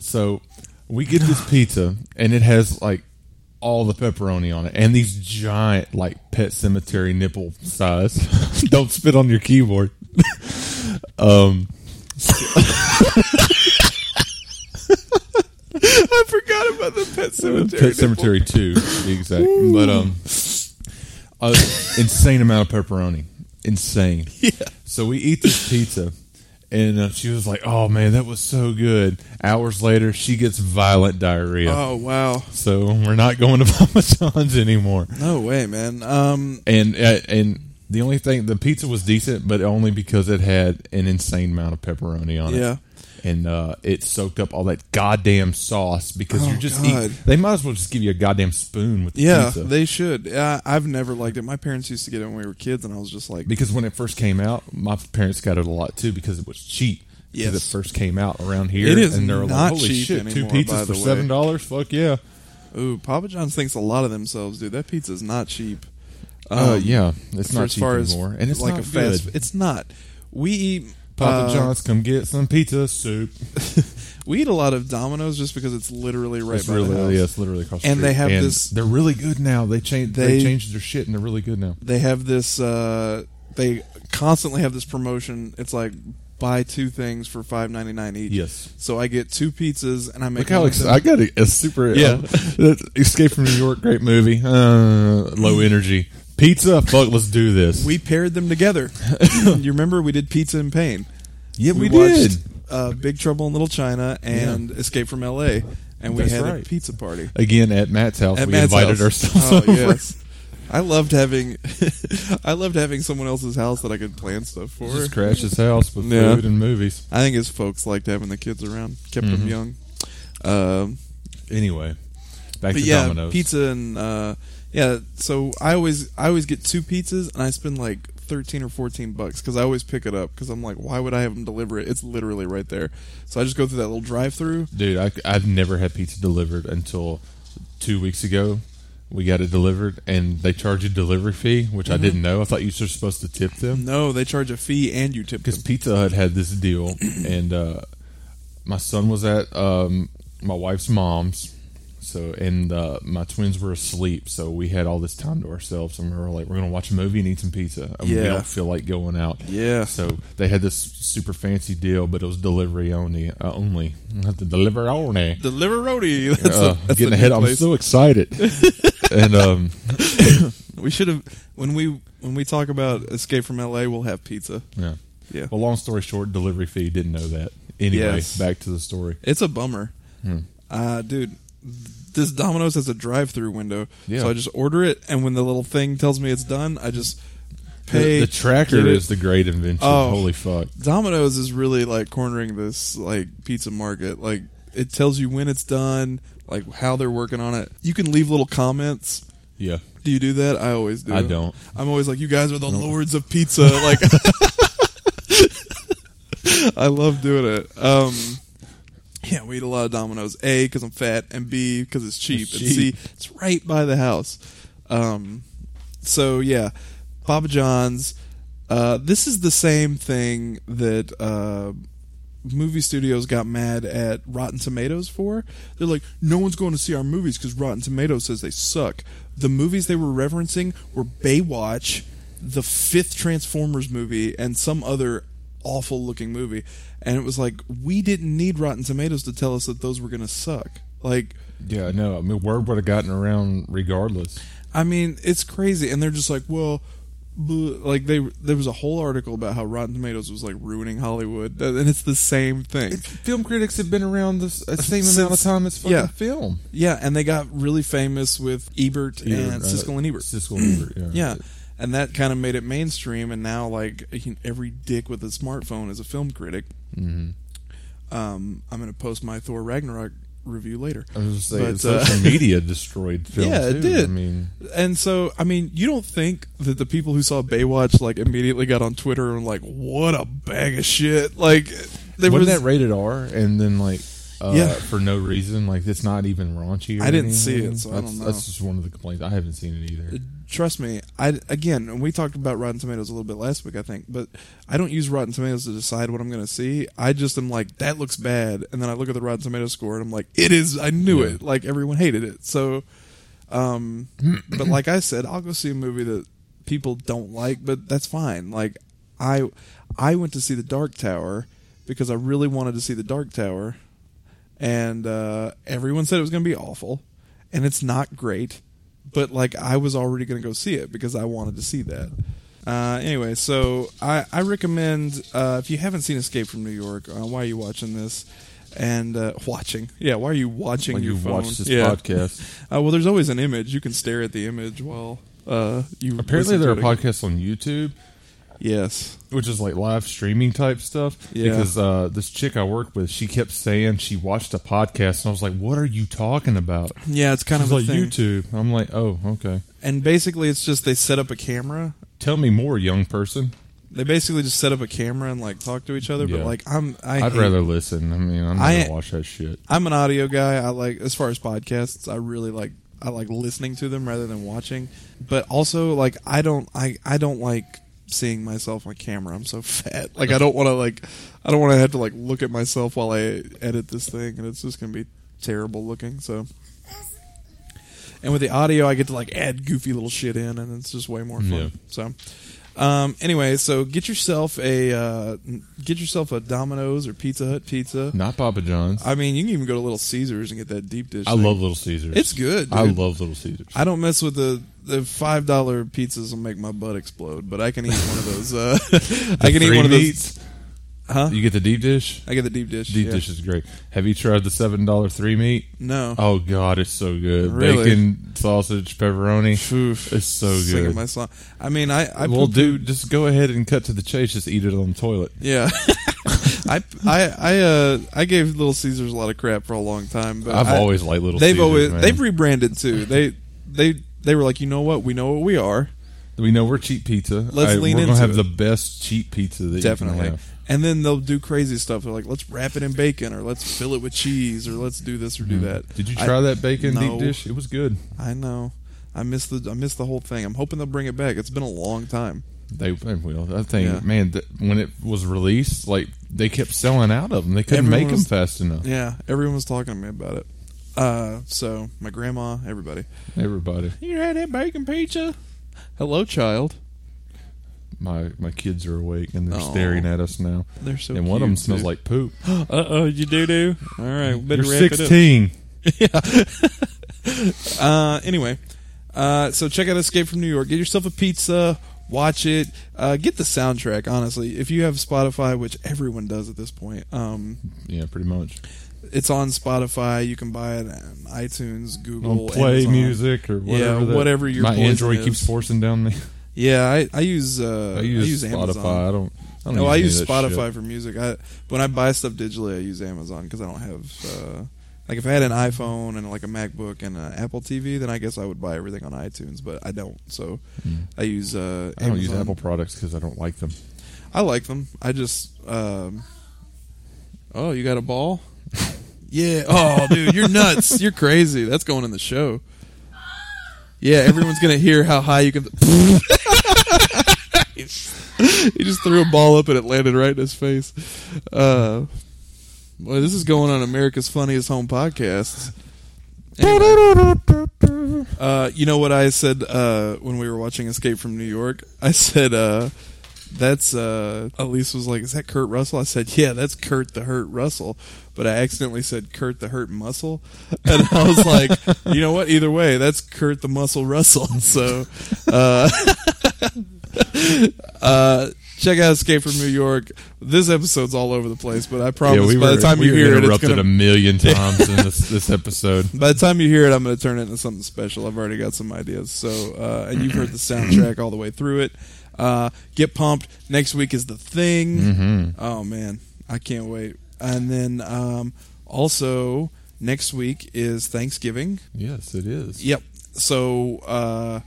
Speaker 3: So we get this pizza, and it has like all the pepperoni on it, and these giant like pet cemetery nipple size. (laughs) Don't spit on your keyboard. um,
Speaker 2: I forgot about the Pet Cemetery.
Speaker 3: Uh, pet cemetery two, to be exact. But um, a insane amount of pepperoni, insane. Yeah. So we eat this pizza. And uh, she was like, "Oh man, that was so good." Hours later, she gets violent diarrhea,
Speaker 2: Oh wow!
Speaker 3: so we're not going to (laughs) Papa John's anymore.
Speaker 2: No way, man. Um,
Speaker 3: and uh, and the only thing the pizza was decent, but only because it had an insane amount of pepperoni on it.
Speaker 2: Yeah.
Speaker 3: and uh, it soaked up all that goddamn sauce because
Speaker 2: Oh,
Speaker 3: you're just
Speaker 2: God.
Speaker 3: eat, they might as well just give you a goddamn spoon with the
Speaker 2: yeah,
Speaker 3: pizza.
Speaker 2: they should. Uh, I've never liked it. My parents used to get it when we were kids, and I was just like,
Speaker 3: because when it first came out, my parents got it a lot too because it was cheap.
Speaker 2: Yes.
Speaker 3: Because it first came out around here,
Speaker 2: It is
Speaker 3: and they're like,
Speaker 2: not
Speaker 3: "Holy
Speaker 2: cheap
Speaker 3: shit,
Speaker 2: anymore,
Speaker 3: two
Speaker 2: by
Speaker 3: pizzas
Speaker 2: the
Speaker 3: for
Speaker 2: way.
Speaker 3: seven dollars? Fuck yeah!"
Speaker 2: "Ooh, Papa John's thinks a lot of themselves, dude. That pizza's not cheap."
Speaker 3: Uh,
Speaker 2: Um,
Speaker 3: yeah, it's
Speaker 2: for
Speaker 3: not
Speaker 2: as
Speaker 3: cheap
Speaker 2: far
Speaker 3: anymore,
Speaker 2: as
Speaker 3: and it's
Speaker 2: like
Speaker 3: not
Speaker 2: a fast.
Speaker 3: good.
Speaker 2: It's not. We eat
Speaker 3: Papa
Speaker 2: uh,
Speaker 3: John's, come get some pizza soup.
Speaker 2: We eat a lot of Domino's just because it's literally right
Speaker 3: it's
Speaker 2: by
Speaker 3: really,
Speaker 2: the house.
Speaker 3: yeah, it's literally across. The
Speaker 2: And
Speaker 3: street.
Speaker 2: they have this-
Speaker 3: They're really good now. They changed. They,
Speaker 2: They-
Speaker 3: changed their shit, and they're really good now.
Speaker 2: They have this. Uh, they constantly have this promotion. It's like buy two things for five ninety nine each.
Speaker 3: Yes.
Speaker 2: So I get two pizzas, and I make
Speaker 3: Look how
Speaker 2: one of
Speaker 3: ex-
Speaker 2: them.
Speaker 3: I got a, a super. uh,
Speaker 2: Yeah.
Speaker 3: (laughs) that Escape from New York, great movie. Uh, low energy pizza. Fuck, let's do this.
Speaker 2: we paired
Speaker 3: (laughs)
Speaker 2: them together. you remember we did Pizza in Pain.
Speaker 3: yeah, we,
Speaker 2: watched,
Speaker 3: did.
Speaker 2: Uh, Big Trouble in Little China and Escape from L.A. And we
Speaker 3: That's
Speaker 2: had a
Speaker 3: right.
Speaker 2: pizza party
Speaker 3: Again at Matt's house,
Speaker 2: at
Speaker 3: we
Speaker 2: Matt's
Speaker 3: invited
Speaker 2: house.
Speaker 3: ourselves
Speaker 2: Oh
Speaker 3: over.
Speaker 2: yes. I loved having, (laughs) I loved having someone else's house that I could plan stuff for.
Speaker 3: (laughs) Just crash his house with
Speaker 2: Yeah.
Speaker 3: food and movies.
Speaker 2: I think his folks liked having the kids around, kept them
Speaker 3: Mm-hmm.
Speaker 2: young. Um,
Speaker 3: Anyway, back to
Speaker 2: but yeah,
Speaker 3: Domino's.
Speaker 2: pizza and uh, yeah. So I always I always get two pizzas and I spend like thirteen or fourteen bucks because I always pick it up because I'm like, why would I have them deliver it? It's literally right there. So I just go through that little drive-through.
Speaker 3: Dude, I, I've never had pizza delivered until two weeks ago. We got it delivered, and they charge a delivery fee, which
Speaker 2: Mm-hmm.
Speaker 3: I didn't know. I thought you were supposed to tip them
Speaker 2: No, they charge a fee and you tip.
Speaker 3: because
Speaker 2: Them.
Speaker 3: Pizza Hut had this deal, (clears throat) and uh, my son was at um, my wife's mom's, so and uh, my twins were asleep, so we had all this time to ourselves, and we were like, we're gonna watch a movie and eat some pizza. And We
Speaker 2: Yeah.
Speaker 3: don't feel like going out.
Speaker 2: Yeah.
Speaker 3: So they had this super fancy deal, but it was delivery only. Uh, only the delivery only. (laughs)
Speaker 2: Deliverody. That's,
Speaker 3: Uh,
Speaker 2: a, that's
Speaker 3: getting
Speaker 2: a
Speaker 3: ahead.
Speaker 2: new
Speaker 3: I'm
Speaker 2: place.
Speaker 3: so
Speaker 2: (laughs)
Speaker 3: excited. and um,
Speaker 2: we should have when we when we talk about Escape from L.A. We'll have pizza.
Speaker 3: yeah.
Speaker 2: Yeah,
Speaker 3: Well, long story short, delivery fee didn't know that. Anyway,
Speaker 2: Yes.
Speaker 3: back to the story.
Speaker 2: It's a bummer.
Speaker 3: Hmm.
Speaker 2: Uh, dude, this Domino's has a drive through window.
Speaker 3: Yeah.
Speaker 2: So I just order it, and when the little thing tells me it's done, I just
Speaker 3: The-
Speaker 2: pay.
Speaker 3: the, tracker
Speaker 2: get it.
Speaker 3: is the great invention.
Speaker 2: Oh.
Speaker 3: Holy fuck!
Speaker 2: Domino's is really like cornering this like pizza market. Like it tells you when it's done, like how they're working on it. You can leave little comments.
Speaker 3: Yeah,
Speaker 2: Do you do that? I always do.
Speaker 3: I don't.
Speaker 2: I'm always like, you guys are the lords of
Speaker 3: (laughs)
Speaker 2: pizza. Like, (laughs) I love doing it. Um, yeah, we eat a lot of Domino's. A because I'm fat, and B because it's cheap,
Speaker 3: It's
Speaker 2: and C
Speaker 3: cheap.
Speaker 2: it's right by the house. Um, so yeah, Papa John's. Uh, this is the same thing that uh, movie studios got mad at Rotten Tomatoes for. They're like, no one's going to see our movies because Rotten Tomatoes says they suck. The movies they were referencing were Baywatch, the fifth Transformers movie, and some other awful looking movie. And it was like, we didn't need Rotten Tomatoes to tell us that those were going to suck. Like,
Speaker 3: yeah. No, I mean, word would have gotten around regardless.
Speaker 2: I mean, it's crazy, and they're just like, well, bleh. like they there was a whole article about how Rotten Tomatoes was like ruining Hollywood, and it's the same thing.
Speaker 3: Film critics have been around the same
Speaker 2: uh, amount of
Speaker 3: time as
Speaker 2: fucking yeah.
Speaker 3: film.
Speaker 2: yeah, and they got really famous with Ebert and Siskel and Ebert.
Speaker 3: Siskel uh, and Ebert.
Speaker 2: Yeah, and that kind of made it mainstream. And now, like you know, every dick with a smartphone is a film critic. Mm-hmm. Um, I'm gonna post my Thor Ragnarok review later.
Speaker 3: I was just saying,
Speaker 2: But,
Speaker 3: social
Speaker 2: uh,
Speaker 3: media destroyed film.
Speaker 2: (laughs) Yeah, it
Speaker 3: too. I
Speaker 2: did.
Speaker 3: mean,
Speaker 2: And so, I mean, you don't think that the people who saw Baywatch like immediately got on Twitter and like, "What a bag of shit!" Like, there
Speaker 3: wasn't that
Speaker 2: was
Speaker 3: rated R? And then like, uh,
Speaker 2: Yeah.
Speaker 3: for no reason, like it's not even raunchy. Or
Speaker 2: I didn't see
Speaker 3: anything.
Speaker 2: it, so I
Speaker 3: that's,
Speaker 2: don't know.
Speaker 3: That's just one of the complaints. I haven't seen it either.
Speaker 2: Trust me, I again, and we talked about Rotten Tomatoes a little bit last week, I think, but I don't use Rotten Tomatoes to decide what I'm going to see. I just am like, that looks bad, and then I look at the Rotten Tomatoes score and I'm like, it is. I knew
Speaker 3: Yeah.
Speaker 2: it. Like everyone hated it. So, um, but like I said, I'll go see a movie that people don't like, but that's fine. Like I, I went to see The Dark Tower because I really wanted to see The Dark Tower, and uh, everyone said it was going to be awful, and it's not great. But like I was already going to go see it because I wanted to see that. Uh, anyway, so I, I recommend uh, if you haven't seen Escape from New York, uh, why are you watching this? And uh, watching, yeah, why are you watching
Speaker 3: When
Speaker 2: your
Speaker 3: you
Speaker 2: phone?
Speaker 3: watch this
Speaker 2: Yeah. (laughs)
Speaker 3: podcast,
Speaker 2: Uh, well, there's always an image. You can stare at the image while uh, you.
Speaker 3: apparently
Speaker 2: listen
Speaker 3: there are
Speaker 2: to it.
Speaker 3: podcasts on YouTube.
Speaker 2: Yes.
Speaker 3: which is like live streaming type stuff.
Speaker 2: Yeah.
Speaker 3: Because uh, this chick I work with, she kept saying she watched a podcast, and I was like, "What are you talking about?"
Speaker 2: Yeah, it's kind
Speaker 3: She's
Speaker 2: of a
Speaker 3: like
Speaker 2: thing.
Speaker 3: YouTube. I'm like, "Oh, okay.
Speaker 2: And basically, it's just they set up a camera.
Speaker 3: Tell me more, young person.
Speaker 2: They basically just set up a camera and like talk to each other.
Speaker 3: Yeah.
Speaker 2: But like, I'm I
Speaker 3: I'd
Speaker 2: hate-
Speaker 3: rather listen. I mean, I'm not
Speaker 2: I-
Speaker 3: gonna watch that shit.
Speaker 2: I'm an audio guy. I like as far as podcasts, I really like I like listening to them rather than watching. But also like I don't I I don't like seeing myself on camera. I'm so (laughs) fat. Like I don't want to like I don't want to have to like look at myself while I edit this thing and it's just going to be terrible looking. So and with the audio, I get to like add goofy little shit in, and it's just way more fun.
Speaker 3: Yeah.
Speaker 2: So, um, anyway, so get yourself a uh, get yourself a Domino's or Pizza Hut pizza.
Speaker 3: Not Papa John's. I,
Speaker 2: I mean, you can even go to Little Caesars and get that deep dish. thing.
Speaker 3: love Little Caesars.
Speaker 2: It's good,
Speaker 3: I
Speaker 2: dude.
Speaker 3: love Little Caesars.
Speaker 2: I don't mess with the the five dollar pizzas will make my butt explode, but I can eat one of those.
Speaker 3: (laughs)
Speaker 2: Uh, (laughs) I can eat
Speaker 3: Three
Speaker 2: one of those.
Speaker 3: meats?
Speaker 2: Huh?
Speaker 3: You get the deep dish.
Speaker 2: I get the deep dish.
Speaker 3: Deep
Speaker 2: yeah.
Speaker 3: dish is great. Have you tried the seven dollar three meat?
Speaker 2: No.
Speaker 3: Oh God, it's so good.
Speaker 2: Really?
Speaker 3: Bacon, sausage, pepperoni.
Speaker 2: Oof.
Speaker 3: It's so good.
Speaker 2: Singing my song. I mean, I I
Speaker 3: well,
Speaker 2: pooped-
Speaker 3: dude, just go ahead and cut to the chase. Just eat it on the toilet.
Speaker 2: Yeah. (laughs) I I I uh I gave Little Caesars a lot of crap for a long time, but
Speaker 3: I've
Speaker 2: I-
Speaker 3: always liked Little
Speaker 2: they've
Speaker 3: Caesars.
Speaker 2: always
Speaker 3: man.
Speaker 2: they've rebranded too. They they they were like, you know what? We know what we are.
Speaker 3: we know we're cheap pizza.
Speaker 2: Let's lean
Speaker 3: we're
Speaker 2: into
Speaker 3: gonna have
Speaker 2: it.
Speaker 3: the best cheap pizza that You
Speaker 2: Definitely.
Speaker 3: can have.
Speaker 2: And then they'll do crazy stuff. They're like, let's wrap it in bacon, or let's fill it with cheese, or let's do this or do that.
Speaker 3: Mm. Did you
Speaker 2: I-
Speaker 3: try that bacon
Speaker 2: no.
Speaker 3: deep dish? It was good.
Speaker 2: I know. I miss the I miss the whole thing. I'm hoping they'll bring it back. It's been a long time.
Speaker 3: They, they will. I think,
Speaker 2: Yeah.
Speaker 3: man, th- when it was released, like they kept selling out of them. They couldn't
Speaker 2: Everyone
Speaker 3: make them
Speaker 2: was-
Speaker 3: fast enough.
Speaker 2: Yeah, everyone was talking to me about it. Uh, so my grandma, everybody.
Speaker 3: Everybody,
Speaker 2: You had that bacon pizza? Hello, child.
Speaker 3: my my kids are awake and they're
Speaker 2: Aw.
Speaker 3: staring at us now.
Speaker 2: They're so.
Speaker 3: and one of them
Speaker 2: cute,
Speaker 3: smells
Speaker 2: dude.
Speaker 3: like poop.
Speaker 2: Uh oh, you do do. All right, better
Speaker 3: You're
Speaker 2: wrap
Speaker 3: sixteen.
Speaker 2: it up. Uh, anyway, uh, so check out Escape from New York. Get yourself a pizza. Watch it. Uh, get the soundtrack. Honestly, if you have Spotify, which everyone does at this point, um,
Speaker 3: Yeah, pretty much.
Speaker 2: it's on Spotify. You can buy it on iTunes, Google,
Speaker 3: Or play
Speaker 2: Amazon.
Speaker 3: music or whatever.
Speaker 2: Yeah,
Speaker 3: that-
Speaker 2: whatever your
Speaker 3: my
Speaker 2: poison
Speaker 3: Android
Speaker 2: is.
Speaker 3: keeps forcing down me.
Speaker 2: Yeah, I, I use uh,
Speaker 3: I use, Spotify.
Speaker 2: Amazon.
Speaker 3: I don't. I don't
Speaker 2: No, I
Speaker 3: any
Speaker 2: use
Speaker 3: of that
Speaker 2: Spotify
Speaker 3: shit.
Speaker 2: for music. I when I buy stuff digitally, I use Amazon because I don't have uh, like if I had an iPhone and like a MacBook and an Apple TV, then I guess I would buy everything on iTunes. But I don't, so I use uh,
Speaker 3: Hmm. I don't
Speaker 2: Amazon.
Speaker 3: use Apple products because I don't like them.
Speaker 2: I like them. I just um, oh, you got a ball? yeah. Oh, dude, you're nuts. you're crazy. That's going in the show. Yeah, everyone's gonna hear how high you can. (laughs) he just threw a ball up and it landed right in his face. Uh, boy, this is going on America's Funniest Home Podcast. Anyway. Uh, you know what I said uh, when we were watching Escape from New York? I said, uh, that's, uh, Elise was like, is that Kurt Russell? I said, yeah, that's Kurt the Hurt Russell. But I accidentally said Kurt the Hurt Muscle. (laughs) And I was like, you know what? Either way, that's Kurt the (laughs) Muscle Russell. So, (laughs) uh, uh, Check out Escape from New York. This episode's all over the place, but I promise
Speaker 3: we
Speaker 2: by
Speaker 3: were,
Speaker 2: the time
Speaker 3: we
Speaker 2: you
Speaker 3: were
Speaker 2: hear it, it's
Speaker 3: interrupted
Speaker 2: gonna,
Speaker 3: a
Speaker 2: (laughs)
Speaker 3: million times in this, this episode.
Speaker 2: by the time you hear it, I'm going to turn it into something special. I've already got some ideas. So, uh, and you've heard the soundtrack all the way through it. Uh, get pumped! Next week is the thing.
Speaker 3: Mm-hmm.
Speaker 2: Oh man, I can't wait. And then um, also next week is Thanksgiving.
Speaker 3: Yes, it is.
Speaker 2: Yep. So uh,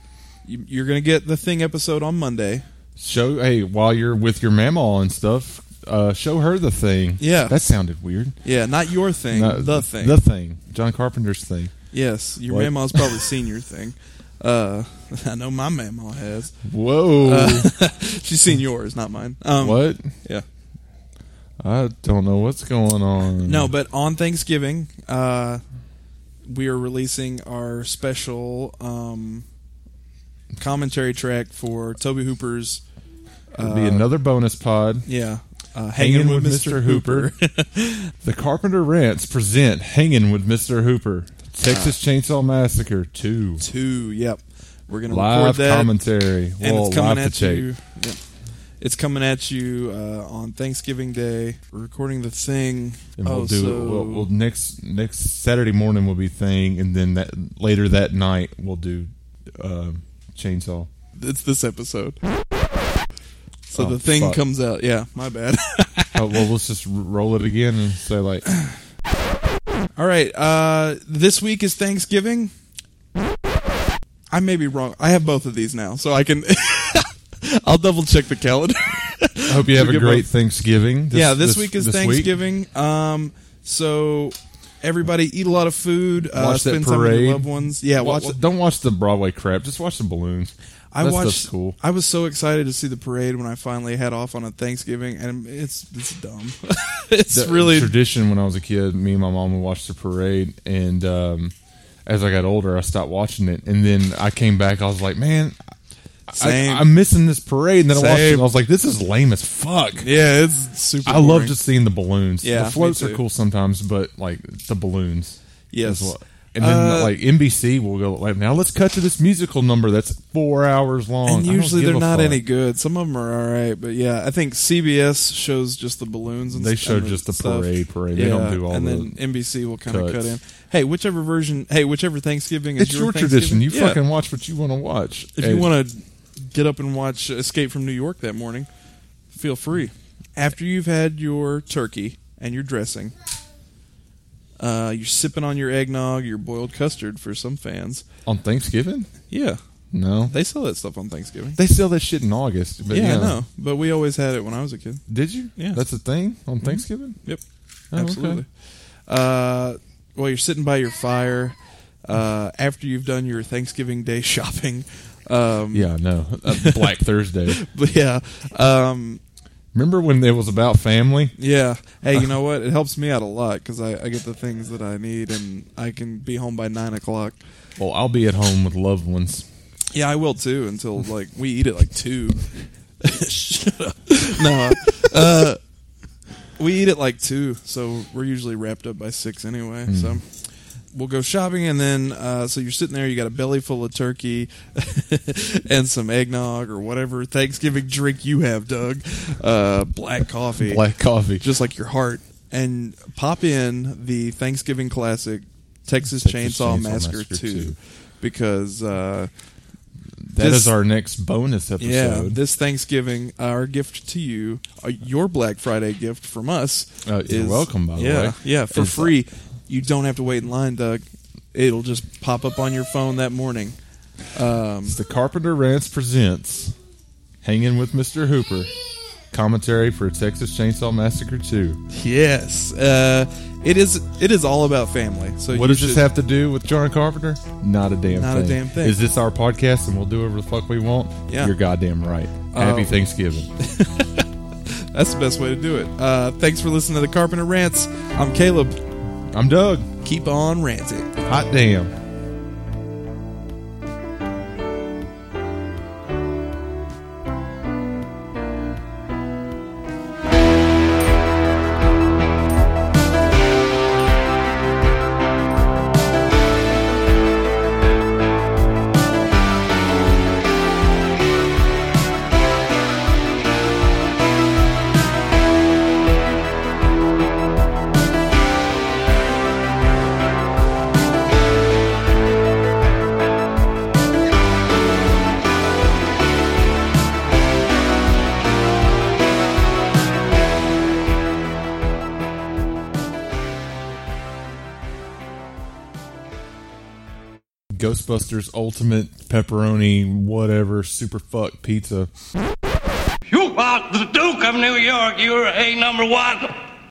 Speaker 2: you, you're going to get the thing episode on Monday.
Speaker 3: Show hey while you're with your mamaw and stuff, uh, show her the thing.
Speaker 2: Yeah.
Speaker 3: that sounded weird.
Speaker 2: Yeah, not your thing,
Speaker 3: No,
Speaker 2: the thing.
Speaker 3: The thing. John Carpenter's thing.
Speaker 2: yes, your
Speaker 3: What?
Speaker 2: mamma's probably
Speaker 3: (laughs)
Speaker 2: seen your thing. Uh, (laughs) I know my mamma has.
Speaker 3: Whoa.
Speaker 2: Uh, She's seen yours, not mine.
Speaker 3: (laughs)
Speaker 2: Um,
Speaker 3: what?
Speaker 2: Yeah.
Speaker 3: I don't know what's going on.
Speaker 2: No, but on Thanksgiving, uh, we are releasing our special um, commentary track for Toby Hooper's.
Speaker 3: It'll
Speaker 2: uh,
Speaker 3: be another bonus pod.
Speaker 2: Yeah. Uh, hanging, with, Mr. Hooper. (laughs)
Speaker 3: the Carpenter Rants present Hanging with Mr. Hooper. Texas
Speaker 2: Uh,
Speaker 3: Chainsaw Massacre 2.
Speaker 2: Two. Yep. We're gonna record
Speaker 3: Live
Speaker 2: that,
Speaker 3: commentary.
Speaker 2: and
Speaker 3: Whoa,
Speaker 2: it's coming
Speaker 3: live
Speaker 2: at
Speaker 3: to tape.
Speaker 2: you. Yep. It's coming at you uh, on Thanksgiving Day. We're recording the thing.
Speaker 3: And
Speaker 2: oh,
Speaker 3: we'll do
Speaker 2: so,
Speaker 3: we'll, we'll next next Saturday morning will be thing, and then that later that night we'll do um, chainsaw.
Speaker 2: it's this episode. So
Speaker 3: Oh,
Speaker 2: the thing
Speaker 3: fuck.
Speaker 2: comes out. Yeah, my bad. (laughs)
Speaker 3: oh, well, let's just r- roll it again and say like,
Speaker 2: All right. Uh, this week is Thanksgiving. I may be wrong. I have both of these now, so I can. (laughs) I'll double check the calendar.
Speaker 3: I hope you have a
Speaker 2: Forget
Speaker 3: great
Speaker 2: both.
Speaker 3: Thanksgiving.
Speaker 2: yeah, this, week is
Speaker 3: this
Speaker 2: Thanksgiving. Um, so everybody eat a lot of food. Uh,
Speaker 3: Watch that
Speaker 2: spend time with
Speaker 3: parade.
Speaker 2: your loved ones. Yeah,
Speaker 3: Wa-
Speaker 2: watch.
Speaker 3: wa- don't watch the Broadway crap. Just watch the balloons.
Speaker 2: I
Speaker 3: that
Speaker 2: watched.
Speaker 3: Stuff's cool.
Speaker 2: I was so excited to see the parade when I finally had off on a Thanksgiving, and it's it's dumb. (laughs) it's
Speaker 3: That
Speaker 2: really
Speaker 3: tradition when I was a kid. Me and my mom would watch the parade, and um, as I got older, I stopped watching it. And then I came back. I was like, man. I,
Speaker 2: Same.
Speaker 3: I'm missing this parade, and then I watched it.
Speaker 2: Same.
Speaker 3: And I was like, "This is lame as fuck."
Speaker 2: yeah. It's super.
Speaker 3: I love
Speaker 2: boring.
Speaker 3: just seeing the balloons.
Speaker 2: Yeah,
Speaker 3: the floats
Speaker 2: me
Speaker 3: are
Speaker 2: too.
Speaker 3: cool sometimes, but like the balloons.
Speaker 2: Yes.
Speaker 3: is what- And then
Speaker 2: Uh,
Speaker 3: like NBC will go like, now let's cut to this musical number that's four hours long.
Speaker 2: And
Speaker 3: I don't
Speaker 2: usually
Speaker 3: give
Speaker 2: they're
Speaker 3: a
Speaker 2: not
Speaker 3: fuck.
Speaker 2: any good. Some of them are all right, but yeah, I think CBS shows just the balloons. and
Speaker 3: They
Speaker 2: s-
Speaker 3: show
Speaker 2: and
Speaker 3: just the
Speaker 2: stuff.
Speaker 3: parade, parade. They don't do all
Speaker 2: and
Speaker 3: the
Speaker 2: then NBC will kind of
Speaker 3: cuts.
Speaker 2: cut in. Hey, whichever version. Hey, whichever Thanksgiving is
Speaker 3: It's your
Speaker 2: Thanksgiving-
Speaker 3: tradition. You
Speaker 2: Yeah.
Speaker 3: fucking watch what you want to watch.
Speaker 2: If you want to get up and watch Escape from New York that morning, feel free. After you've had your turkey and your dressing, uh, you're sipping on your eggnog, your boiled custard for some fans.
Speaker 3: on Thanksgiving,
Speaker 2: Yeah,
Speaker 3: no,
Speaker 2: they sell that stuff on Thanksgiving.
Speaker 3: they sell that shit in August. But
Speaker 2: yeah,
Speaker 3: yeah,
Speaker 2: I know, but we always had it when I was a kid.
Speaker 3: Did you?
Speaker 2: Yeah.
Speaker 3: that's a thing on Thanksgiving.
Speaker 2: Yep.
Speaker 3: Oh, okay.
Speaker 2: Absolutely. Uh, while you're sitting by your fire, uh, after you've done your Thanksgiving Day (laughs) shopping, um,
Speaker 3: Yeah, I know. Uh,
Speaker 2: (laughs)
Speaker 3: Black Thursday.
Speaker 2: but (laughs) yeah, um,
Speaker 3: Remember when it was about family?
Speaker 2: yeah. Hey, you know what? It helps me out a lot because I, I get the things that I need and I can be home by nine o'clock.
Speaker 3: Well, I'll be at home with loved ones.
Speaker 2: Yeah, I will too. (laughs) Until like we eat it like two. (laughs) Shut (laughs) up. No, uh, we eat it like two, so we're usually wrapped up by six anyway. So we'll go shopping, and then uh, so you're sitting there, you got a belly full of turkey (laughs) and some eggnog or whatever Thanksgiving drink you have, Doug. Uh, black coffee,
Speaker 3: Black coffee.
Speaker 2: just like your heart, and pop in the Thanksgiving classic Texas,
Speaker 3: Texas
Speaker 2: Chainsaw,
Speaker 3: Chainsaw
Speaker 2: Massacre,
Speaker 3: Massacre
Speaker 2: 2
Speaker 3: 2.
Speaker 2: because. Uh,
Speaker 3: That is
Speaker 2: This-
Speaker 3: our next bonus episode.
Speaker 2: yeah, this Thanksgiving, our gift to you, uh, your Black Friday gift from us.
Speaker 3: Uh, you're
Speaker 2: is-
Speaker 3: welcome, by the
Speaker 2: yeah,
Speaker 3: way.
Speaker 2: Yeah, for
Speaker 3: Is- uh,
Speaker 2: free. You don't have to wait in line, Doug. It'll just pop up on your phone that morning. Um,
Speaker 3: It's the Carpenter Rants presents Hanging with Mr. Hooper. Commentary for Texas Chainsaw Massacre 2.
Speaker 2: yes, uh, it is. It is all about family. So
Speaker 3: What
Speaker 2: you
Speaker 3: does this
Speaker 2: should-
Speaker 3: have to do with John Carpenter? Not a damn
Speaker 2: Not a
Speaker 3: thing.
Speaker 2: damn thing.
Speaker 3: Is this our podcast and we'll do whatever the fuck we want?
Speaker 2: Yeah.
Speaker 3: You're goddamn right. Happy
Speaker 2: Um,
Speaker 3: Thanksgiving.
Speaker 2: That's the best way to do it. Uh, thanks for listening to the Carpenter Rants. I'm Caleb.
Speaker 3: I'm Doug.
Speaker 2: Keep on ranting.
Speaker 3: Hot damn. Ghostbusters Ultimate Pepperoni Whatever Super Fuck Pizza.
Speaker 4: You are the Duke of New York. You're a number one.